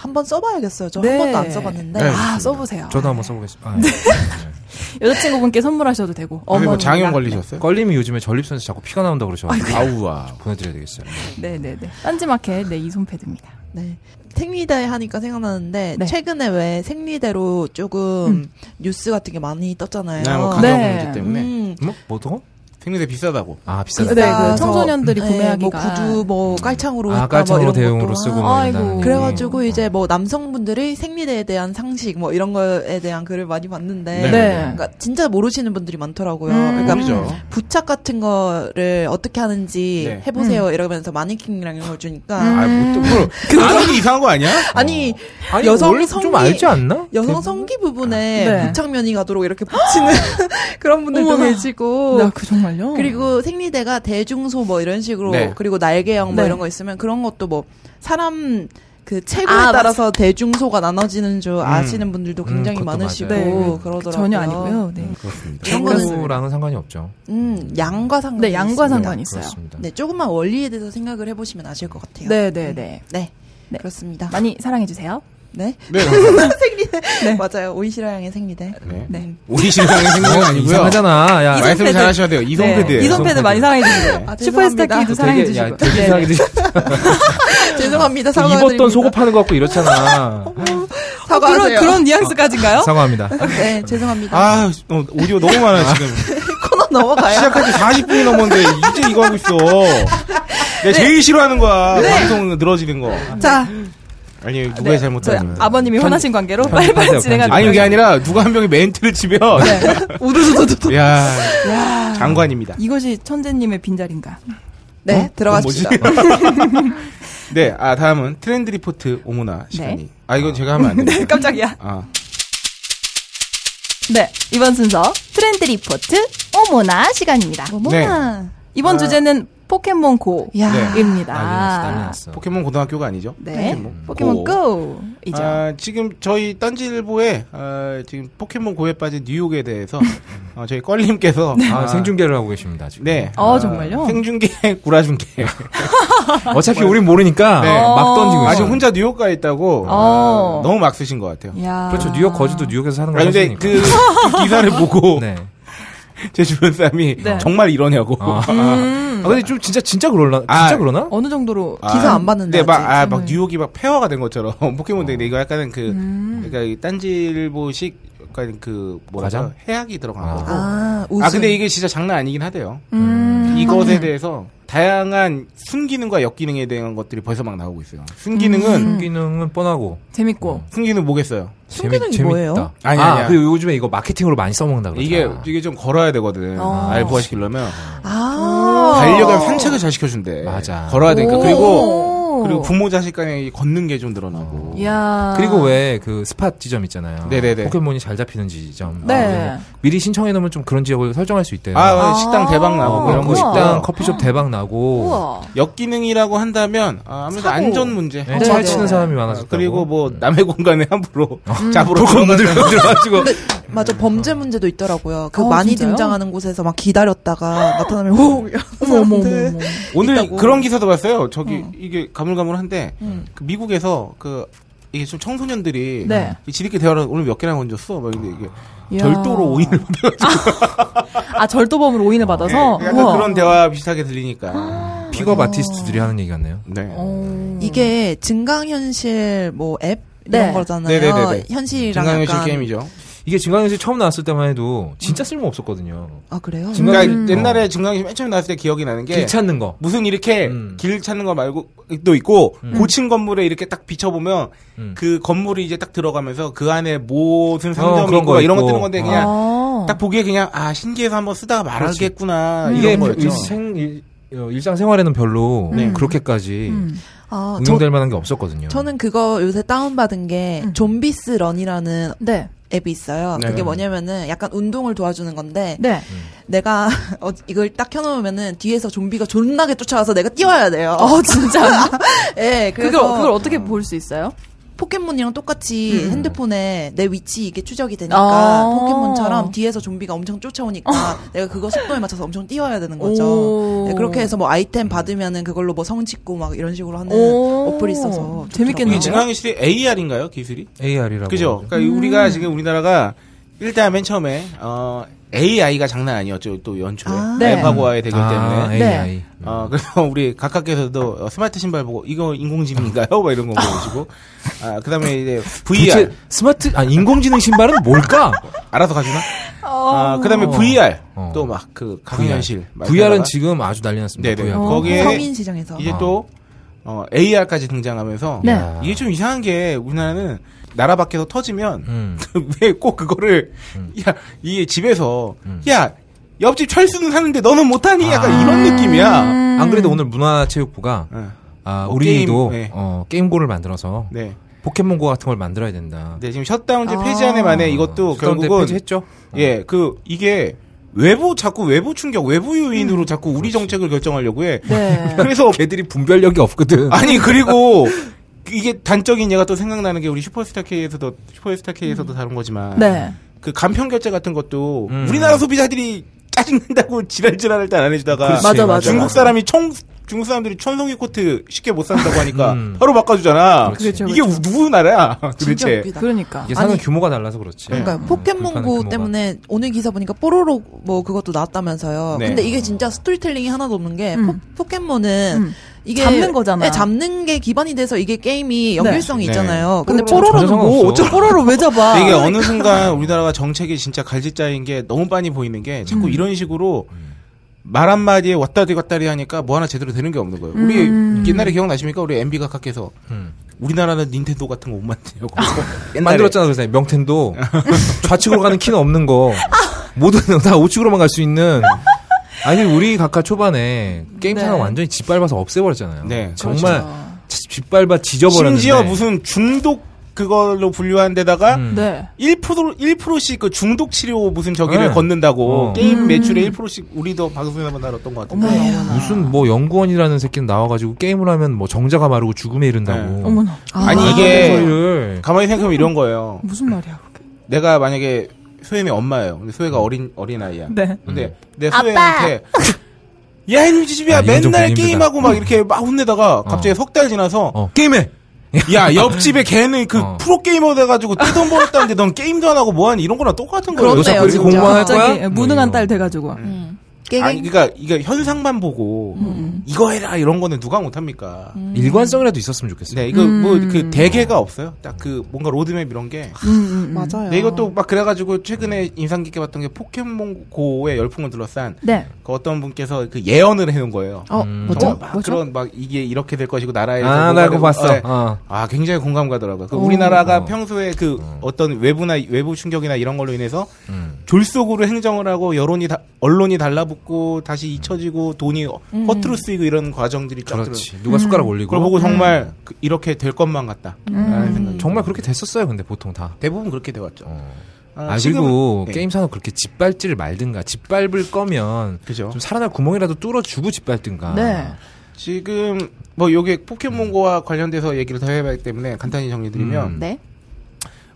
Speaker 1: 한번 써봐야겠어요. 저 한
Speaker 3: 네.
Speaker 1: 번도 안 써봤는데.
Speaker 2: 네.
Speaker 3: 아
Speaker 2: 좋습니다.
Speaker 3: 써보세요.
Speaker 4: 저도 한번 써보겠습니다. 아, 예.
Speaker 3: 여자친구분께 선물하셔도 되고.
Speaker 2: 근데 뭐
Speaker 3: 어머니랑.
Speaker 2: 장염 걸리셨어요?
Speaker 4: 네. 걸림이 요즘에 전립선에서 자꾸 피가 나온다 그러셔가지고
Speaker 2: 아우와.
Speaker 4: 보내드려야 되겠어요.
Speaker 3: 네네네. 딴지마켓 네 이손 패드입니다.
Speaker 1: 네. 생리대 하니까 생각나는데
Speaker 3: 네.
Speaker 1: 최근에 왜 생리대로 조금 뉴스 같은 게 많이 떴잖아요.
Speaker 2: 네, 뭐 가격
Speaker 3: 네.
Speaker 2: 문제 때문에.
Speaker 1: 음.
Speaker 4: 뭐? 보통?
Speaker 2: 생리대 비싸다고.
Speaker 4: 아
Speaker 3: 네,
Speaker 4: 비싸다.
Speaker 3: 그 청소년들이
Speaker 1: 뭐
Speaker 3: 구매하기가.
Speaker 1: 구두 뭐 깔창으로
Speaker 4: 아
Speaker 1: 했다,
Speaker 4: 깔창으로
Speaker 1: 뭐 이런
Speaker 4: 대용으로
Speaker 1: 것도
Speaker 4: 쓰고
Speaker 1: 하-
Speaker 4: 뭐
Speaker 3: 아이고.
Speaker 4: 이런다는 얘기.
Speaker 1: 그래가지고 이제 뭐 남성분들의 생리대에 대한 상식 뭐 이런 거에 대한 글을 많이 봤는데
Speaker 2: 네.
Speaker 3: 네.
Speaker 1: 그러니까 진짜 모르시는 분들이 많더라고요.
Speaker 3: 음.
Speaker 1: 그러니까
Speaker 2: 모르죠.
Speaker 1: 부착 같은 거를 어떻게 하는지
Speaker 2: 네.
Speaker 1: 해보세요 이러면서 마네킹이랑 이런 걸 주니까
Speaker 2: 아, 뭐또 그걸 아는 게 이상한 거 아니야?
Speaker 1: 아니
Speaker 4: 아니,
Speaker 1: 여성
Speaker 4: 원래 좀
Speaker 1: 성기-
Speaker 4: 알지 않나? 네.
Speaker 1: 여성
Speaker 4: 대부분?
Speaker 1: 성기 부분에
Speaker 3: 네.
Speaker 1: 부착면이 가도록 이렇게 붙이는 [LAUGHS] 그런 분들도
Speaker 3: 어머나. 네.
Speaker 1: 계시고
Speaker 3: 나그
Speaker 4: 어.
Speaker 3: 정말요?
Speaker 1: 그리고 생리대가 대중소 뭐 이런 식으로
Speaker 2: 네.
Speaker 1: 그리고 날개형 뭐
Speaker 3: 네.
Speaker 1: 이런 거 있으면 그런 것도 뭐 사람 그 체구에
Speaker 3: 아,
Speaker 1: 따라서 대중소가 나눠지는 줄 아시는 분들도 굉장히
Speaker 4: 음. 그것도
Speaker 1: 많으시고
Speaker 4: 맞아요.
Speaker 3: 네.
Speaker 1: 그러더라고요. 음.
Speaker 3: 전혀 아니고요. 네.
Speaker 2: 그렇습니다.
Speaker 1: 이런 거는
Speaker 4: 친구랑은 상관이 없죠.
Speaker 1: 음 양과 상관.
Speaker 3: 네, 양과 상관이 있어요.
Speaker 4: 그렇습니다.
Speaker 1: 네 조금만 원리에 대해서 생각을 해보시면 아실 것 같아요.
Speaker 3: 네네네. 네.
Speaker 1: 네.
Speaker 3: 네.
Speaker 1: 그렇습니다.
Speaker 3: 많이 사랑해주세요.
Speaker 1: 네.
Speaker 2: 네, 감사합니다.
Speaker 1: 생리대. [LAUGHS] 맞아요. 오이시라 양의 생리대.
Speaker 2: 네.
Speaker 3: 네.
Speaker 2: 우리 신상의 [LAUGHS] 생리대 아니고요.
Speaker 4: 이상하잖아. 야,
Speaker 2: 말씀 을
Speaker 3: 이성패드.
Speaker 2: 잘하셔야 돼요. 이성패드예요.
Speaker 3: 네. 이성패드 많이 사랑해주시고.
Speaker 1: 아,
Speaker 3: 슈퍼스타
Speaker 1: 죄송합니다.
Speaker 3: 키도 사랑해주시고.
Speaker 4: 되게, 야, 되게 이상하게 되게
Speaker 1: [LAUGHS] 죄송합니다. 사과드립니다.
Speaker 4: 입었던 속옷 파는 것 같고 이렇잖아.
Speaker 1: 사과하세요.
Speaker 3: 어, 그런, 그런
Speaker 4: 아,
Speaker 3: 뉘앙스까지인가요?
Speaker 4: 사과합니다.
Speaker 1: 네, 죄송합니다.
Speaker 2: 아, 어, 오디오 너무 많아 지금.
Speaker 1: 코너 넘어가요.
Speaker 2: 시작한 지 40분이 넘었는데 이제 이거 하고 있어. 내가 제일 싫어하는 거야. 방송 늘어지는 거.
Speaker 3: 자,
Speaker 2: 네.
Speaker 1: 네.
Speaker 2: 아니 누가 의
Speaker 3: 네. 저희
Speaker 2: 잘못하는 거야.
Speaker 3: 아버님이 혼하신 관계로 빨리빨리
Speaker 4: 편집하세요,
Speaker 3: 진행할
Speaker 4: 편집.
Speaker 2: 아니 그게 아니라 누가 한 명이 멘트를 치면
Speaker 3: 우두두두두.
Speaker 2: 네. [LAUGHS] 야, 장관입니다.
Speaker 3: 이것이 천재님의 [LAUGHS] 빈자리인가?
Speaker 1: 네,
Speaker 2: 어?
Speaker 1: 들어가십시다.
Speaker 2: 그건 [LAUGHS] 뭐지? 네, 아 다음은 트렌드 리포트 오모나 시간이. 아 이건 제가 [LAUGHS] 하면 안 돼요.
Speaker 3: 깜짝이야.
Speaker 2: 아,
Speaker 3: 네, 이번 순서 트렌드 리포트 오모나 시간입니다.
Speaker 2: 네. 어머나.
Speaker 3: 이번 주제는 포켓몬 고입니다.
Speaker 1: 야.
Speaker 2: 네.
Speaker 4: 난리 났어.
Speaker 2: 포켓몬 고등학교가 아니죠?
Speaker 3: 네,
Speaker 2: 포켓몬
Speaker 3: 포켓몬 고이죠.
Speaker 2: 아, 지금 저희 딴지일보에 아, 지금 포켓몬 고에 빠진 뉴욕에 대해서 어, 저희 껄님께서
Speaker 4: 아, 생중계를 하고 계십니다. 지금.
Speaker 2: 네.
Speaker 3: 어, 정말요?
Speaker 2: 생중계, [LAUGHS] 구라중계.
Speaker 4: 어차피 우린 모르니까
Speaker 2: 네.
Speaker 4: 막 던지고 있어요.
Speaker 2: 아직 혼자 뉴욕 가 있다고
Speaker 3: 어. 음.
Speaker 2: 아, 너무 막 쓰신 것 같아요.
Speaker 3: 야.
Speaker 4: 그렇죠. 뉴욕 거주도 뉴욕에서 사는
Speaker 2: 아니, 근데
Speaker 4: 거니까. [LAUGHS]
Speaker 2: 그, 그 기사를 보고
Speaker 4: 네.
Speaker 2: 제 주변 사람이
Speaker 3: 네.
Speaker 2: 정말 이러냐고.
Speaker 4: 아.
Speaker 3: 음,
Speaker 4: 아, 근데 좀 진짜 진짜 그러나?
Speaker 2: 아.
Speaker 4: 진짜 그러나?
Speaker 3: 어느 정도로
Speaker 2: 아,
Speaker 1: 기사 안 봤는데
Speaker 2: 근데 막,
Speaker 1: 아직.
Speaker 2: 아, 막
Speaker 3: 음.
Speaker 2: 뉴욕이 막 폐허가 된 것처럼 [LAUGHS] 포켓몬 되게 이거 약간은 그, 그러니까 이 딴질보식 약간 그 뭐랄까
Speaker 4: 과장?
Speaker 2: 해악이 들어간
Speaker 4: 아.
Speaker 2: 거고. 아,
Speaker 1: 아, 우승.
Speaker 2: 근데 이게 진짜 장난 아니긴 하대요.
Speaker 3: 음,
Speaker 2: 이것에 대해서 다양한 순기능과 역기능에 대한 것들이 벌써 막 나오고 있어요. 순기능은
Speaker 3: 음.
Speaker 4: 기능은 음. 뻔하고.
Speaker 3: 재밌고
Speaker 2: 순기능 뭐겠어요?
Speaker 1: 숨기는 게 뭐예요?
Speaker 2: 아니,
Speaker 4: 아니,
Speaker 2: 아니야.
Speaker 4: 아니. 그 요즘에 이거 마케팅으로 많이 써먹는다 그러잖아. 그렇죠.
Speaker 2: 이게 이게 좀 걸어야 되거든.
Speaker 3: 어.
Speaker 2: 알부화 시키려면
Speaker 1: 아.
Speaker 2: 반려견 산책을 잘 시켜준대.
Speaker 4: 맞아.
Speaker 2: 걸어야 되니까
Speaker 3: 오.
Speaker 2: 그리고 그리고 부모 자식 간에 이 걷는 게 좀 늘어나고.
Speaker 3: 야.
Speaker 4: 그리고 왜 그 스팟 지점 있잖아요.
Speaker 2: 아. 네네네.
Speaker 4: 포켓몬이 잘 잡히는 지점. 아,
Speaker 3: 네.
Speaker 4: 그래서 미리 신청해놓으면 좀 그런 지역을 설정할 수 있대요.
Speaker 2: 아, 맞아. 식당 대박 나고
Speaker 3: 어,
Speaker 4: 뭐
Speaker 2: 이런 거
Speaker 4: 그런
Speaker 3: 우와.
Speaker 4: 식당,
Speaker 2: 식당
Speaker 4: 커피숍 대박 나고.
Speaker 3: 우와.
Speaker 2: 역기능이라고 한다면 아, 아무래도
Speaker 3: 사고.
Speaker 2: 안전 문제. 뭐
Speaker 4: 네,
Speaker 3: 네,
Speaker 4: 잘
Speaker 3: 네.
Speaker 4: 치는 사람이 많아졌다.
Speaker 3: 음.
Speaker 2: 그리고 뭐 남의 공간에 함부로 잡으러 [LAUGHS]
Speaker 4: 건물들 들어가지고
Speaker 1: 맞아 범죄 문제도 있더라고요. 그
Speaker 3: 아,
Speaker 1: 많이
Speaker 3: 진짜요?
Speaker 1: 등장하는 곳에서 막
Speaker 3: [GASPS]
Speaker 1: 기다렸다가 나타나면 오,
Speaker 3: 어머, 어머, 어머,
Speaker 1: 사람들.
Speaker 3: 어머.
Speaker 2: 오늘
Speaker 1: 있다고.
Speaker 2: 그런 기사도 봤어요. 저기
Speaker 1: 어.
Speaker 2: 이게 가물가물한데
Speaker 1: 음.
Speaker 2: 그 미국에서 그 이게 좀 청소년들이
Speaker 3: 네.
Speaker 2: 지리끼 대화를 오늘 몇 개나 건졌어. 막 이게 이게
Speaker 3: 이야.
Speaker 2: 절도로 [LAUGHS] 오인을 받아가지고
Speaker 3: 아 절도범으로 오인을 받아서.
Speaker 2: 예, 약간
Speaker 3: 우와.
Speaker 2: 그런 대화 비슷하게
Speaker 1: 아.
Speaker 2: 들리니까.
Speaker 4: 픽업 아티스트들이 하는 얘기 같네요.
Speaker 2: 네.
Speaker 3: 어.
Speaker 1: 이게 증강현실 뭐 앱
Speaker 3: 네.
Speaker 1: 이런 거잖아요.
Speaker 2: 네네네네.
Speaker 1: 현실이랑
Speaker 2: 증강현실
Speaker 1: 약간 음.
Speaker 2: 게임이죠.
Speaker 4: 이게 증강현실 처음 나왔을 때만 해도
Speaker 2: 음.
Speaker 4: 진짜 쓸모 없었거든요.
Speaker 1: 아 그래요?
Speaker 4: 증강-
Speaker 2: 그러니까
Speaker 4: 음.
Speaker 2: 옛날에 증강현실 맨 처음에 나왔을 때 기억이 나는 게
Speaker 4: 길 찾는 거.
Speaker 2: 무슨 이렇게
Speaker 4: 음.
Speaker 2: 길 찾는 거 말고 또 있고
Speaker 1: 음.
Speaker 2: 고층 건물에 이렇게 딱 비춰보면
Speaker 4: 음. 어,
Speaker 2: 그 건물이 이제 딱 들어가면서 그 안에 모든 상점이
Speaker 4: 그런
Speaker 2: 있고
Speaker 4: 거
Speaker 2: 이런 거
Speaker 4: 있고.
Speaker 2: 뜨는 건데
Speaker 4: 아.
Speaker 2: 그냥
Speaker 1: 어.
Speaker 3: 아.
Speaker 2: 딱 보기에 그냥 아 신기해서 한번 쓰다가
Speaker 1: 음.
Speaker 2: 말하겠구나
Speaker 4: 이게
Speaker 2: 아, 이런
Speaker 4: 뭐
Speaker 2: 거였죠. 음.
Speaker 4: 일생 어, 일, 상 생활에는 별로
Speaker 3: 네.
Speaker 4: 그렇게까지
Speaker 3: 음.
Speaker 2: 어,
Speaker 1: 아, 저,
Speaker 4: 응용될 만한 게 없었거든요.
Speaker 1: 저는 그거 요새 다운받은 게
Speaker 3: 음.
Speaker 1: 좀비스 런이라는
Speaker 3: 네.
Speaker 1: 앱이 있어요.
Speaker 2: 네.
Speaker 1: 그게 뭐냐면은 약간 운동을 도와주는 건데
Speaker 3: 네.
Speaker 1: 내가 [LAUGHS] 어, 이걸 딱 켜놓으면은 뒤에서 좀비가 존나게 쫓아와서 내가 뛰어야 돼요.
Speaker 3: 어 진짜.
Speaker 1: [LAUGHS] 예,
Speaker 3: 그걸
Speaker 1: 그래서
Speaker 3: 그걸 어떻게 볼 수 있어요?
Speaker 1: 포켓몬이랑 똑같이 핸드폰에 내 위치 이게 추적이 되니까
Speaker 3: 음, 아. 어.
Speaker 1: 포켓몬처럼 뒤에서 좀비가 엄청 쫓아오니까 내가 그거 속도에 맞춰서 엄청 뛰어야 되는 거죠.
Speaker 3: 오.
Speaker 1: 네, 그렇게 해서 뭐 아이템 받으면은 그걸로 뭐 성 찍고 막 이런 식으로 하는
Speaker 3: 오.
Speaker 1: 어플이 있어서
Speaker 3: 재밌겠네요.
Speaker 2: 이 증강현실이 AR인가요 기술이?
Speaker 4: AR이라고.
Speaker 2: 그죠. 그러니까 우리가 지금 우리나라가 일단 맨 처음에 어, AI가 장난 아니었죠. 또 연초에
Speaker 1: 아.
Speaker 2: 아.
Speaker 3: 네.
Speaker 2: 알파고와의 대결
Speaker 4: 아,
Speaker 2: 때문에.
Speaker 4: AI.
Speaker 3: 네.
Speaker 2: 어, 그래서 [LAUGHS] 우리 각각께서도 어, 스마트 신발 보고 이거 인공지능인가요? 막 이런 거 보여주고. 아, 그다음에 이제 VR
Speaker 4: 도대체 스마트 아 인공지능 신발은
Speaker 2: [LAUGHS]
Speaker 4: 뭘까?
Speaker 2: 알아서 가주나? 아, 그다음에 VR
Speaker 4: 어.
Speaker 2: 또 막 그 가상현실.
Speaker 4: VR은 네. 지금 아주 난리 났습니다.
Speaker 2: 네네. 어.
Speaker 4: VR.
Speaker 2: 거기- 거기에
Speaker 1: 성인 시장에서
Speaker 2: 이제 또 어, AR까지 등장하면서
Speaker 3: 네.
Speaker 2: 이게 좀 이상한 게 우리나라는 나라 밖에서 터지면
Speaker 4: 음.
Speaker 2: [LAUGHS] 왜 꼭 그거를 야 이게 집에서
Speaker 4: 음.
Speaker 2: 야 옆집 철수는 하는데 너는
Speaker 4: 아.
Speaker 2: 못하니 약간 이런 느낌이야.
Speaker 3: 음.
Speaker 4: 안 그래도 오늘 문화체육부가
Speaker 2: 어,
Speaker 4: 아,
Speaker 2: 뭐
Speaker 4: 우리도
Speaker 2: 게임, 네.
Speaker 4: 어, 게임고를 만들어서
Speaker 2: 네.
Speaker 4: 포켓몬고 같은 걸 만들어야 된다. 어,
Speaker 2: 네, 지금 셧다운제
Speaker 1: 아.
Speaker 2: 폐지안에 만에 네, 이것도
Speaker 4: 수다운
Speaker 2: 결국은
Speaker 4: 폐지했죠. 어.
Speaker 2: 예, 그 이게 외부 자꾸 외부 충격, 외부 요인으로 자꾸 우리 정책을 결정하려고 해.
Speaker 3: 음. 네.
Speaker 2: 그래서
Speaker 4: 걔들이 분별력이 없거든.
Speaker 2: 아니 그리고 이게 단적인 예가 또 생각나는 게 우리 슈퍼스타 K에서도 슈퍼스타 K에서도 다룬 거지만
Speaker 3: 네.
Speaker 2: 그 간편 결제 같은 것도
Speaker 4: 음.
Speaker 2: 우리나라 소비자들이 짜증난다고 [LAUGHS] 지랄지랄을 안 해주다가
Speaker 4: 그렇지,
Speaker 3: 맞아, 맞아.
Speaker 2: 중국 사람이 청 중국 사람들이 천송이 코트 쉽게 못 산다고 하니까
Speaker 4: 음.
Speaker 2: 바로 바꿔주잖아.
Speaker 3: 그렇죠,
Speaker 2: 이게
Speaker 3: 그렇죠.
Speaker 2: 누구 나라야
Speaker 1: 진짜
Speaker 2: 도대체?
Speaker 1: 웃기다.
Speaker 3: 그러니까.
Speaker 4: 이게 사는
Speaker 1: 아니,
Speaker 4: 규모가 달라서 그렇지.
Speaker 2: 네.
Speaker 1: 그러니까
Speaker 4: 어, 불판의
Speaker 1: 포켓몬고
Speaker 4: 규모가.
Speaker 1: 때문에 오늘 기사 보니까 뽀로로 뭐 그것도 나왔다면서요.
Speaker 2: 네.
Speaker 1: 근데 이게 진짜 스토리텔링이 하나도 없는 게
Speaker 3: 음.
Speaker 1: 포, 켓몬은
Speaker 3: 음.
Speaker 1: 이게
Speaker 3: 잡는 거잖아.
Speaker 1: 네, 잡는 게 기반이 돼서 이게 게임이 연결성이
Speaker 2: 네.
Speaker 1: 있잖아요. 근데
Speaker 4: 뽀로로
Speaker 1: 뽀로로는
Speaker 4: 전혀
Speaker 1: 뭐
Speaker 4: 상관없어.
Speaker 1: 어쩌 뽀로로 왜 잡아?
Speaker 2: 근데 이게
Speaker 3: 그러니까.
Speaker 2: 어느 순간 우리나라가 정책이 진짜 갈짓자인 게 너무 빤히 보이는 게 자꾸
Speaker 3: 음.
Speaker 2: 이런 식으로
Speaker 4: 음.
Speaker 2: 말 한마디에 왔다리 갔다리 하니까 뭐 하나 제대로 되는 게 없는 거예요. 우리
Speaker 3: 음.
Speaker 2: 옛날에 기억나십니까? 우리 MB가 각해서
Speaker 4: 음.
Speaker 2: 우리나라는 닌텐도 같은 거 못 만들려고
Speaker 3: 아.
Speaker 4: [LAUGHS]
Speaker 2: 옛날에.
Speaker 4: 만들었잖아 그래서
Speaker 2: [LAUGHS]
Speaker 4: 명텐도 좌측으로 가는 키는 없는 거 모든 다 우측으로만 갈 수 있는 아니 우리 각하 초반에 게임
Speaker 3: 네.
Speaker 4: 산업 완전히 짓밟아서 없애버렸잖아요.
Speaker 2: 네,
Speaker 4: 정말 지- 짓밟아 지져버렸는데
Speaker 2: 심지어 무슨 중독 그걸로 분류한 데다가
Speaker 4: 음.
Speaker 3: 네.
Speaker 2: 1% 1%씩 그 중독 치료 무슨 저기를
Speaker 4: 네.
Speaker 2: 걷는다고
Speaker 4: 어.
Speaker 2: 게임 매출의 1%씩 우리도 방송에서 만나었던것 같은데.
Speaker 3: 음. 어머나.
Speaker 4: 무슨 뭐 연구원이라는 새끼는 나와가지고 게임을 하면 뭐 정자가 마르고 죽음에
Speaker 2: 네.
Speaker 4: 이른다고
Speaker 3: 어머나.
Speaker 2: 아니
Speaker 1: 아,
Speaker 2: 이게
Speaker 4: 소리를
Speaker 2: 가만히 생각하면 이런 거예요.
Speaker 3: 무슨 말이야 그게.
Speaker 2: 내가 만약에 소연이 엄마예요. 근데
Speaker 4: 음.
Speaker 2: 소연이가 어린 어린 아이야.
Speaker 3: 네.
Speaker 2: 근데
Speaker 1: [LAUGHS]
Speaker 2: 내 소연한테 야 이놈 지집이야
Speaker 4: 아, 이건 좀
Speaker 2: 맨날
Speaker 4: 괜히
Speaker 2: 게임하고 막 이렇게 막 혼내다가 갑자기 석 달 지나서
Speaker 4: 어, 게임해 [LAUGHS]
Speaker 2: 야 옆집에 걔는 그
Speaker 4: 어.
Speaker 2: 프로 게이머 돼가지고 떼돈 벌었다는데 넌 게임도 안 하고 뭐하니 이런 거랑 똑같은 거예요.
Speaker 1: 그렇네요,
Speaker 4: 여기서 그렇게
Speaker 1: 진짜.
Speaker 4: 공부만 할 거야?
Speaker 3: 갑자기
Speaker 4: 뭐
Speaker 3: 네, 무능한
Speaker 4: 이런.
Speaker 3: 딸 돼가지고.
Speaker 1: 음.
Speaker 2: 아니 그러니까 이게 현상만 보고
Speaker 1: 음.
Speaker 2: 이거 해라 이런 거는 누가 못 합니까?
Speaker 4: 일관성이라도 있었으면 좋겠어요.
Speaker 2: 네 이거 뭐 그 대개가 없어요. 딱 그 뭔가 로드맵 이런 게.
Speaker 3: 음, 음, 음.
Speaker 1: 음. 맞아요.
Speaker 2: 네, 이것도 막 그래가지고 최근에 인상 깊게 봤던 게 포켓몬고의 열풍을 둘러싼
Speaker 3: 네.
Speaker 2: 그 어떤 분께서 그 예언을 해놓은 거예요.
Speaker 1: 어
Speaker 2: 정말
Speaker 1: 뭐죠?
Speaker 2: 막
Speaker 1: 뭐죠?
Speaker 2: 음. 그런 막 이게 이렇게 될 것이고 나라에서
Speaker 4: 아,
Speaker 2: 뭐가
Speaker 4: 나 그거
Speaker 2: 되고,
Speaker 4: 봤어.
Speaker 2: 네.
Speaker 4: 어.
Speaker 2: 아 굉장히 공감 가더라고요. 그 우리나라가
Speaker 4: 어.
Speaker 2: 평소에 그 어. 떤 외부나 외부 충격이나 이런 걸로 인해서
Speaker 4: 음.
Speaker 2: 졸속으로 행정을 하고 여론이 다- 언론이 달라붙고 다시 잊혀지고 돈이
Speaker 1: 음.
Speaker 2: 허투루 쓰이고 이런 과정들이 쫙 들어.
Speaker 4: 그렇지. 누가 숟가락 올리고.
Speaker 2: 그걸 보고 정말 그- 이렇게 될 것만 같다.
Speaker 1: 음.
Speaker 2: 라는 생각이.
Speaker 4: 음. 정말 그렇게 됐었어요. 근데 보통 다.
Speaker 2: 대부분 그렇게 되었죠.
Speaker 4: 아, 그리고
Speaker 2: 지금은- 네.
Speaker 4: 게임 산업 그렇게 짓밟지를 말든가 짓밟을 거면
Speaker 2: 예. 그죠.
Speaker 4: 좀 살아날 구멍이라도 뚫어주고 짓밟든가.
Speaker 3: 네.
Speaker 2: 지금 뭐 여기 포켓몬고와 관련돼서 얘기를 더 해봐야 하기 때문에 간단히 정리드리면
Speaker 4: 음.
Speaker 1: 네.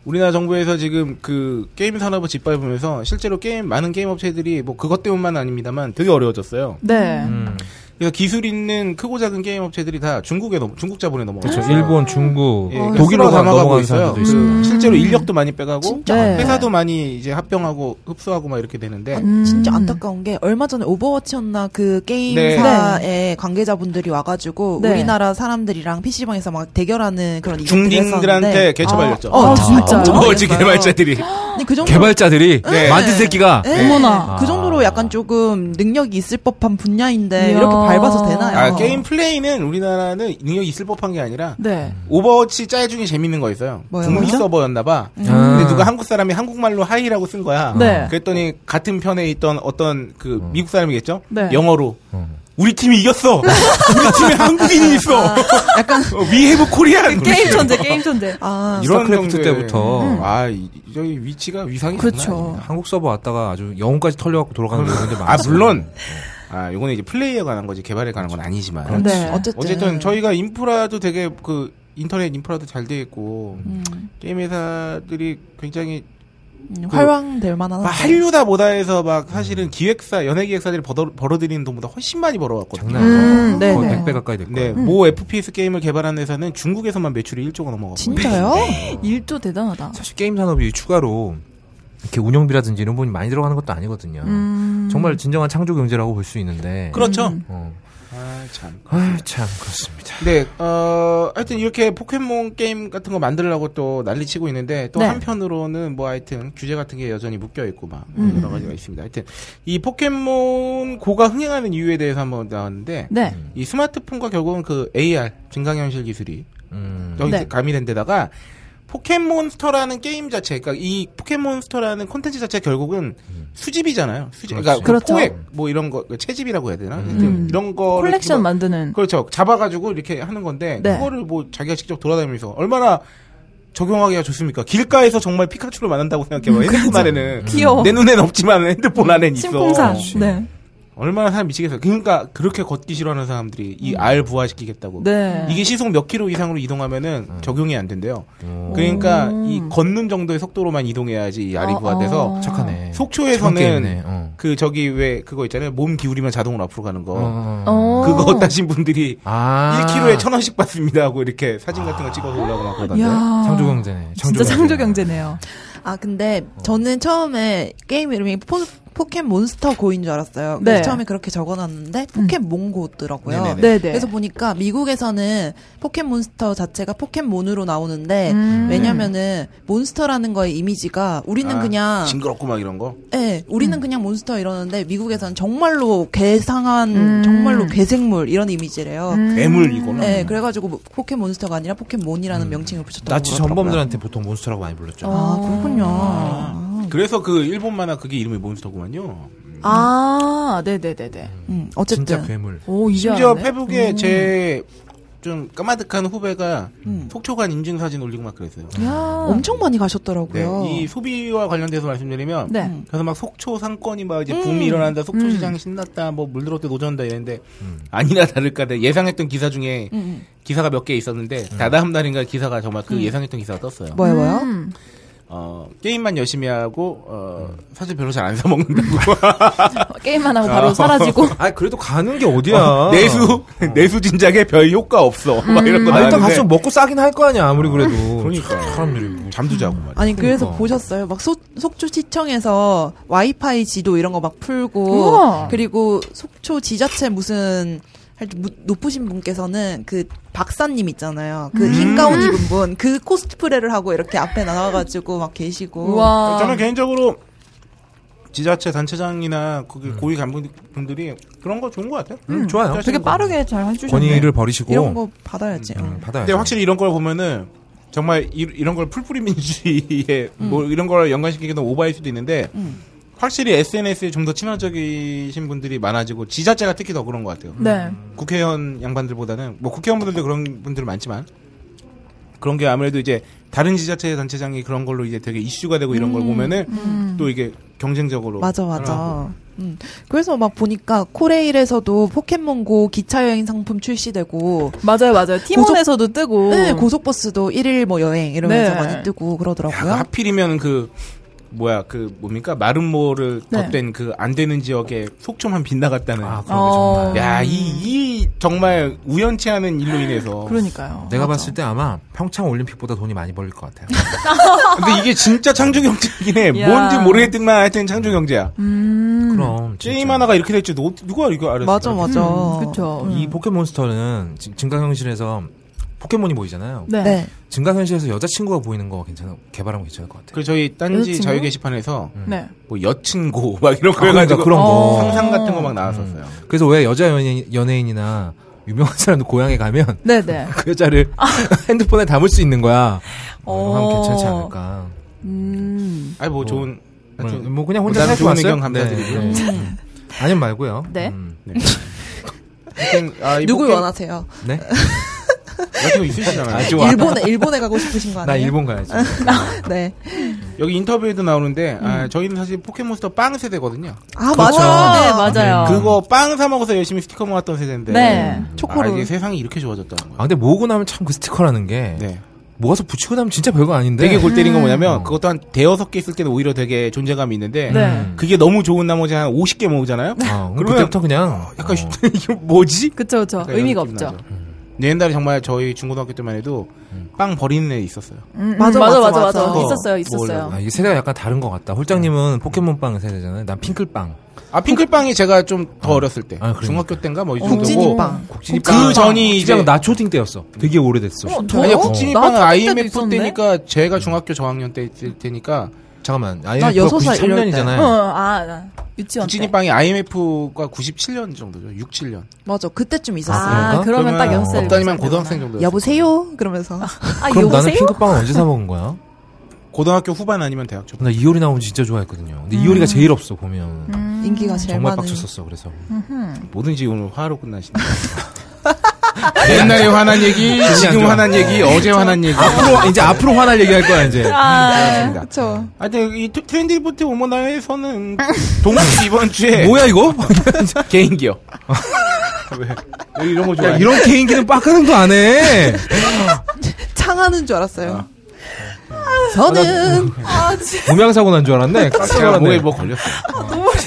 Speaker 2: 우리나라 정부에서 지금 그 게임 산업을 짓밟으면서 실제로 게임 많은 게임 업체들이 뭐 그것 때문만 아닙니다만 되게 어려워졌어요.
Speaker 1: 네.
Speaker 4: 음.
Speaker 2: 그래서 기술 있는 크고 작은 게임 업체들이 다 중국에 넘, 중국 자본에 넘어가고
Speaker 4: 그렇죠.
Speaker 2: 있어요.
Speaker 4: 일본, 중국,
Speaker 2: 예,
Speaker 4: 독일로
Speaker 2: 독일로
Speaker 4: 넘어
Speaker 2: 담아가고
Speaker 4: 간
Speaker 2: 있어요. 그
Speaker 4: 사람들도 네. 있습니다.
Speaker 3: 음.
Speaker 2: 실제로 인력도 많이 빼가고
Speaker 1: 진짜.
Speaker 2: 회사도 많이 이제 합병하고 흡수하고 막 이렇게 되는데
Speaker 3: 음.
Speaker 1: 진짜 안타까운 게 얼마 전에 오버워치였나 그
Speaker 2: 네.
Speaker 1: 게임사의 관계자분들이 와가지고
Speaker 3: 네.
Speaker 1: 우리나라 사람들이랑 PC방에서 막 대결하는 그런 이벤트를
Speaker 2: 중딩들한테
Speaker 1: 했었는데
Speaker 2: 개처 발렸죠.
Speaker 1: 어,
Speaker 3: 아, 진짜요?
Speaker 1: 진짜
Speaker 2: 오버워치 개발자들이
Speaker 1: 근데 그 정도
Speaker 4: 개발자들이
Speaker 2: 네.
Speaker 4: 만든 새끼가
Speaker 1: 네.
Speaker 3: 예. 어머나.
Speaker 1: 그
Speaker 2: 아.
Speaker 1: 정도로 약간 조금 능력이 있을 법한 분야인데
Speaker 3: 이야.
Speaker 1: 이렇게 밟아서 되나요?
Speaker 2: 아, 게임 플레이는 우리나라는 능력이 있을 법한 게 아니라
Speaker 3: 네.
Speaker 2: 오버워치 짤 중에 재밌는 거 있어요.
Speaker 1: 뭐요?
Speaker 2: 북미
Speaker 1: 뭐죠?
Speaker 2: 서버였나봐.
Speaker 4: 아.
Speaker 2: 근데 누가 한국 사람이 한국말로 하이라고 쓴 거야.
Speaker 3: 네.
Speaker 2: 그랬더니 같은 편에 있던 어떤 그 미국 사람이겠죠?
Speaker 3: 네.
Speaker 2: 영어로
Speaker 4: 음.
Speaker 2: 우리 팀이 이겼어. 우리 팀에 한국인이 있어.
Speaker 1: 약간
Speaker 2: 위 해브 코리안.
Speaker 3: 그 게임 천재, 게임 천재.
Speaker 1: 아
Speaker 4: 스타크래프트
Speaker 2: 정도의-
Speaker 4: 때부터.
Speaker 2: 음. 아 이- 저기 위치가 위상이
Speaker 3: 그렇죠.
Speaker 4: 한국 서버 왔다가 아주 영혼까지 털려갖고 돌아가는 분들
Speaker 2: 장난 아니에요. 아
Speaker 4: 많아요.
Speaker 2: 물론 아 요거는 이제 플레이에 관한 거지 개발에 관한 건 아니지만
Speaker 3: 네.
Speaker 1: 어쨌든,
Speaker 2: 어쨌든 저희가 인프라도 되게 그 인터넷 인프라도 잘 돼 있고
Speaker 1: 음,
Speaker 2: 게임 회사들이 굉장히 그
Speaker 1: 음, 활황될 만한
Speaker 2: 막 한류다 뭐다해서 막 사실은 기획사 연예 기획사들이 벌어, 벌어들이는 돈보다 훨씬 많이 벌어왔거든요.
Speaker 4: 장난 아니에요.
Speaker 3: 음, 네,
Speaker 4: 거의
Speaker 3: 네.
Speaker 4: 100배 가까이 될 거예요.
Speaker 2: 네,
Speaker 1: 음.
Speaker 2: 모 FPS 게임을 개발한 회사는 중국에서만 매출이 1조가 넘어가고
Speaker 1: 진짜요?
Speaker 3: 일조 대단하다.
Speaker 4: 사실 게임 산업이 추가로 이렇게 운영비라든지 이런 부분이 많이 들어가는 것도 아니거든요.
Speaker 3: 음.
Speaker 4: 정말 진정한 창조 경제라고 볼 수 있는데.
Speaker 2: 그렇죠.
Speaker 1: 음.
Speaker 4: 어.
Speaker 2: 아 참.
Speaker 4: 아유, 참 그렇습니다.
Speaker 2: 네, 어, 하여튼 이렇게 포켓몬 게임 같은 거 만들려고 또 난리 치고 있는데 또
Speaker 3: 네.
Speaker 2: 한편으로는 뭐 하여튼 규제 같은 게 여전히 묶여 있고 막뭐
Speaker 3: 음.
Speaker 2: 여러 가지가 있습니다. 하여튼 이 포켓몬 고가 흥행하는 이유에 대해서 한번 나왔는데
Speaker 3: 네.
Speaker 2: 이 스마트폰과 결국은 그 AR 증강현실 기술이
Speaker 4: 음.
Speaker 2: 여기
Speaker 3: 네.
Speaker 2: 가미된 데다가 포켓몬스터라는 게임 자체, 그러니까 이 포켓몬스터라는 콘텐츠 자체 결국은 수집이잖아요. 수집, 그러니까 그
Speaker 3: 음. 그렇죠.
Speaker 2: 포획 뭐 이런 거 채집이라고 해야 되나? 하여튼
Speaker 3: 음.
Speaker 2: 이런 거
Speaker 3: 콜렉션 만드는.
Speaker 2: 그렇죠. 잡아가지고 이렇게 하는 건데
Speaker 3: 네.
Speaker 2: 그거를 뭐 자기가 직접 돌아다니면서 얼마나 적용하기가 좋습니까? 길가에서 정말 피카츄를 만난다고 생각해봐. 핸드폰 안에는
Speaker 3: 음, 그렇죠. 귀여워.
Speaker 2: 내 눈엔 없지만 핸드폰 안엔 있어.
Speaker 3: 심쿵사. 네.
Speaker 2: 얼마나 사람 미치겠어요. 그러니까 그렇게 걷기 싫어하는 사람들이 이 알 부화시키겠다고.
Speaker 3: 음. 네.
Speaker 2: 이게 시속 몇 킬로 이상으로 이동하면은
Speaker 4: 음.
Speaker 2: 적용이 안 된대요. 그러니까 이 걷는 정도의 속도로만 이동해야지 이 알이
Speaker 3: 음. 어,
Speaker 2: 부화돼서
Speaker 3: 어.
Speaker 4: 착하네. 착한 게임이네,
Speaker 2: 속초에서는
Speaker 4: 어.
Speaker 2: 그 저기 왜 그거 있잖아요. 몸 기울이면 자동으로 앞으로 가는 거.
Speaker 4: 어.
Speaker 3: 어.
Speaker 2: 그거 [LAUGHS] 따신 분들이
Speaker 4: 아.
Speaker 2: 1kg에 천 원씩 받습니다 하고 이렇게 사진 같은 거
Speaker 1: 아.
Speaker 2: 찍어서 올라오고 막 그러던데.
Speaker 3: 이야.
Speaker 4: 창조 경제네.
Speaker 3: 진짜 창조 경제네요.
Speaker 1: 아 근데 저는 처음에 게임 이름이 포, 포켓 몬스터 고인 줄 알았어요.
Speaker 3: 네.
Speaker 1: 그래서 처음에 그렇게 적어놨는데 포켓 몬고더라고요.
Speaker 2: 네네네.
Speaker 3: 네네.
Speaker 1: 그래서 보니까 미국에서는 포켓 몬스터 자체가 포켓몬으로 나오는데
Speaker 3: 음.
Speaker 1: 왜냐면은 몬스터라는 거의 이미지가 우리는
Speaker 2: 아,
Speaker 1: 그냥
Speaker 2: 징그럽고 막 이런 거.
Speaker 1: 예, 우리는
Speaker 3: 음.
Speaker 1: 그냥 몬스터 이러는데 미국에서는 정말로 괴상한
Speaker 3: 음.
Speaker 1: 정말로 괴생물 이런 이미지래요. 예,
Speaker 2: 괴물 이거는.
Speaker 1: 그래가지고 뭐 포켓몬스터가 아니라 포켓몬이라는 명칭을 붙였다고
Speaker 4: 음.
Speaker 2: 아,
Speaker 4: 나치
Speaker 1: 그러더라고요.
Speaker 4: 전범들한테 보통 몬스터라고 많이 불렀죠.
Speaker 1: 아 그렇군요. 어.
Speaker 2: 그래서 그 일본 만화 그게 이름이 몬스터구만요.
Speaker 3: 아, 네네네네.
Speaker 1: 음,
Speaker 4: 진짜
Speaker 1: 어쨌든
Speaker 4: 괴물.
Speaker 3: 오, 이제
Speaker 2: 심지어
Speaker 3: 알았네.
Speaker 2: 페북에
Speaker 1: 음.
Speaker 2: 제 좀 까마득한 후배가
Speaker 1: 음.
Speaker 2: 속초간 인증 사진 올리고 막 그랬어요.
Speaker 3: 이야.
Speaker 1: 엄청 많이
Speaker 2: 네, 음.
Speaker 1: 가셨더라고요.
Speaker 2: 이 소비와 관련돼서 말씀드리면
Speaker 3: 네.
Speaker 2: 그래서 막 속초 상권이 막 이제 붐이 일어난다, 속초 시장이 신났다, 뭐 물들었대 노전다 이랬는데 아니나 다를까 내가 예상했던 기사 중에 기사가 몇 개 있었는데 다다음 날인가 기사가 정말 그 예상했던 기사가 떴어요.
Speaker 1: 뭐야 뭐야?
Speaker 3: 음.
Speaker 2: 어, 게임만 열심히 하고 어, 사실 별로 잘 안 사 [LAUGHS] 먹는다고.
Speaker 3: 게임만 하고 바로 사라지고.
Speaker 4: 아 그래도 가는 게 어디야?
Speaker 2: [LAUGHS] 내수 내수 진작에 별 효과 없어. [LAUGHS] 막 이런 거
Speaker 4: 아,
Speaker 2: 나왔는데.
Speaker 4: 일단 가서 먹고 싸긴 할 거 아니야 아무리 어, 그래도.
Speaker 2: 그러니까 사람들이 잠도 자고 막.
Speaker 1: 아니 그래서
Speaker 4: 그러니까.
Speaker 1: 보셨어요? 막 소- 속초 시청에서 와이파이 지도 이런 거 막 풀고
Speaker 3: 우와.
Speaker 1: 그리고 속초 지자체 무슨 하여튼 무- 높으신 분께서는 그 박사님 있잖아요. 그
Speaker 3: 음.
Speaker 1: 흰 가운 입은 분 그 코스프레를 하고 이렇게 앞에 나와가지고 막 계시고
Speaker 3: 우와.
Speaker 2: 저는 개인적으로 지자체 단체장이나 거기 고위 간부분들이 그런 거 좋은 것 같아요.
Speaker 4: 음, 좋아요.
Speaker 3: 되게 빠르게 잘 해주셨네.
Speaker 4: 권위를 버리시고
Speaker 1: 이런 거 받아야지. 어.
Speaker 4: 음, 받아야죠.
Speaker 2: 근데 확실히 이런 걸 보면은 정말 이, 런걸 풀뿌리 민주주의에
Speaker 3: 음.
Speaker 2: 뭐 이런 걸 연관시키기도 오바일 수도 있는데 확실히 SNS에 좀 더 친화적이신 분들이 많아지고 지자체가 특히 더 그런 것 같아요.
Speaker 3: 네.
Speaker 2: 국회의원 양반들보다는 뭐 국회의원분들도 그런 분들 많지만 그런 게 아무래도 이제 다른 지자체 단체장이 그런 걸로 이제 되게 이슈가 되고 이런
Speaker 3: 음.
Speaker 2: 걸 보면은 또 이게 경쟁적으로
Speaker 1: 어. 맞아 맞아.
Speaker 2: 하더라고요.
Speaker 1: 음. 그래서 막 보니까 코레일에서도 포켓몬고 기차 여행 상품 출시되고
Speaker 3: 맞아요, 맞아요. 팀원에서도 뜨고.
Speaker 1: 네, 고속버스도 1일 뭐 여행 이러면서
Speaker 3: 네.
Speaker 1: 많이 뜨고
Speaker 2: 야,
Speaker 1: 그러더라고요.
Speaker 2: 그 하필이면 그 뭐야 그 뭡니까 마름모를
Speaker 3: 네.
Speaker 2: 덧댄 그 안 되는 지역에 속초만 빗나갔다는
Speaker 4: 아, 그러게
Speaker 3: 어.
Speaker 4: 정말.
Speaker 2: 야, 이, 이 정말 우연치 않은 일로 인해서.
Speaker 3: 그러니까요. 맞아.
Speaker 4: 내가 봤을 때 아마 평창 올림픽보다 돈이 많이 벌릴 것 같아요.
Speaker 2: 근데 이게 진짜 창조 경제이긴 해.
Speaker 3: 야.
Speaker 2: 뭔지 모르겠지만 하여튼 창조 경제야.
Speaker 3: 음.
Speaker 4: 그럼 진짜.
Speaker 2: 게임 하나가 이렇게 될지 누, 누가 이거 알았어?
Speaker 1: 맞아 맞아.
Speaker 3: 그렇죠.
Speaker 4: 이 포켓몬스터는 지- 증강현실에서 포켓몬이 보이잖아요.
Speaker 3: 네.
Speaker 1: 네.
Speaker 4: 증강현실에서 여자친구가 보이는 거 괜찮아 개발하면 괜찮을 것 같아요.
Speaker 2: 그 저희 딴지
Speaker 3: 여자친구?
Speaker 2: 자유 게시판에서
Speaker 3: 네.
Speaker 2: 뭐 여친고 [LAUGHS] 막 이런 거
Speaker 4: 음. 아, 그러니까
Speaker 2: 해가지고
Speaker 4: 그런 거. 음.
Speaker 2: 상상 같은 거 막 나왔었어요.
Speaker 4: 그래서 왜 여자 연예인, 연예인이나 유명한 사람도 고향에 가면 [LAUGHS]
Speaker 3: 네, 네.
Speaker 4: 그 여자를 [LAUGHS] 핸드폰에 담을 수 있는 거야. 어, 이거 하면
Speaker 3: 어.
Speaker 4: 괜찮지 않을까.
Speaker 3: 음.
Speaker 2: 아니 뭐 좋은
Speaker 4: 뭐,
Speaker 2: 하여튼
Speaker 4: 뭐 그냥 혼자
Speaker 2: 나는
Speaker 4: 살고
Speaker 2: 좋은
Speaker 4: 왔어요. 네. 음.
Speaker 2: 의견 감사드리고요.
Speaker 4: 아니면 말고요.
Speaker 3: 음. 네.
Speaker 4: 음,
Speaker 2: 하여튼, 아, 이
Speaker 1: 누굴
Speaker 2: 포켓-
Speaker 1: 원하세요?
Speaker 4: 네.
Speaker 2: 같은 거 있으시잖아요.
Speaker 1: 일본에 일본에 가고 싶으신 거
Speaker 4: 나
Speaker 1: 아니에요?
Speaker 4: 일본 가야지.
Speaker 1: [LAUGHS]
Speaker 3: 음.
Speaker 1: 네.
Speaker 2: 여기 인터뷰에도 나오는데
Speaker 3: 음.
Speaker 2: 아, 저희는 사실 포켓몬스터 빵 세대거든요.
Speaker 1: 아
Speaker 4: 그렇죠.
Speaker 1: 맞아.
Speaker 3: 네, 맞아요.
Speaker 2: 그거 빵 사 먹어서 열심히 스티커 모았던 세대인데
Speaker 3: 네.
Speaker 2: 초코로 아,
Speaker 1: 초코로.
Speaker 2: 이게 세상이 이렇게 좋아졌다는 거예요.
Speaker 4: 아, 근데 모으고 나면 참 그 스티커라는 게
Speaker 2: 네.
Speaker 4: 모아서 붙이고 나면 진짜 별거 아닌데.
Speaker 2: 되게 골 때린 건 뭐냐면
Speaker 4: 음.
Speaker 2: 그것도 한 대여섯 개 있을 때는 오히려 되게 존재감이 있는데
Speaker 3: 네.
Speaker 2: 그게 너무 좋은 나머지 한 50개 모으잖아요.
Speaker 4: 어,
Speaker 2: 그러면-
Speaker 4: 그럼 그때부터 그냥
Speaker 2: 약간
Speaker 4: 어,
Speaker 2: 이게 뭐지?
Speaker 3: 그쵸, 그쵸.
Speaker 2: 그러니까
Speaker 3: 어, 의미가
Speaker 2: 이런 느낌
Speaker 3: 없죠.
Speaker 2: 나죠. 근데 옛날에 정말 저희 중고등학교 때만 해도
Speaker 4: 음.
Speaker 2: 빵 버리는 애 있었어요.
Speaker 3: 음, 음.
Speaker 1: 맞아,
Speaker 3: 맞아,
Speaker 1: 맞아,
Speaker 3: 맞아, 맞아.
Speaker 1: 맞아.
Speaker 3: 있었어요,
Speaker 4: 아,
Speaker 3: 있었어요.
Speaker 4: 이게 세대가 약간 다른 것 같다. 홀장님은 포켓몬빵 세대잖아요. 난 핑클빵.
Speaker 2: 아 핑클빵이 제가 좀 더 어렸을 때
Speaker 4: 아, 그러니까.
Speaker 2: 중학교 때인가
Speaker 3: 어,
Speaker 2: 뭐 이 정도고
Speaker 1: 국진이빵.
Speaker 2: 그 전이 이제
Speaker 4: 그냥 나 초딩 때였어. 되게 오래됐어.
Speaker 3: 어, 저-
Speaker 2: 아니
Speaker 3: 어?
Speaker 2: 국진이빵은
Speaker 3: 나 초딩 때도
Speaker 2: IMF
Speaker 3: 있었는데?
Speaker 2: 때니까 제가 중학교 저학년 때 있을 테니까
Speaker 4: 잠깐만. 아,
Speaker 1: 여섯 살 이럴 때.
Speaker 4: 93년이잖아요.
Speaker 3: 어, 아, 나 유치원 때.
Speaker 2: 국진이빵이 IMF가 97년 정도죠. 6, 7년.
Speaker 1: 맞아. 그때쯤 있었어요.
Speaker 3: 아,
Speaker 4: 그런가?
Speaker 3: 그러면 딱 연세.
Speaker 2: 없다니면 고등학생 정도.
Speaker 1: 여보세요? 그러면서
Speaker 3: 아,
Speaker 4: 그럼 나는
Speaker 3: 여보세요?
Speaker 4: 핑크빵을 언제 사 먹은 거야?
Speaker 2: 고등학교 후반 아니면 대학 초.
Speaker 4: 나 이효리 나오면 진짜 좋아했거든요. 근데 이효리가 제일 없어 보면
Speaker 1: 음, 인기가 제일 많은.
Speaker 4: 정말 빡쳤었어. 그래서
Speaker 2: 뭐든지 오늘 화로 끝나시네. [LAUGHS] 옛날에 화난 얘기,
Speaker 4: 안
Speaker 2: 지금
Speaker 4: 좋아.
Speaker 2: 화난 얘기, 어제 화난 얘기.
Speaker 4: 앞으로 이제 앞으로 화날 얘기할 거야 이제.
Speaker 3: 아,
Speaker 2: 네, 그렇습니다.
Speaker 1: 그렇죠.
Speaker 2: 하여튼 이 트- 트렌드 리포트 오모나에서는 [LAUGHS] 동국 이번 주에
Speaker 4: 뭐야 이거?
Speaker 2: 개인기요. [LAUGHS] 왜? 왜 이런 거 좋아해?
Speaker 4: 야, 이런 개인기는 빡가능도 안 해.
Speaker 1: 창하는 줄
Speaker 4: 아.
Speaker 1: 알았어요. 저는
Speaker 4: 음향 사고 난 줄 알았네.
Speaker 2: 제가 목에 뭐 걸렸어.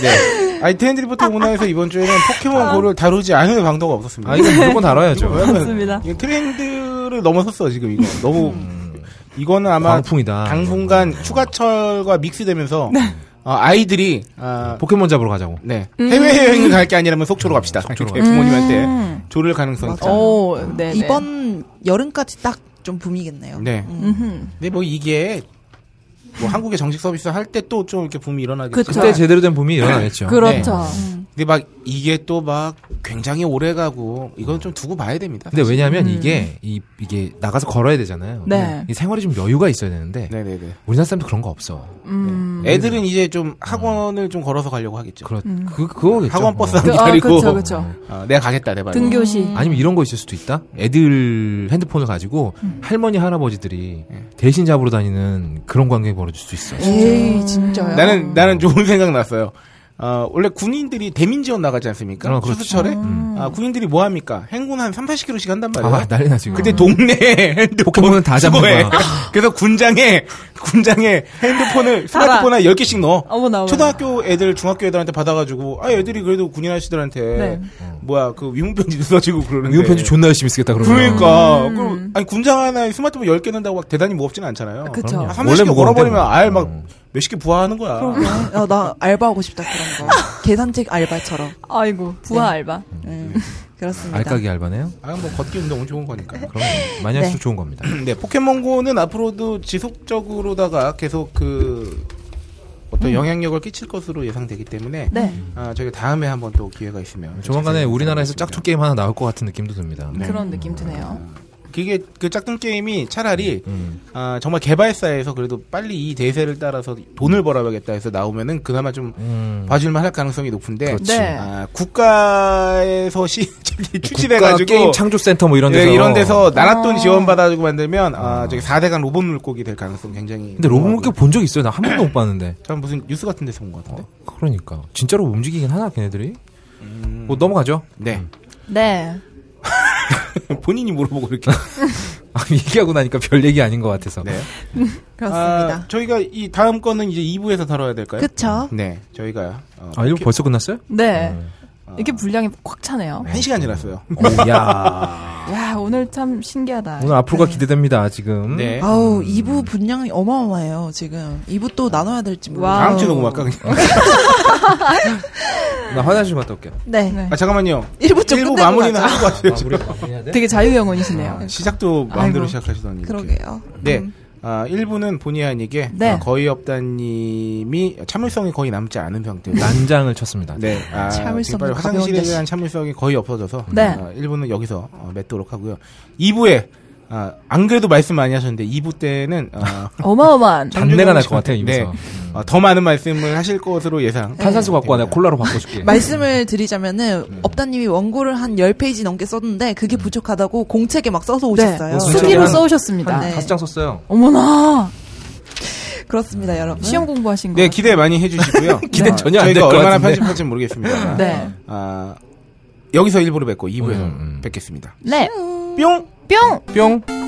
Speaker 2: 네. 아이 트렌드 리포트 오모나에서 이번 주에는 포켓몬고를 다루지 않을 방도가 없었습니다.
Speaker 4: 아 이거 무조건 다뤄야죠.
Speaker 2: 맞습니다. 트렌드를 넘어섰어 지금 이거 너무
Speaker 4: 음.
Speaker 2: 이거는 아마
Speaker 4: 광풍이다. 음.
Speaker 2: 당분간 휴가철과 믹스되면서
Speaker 3: 네.
Speaker 2: 어, 아이들이 아,
Speaker 4: 포켓몬 잡으러 가자고.
Speaker 2: 네
Speaker 3: 음.
Speaker 2: 해외 여행을 갈 게 아니라면 속초로
Speaker 4: 음.
Speaker 2: 갑시다. 속초로 부모님한테 조를 가능성 있다.
Speaker 3: 음. 오, 네. 네.
Speaker 1: 이번 여름까지 딱 좀 붐이겠네요.
Speaker 2: 네.
Speaker 3: 음흠.
Speaker 2: 근데 뭐 이게 뭐 한국의 정식 서비스 할 때 또 좀 이렇게 붐이 일어나겠죠.
Speaker 3: 그쵸.
Speaker 4: 그때 제대로 된 붐이 일어나겠죠.
Speaker 3: 그렇죠.
Speaker 2: 근데 막 이게 또 막 굉장히 오래 가고 이건 좀 두고 봐야 됩니다.
Speaker 4: 근데
Speaker 1: 음.
Speaker 4: 왜냐하면 이게 이, 이게 나가서 걸어야 되잖아요.
Speaker 3: 네.
Speaker 4: 이 생활이 좀 여유가 있어야 되는데
Speaker 2: 네네네. 네.
Speaker 4: 우리나라 사람도 그런 거 없어.
Speaker 3: 음.
Speaker 2: 애들은 이제 좀 학원을 좀 걸어서 가려고 하겠죠.
Speaker 4: 그렇 그 그거겠죠.
Speaker 2: 학원 버스
Speaker 4: 어.
Speaker 2: 안
Speaker 3: 그- 아,
Speaker 2: 기다리고
Speaker 3: 그쵸, 그쵸.
Speaker 2: 어, 내가 가겠다 내 발.
Speaker 3: 등교시.
Speaker 4: 아니면 이런 거 있을 수도 있다. 애들 핸드폰을 가지고
Speaker 1: 음.
Speaker 4: 할머니 할아버지들이
Speaker 1: 예.
Speaker 4: 대신 잡으러 다니는 그런 관계가 벌어질 수도 있어.
Speaker 1: 에이 진짜요?
Speaker 3: 어.
Speaker 2: 나는 나는 좋은 [LAUGHS] 생각 났어요. 어, 원래 군인들이 대민 지원 나가지 않습니까?
Speaker 4: 어, 그렇죠.
Speaker 2: 수수철에
Speaker 3: 음.
Speaker 2: 아, 군인들이 뭐 합니까? 행군 한 3, 40km씩 한단 말이에요.
Speaker 4: 아, 난리나 지금.
Speaker 2: 근데 동네
Speaker 4: 포켓몬은 다 잡는 거야.
Speaker 2: [LAUGHS] 그래서 군장에 군장에
Speaker 3: [LAUGHS]
Speaker 2: 핸드폰을
Speaker 3: 달아.
Speaker 2: 스마트폰 한 10개씩 넣어.
Speaker 3: 어머나, 어머나.
Speaker 2: 초등학교 애들, 중학교 애들한테 받아가지고 아 애들이 그래도 군인 아저씨들한테
Speaker 3: 네.
Speaker 2: 뭐야 그 위문편지도 [LAUGHS] 써주고 그러는데.
Speaker 4: 미운 편지 존나 열심히 쓰겠다 음. 그러면.
Speaker 2: 그러니까
Speaker 3: 음.
Speaker 2: 그럼 아니 군장 하나에 스마트폰 10개 넣는다고 막 대단히 무겁진 않잖아요.
Speaker 3: 그쵸.
Speaker 4: 그럼요.
Speaker 2: 아, 30개
Speaker 4: 무거운데
Speaker 2: 걸어버리면
Speaker 4: 뭐.
Speaker 2: 아예 막
Speaker 4: 음.
Speaker 2: 몇십 개 부화하는 거야.
Speaker 1: 야, 어, 나 알바하고 싶다 그런
Speaker 4: [LAUGHS]
Speaker 1: 거. 계산책 알바처럼.
Speaker 3: 아이고, 부하 알바.
Speaker 1: 음, 그렇습니다.
Speaker 4: 알까기 알바네요.
Speaker 2: 아, 뭐 걷기 운동은 좋은 거니까. [LAUGHS]
Speaker 4: 그럼 많이 할수록 좋은 겁니다.
Speaker 1: [LAUGHS]
Speaker 4: 음,
Speaker 2: 네, 포켓몬고는 앞으로도 지속적으로다가 계속 그 어떤 영향력을 끼칠 것으로 예상되기 때문에
Speaker 3: 네.
Speaker 2: 아, 저희 다음에 한번 또 기회가 있으면
Speaker 4: 조만간에
Speaker 2: 자세히
Speaker 4: 우리나라에서
Speaker 1: 네.
Speaker 2: 설명하겠습니다.
Speaker 4: 짝퉁 게임 하나 나올 것 같은 느낌도 듭니다.
Speaker 3: 그런 느낌 드네요.
Speaker 2: 그게 그 짝퉁 게임이 차라리
Speaker 4: 음,
Speaker 2: 아, 정말 개발사에서 그래도 빨리 이 대세를 따라서 돈을 벌어야겠다 해서 나오면은 그나마 좀
Speaker 4: 음.
Speaker 2: 봐줄만 할 가능성이 높은데
Speaker 4: 그렇지.
Speaker 3: 네.
Speaker 2: 아, 국가에서 시 [LAUGHS]
Speaker 4: 국가
Speaker 2: 출시돼가지고
Speaker 4: 게임 창조 센터 뭐 이런
Speaker 2: 네,
Speaker 4: 데서
Speaker 2: 이런 데서 나랏돈
Speaker 3: 아.
Speaker 2: 지원받아주고 만들면 아, 저기 4대강 로봇 물고기 될 가능성 굉장히
Speaker 4: 근데 로봇 물개
Speaker 2: 높아요.
Speaker 4: 본적 있어요? 나 한 번도 못 봤는데.
Speaker 2: 저는 무슨 뉴스 같은 데서 본 것 같은데
Speaker 4: 그러니까 진짜로 움직이긴 하나 걔네들이.
Speaker 2: 음.
Speaker 4: 뭐 넘어가죠.
Speaker 2: 네
Speaker 3: 네.
Speaker 2: [LAUGHS] 본인이 물어보고 이렇게
Speaker 4: 아, [LAUGHS] 얘기하고 나니까 별 얘기 아닌 것 같아서.
Speaker 2: 네.
Speaker 1: 그렇습니다.
Speaker 2: 아, 저희가 이 다음 거는 이제 2부에서 다뤄야 될까요?
Speaker 1: 그쵸?
Speaker 2: 네 저희가 어,
Speaker 4: 아 이거
Speaker 2: [LAUGHS]
Speaker 4: 벌써 끝났어요?
Speaker 3: 네. 이렇게 분량이 꽉 차네요.
Speaker 2: 한 시간 지났어요.
Speaker 4: 음? 야
Speaker 3: 야, 오늘 참 신기하다.
Speaker 4: 오늘 앞으로가 기대됩니다 지금.
Speaker 2: 음. 네.
Speaker 4: 음.
Speaker 1: 아우 2부 분량이 어마어마해요 지금 2부 또 나눠야 될지 모르겠어요.
Speaker 3: 와우.
Speaker 2: 다음 주
Speaker 4: 뭐
Speaker 2: 녹음할까 그냥.
Speaker 1: [LAUGHS]
Speaker 4: 나 화장실 갔다 올게.
Speaker 1: 네.
Speaker 3: 네.
Speaker 2: 아 잠깐만요.
Speaker 1: 일부 좀 끝내고
Speaker 2: [LAUGHS] 마무리는
Speaker 1: 가자.
Speaker 2: 하는 것 같아요. 지금. 아,
Speaker 3: 되게 자유영혼이시네요.
Speaker 2: 시작도 마음대로
Speaker 3: 아이고.
Speaker 2: 시작하시더니 이렇게.
Speaker 1: 그러게요. 음.
Speaker 2: 네. 아, 1부는 본의 아니게
Speaker 3: 네.
Speaker 2: 아, 거의 없다님이 참을성이 거의 남지 않은 상태로
Speaker 4: 난장을 쳤습니다.
Speaker 2: 네. 아,
Speaker 1: 참을성이
Speaker 2: 지금 바로
Speaker 1: 가벼운
Speaker 2: 화장실에
Speaker 1: 자식.
Speaker 2: 대한 참을성이 거의 없어져서
Speaker 3: 네.
Speaker 2: 아, 1부는 여기서 어, 맺도록 하고요. 2부에 아, 안 그래도 말씀 많이 하셨는데 2부 때는 아,
Speaker 3: 어마어마한.
Speaker 4: [LAUGHS] 단내가 날 것 같아요
Speaker 2: 네.
Speaker 4: 입에서. 음.
Speaker 2: 아, 더 많은 말씀을 하실 것으로 예상.
Speaker 4: 탄산수 갖고 와 내가
Speaker 2: 됩니다.
Speaker 4: 콜라로 바꿔줄게.
Speaker 1: [LAUGHS] 네. 말씀을 드리자면은 업다님이 원고를 한 10페이지 넘게 썼는데 그게 부족하다고 공책에 막 써서 오셨어요.
Speaker 3: 음. 네.
Speaker 4: 진짜
Speaker 3: 수기로
Speaker 4: 한-
Speaker 3: 써오셨습니다.
Speaker 4: 한
Speaker 1: 네.
Speaker 4: 다섯 장 썼어요.
Speaker 3: 어머나.
Speaker 1: 그렇습니다, 여러분.
Speaker 3: 시험 공부하신 거.
Speaker 2: 네, 기대 많이 해주시고요.
Speaker 4: [LAUGHS] 기대
Speaker 2: 아,
Speaker 4: 전혀 안될
Speaker 2: 저희가
Speaker 4: 것
Speaker 2: 얼마나
Speaker 4: 같은데.
Speaker 2: 편집할지는
Speaker 4: [LAUGHS]
Speaker 2: 모르겠습니다.
Speaker 3: 네.
Speaker 2: 아, 여기서 1부로 뵙고 2부에서
Speaker 4: 음, 음.
Speaker 2: 뵙겠습니다.
Speaker 3: 네.
Speaker 2: 뿅!
Speaker 3: 뿅!
Speaker 4: 뿅.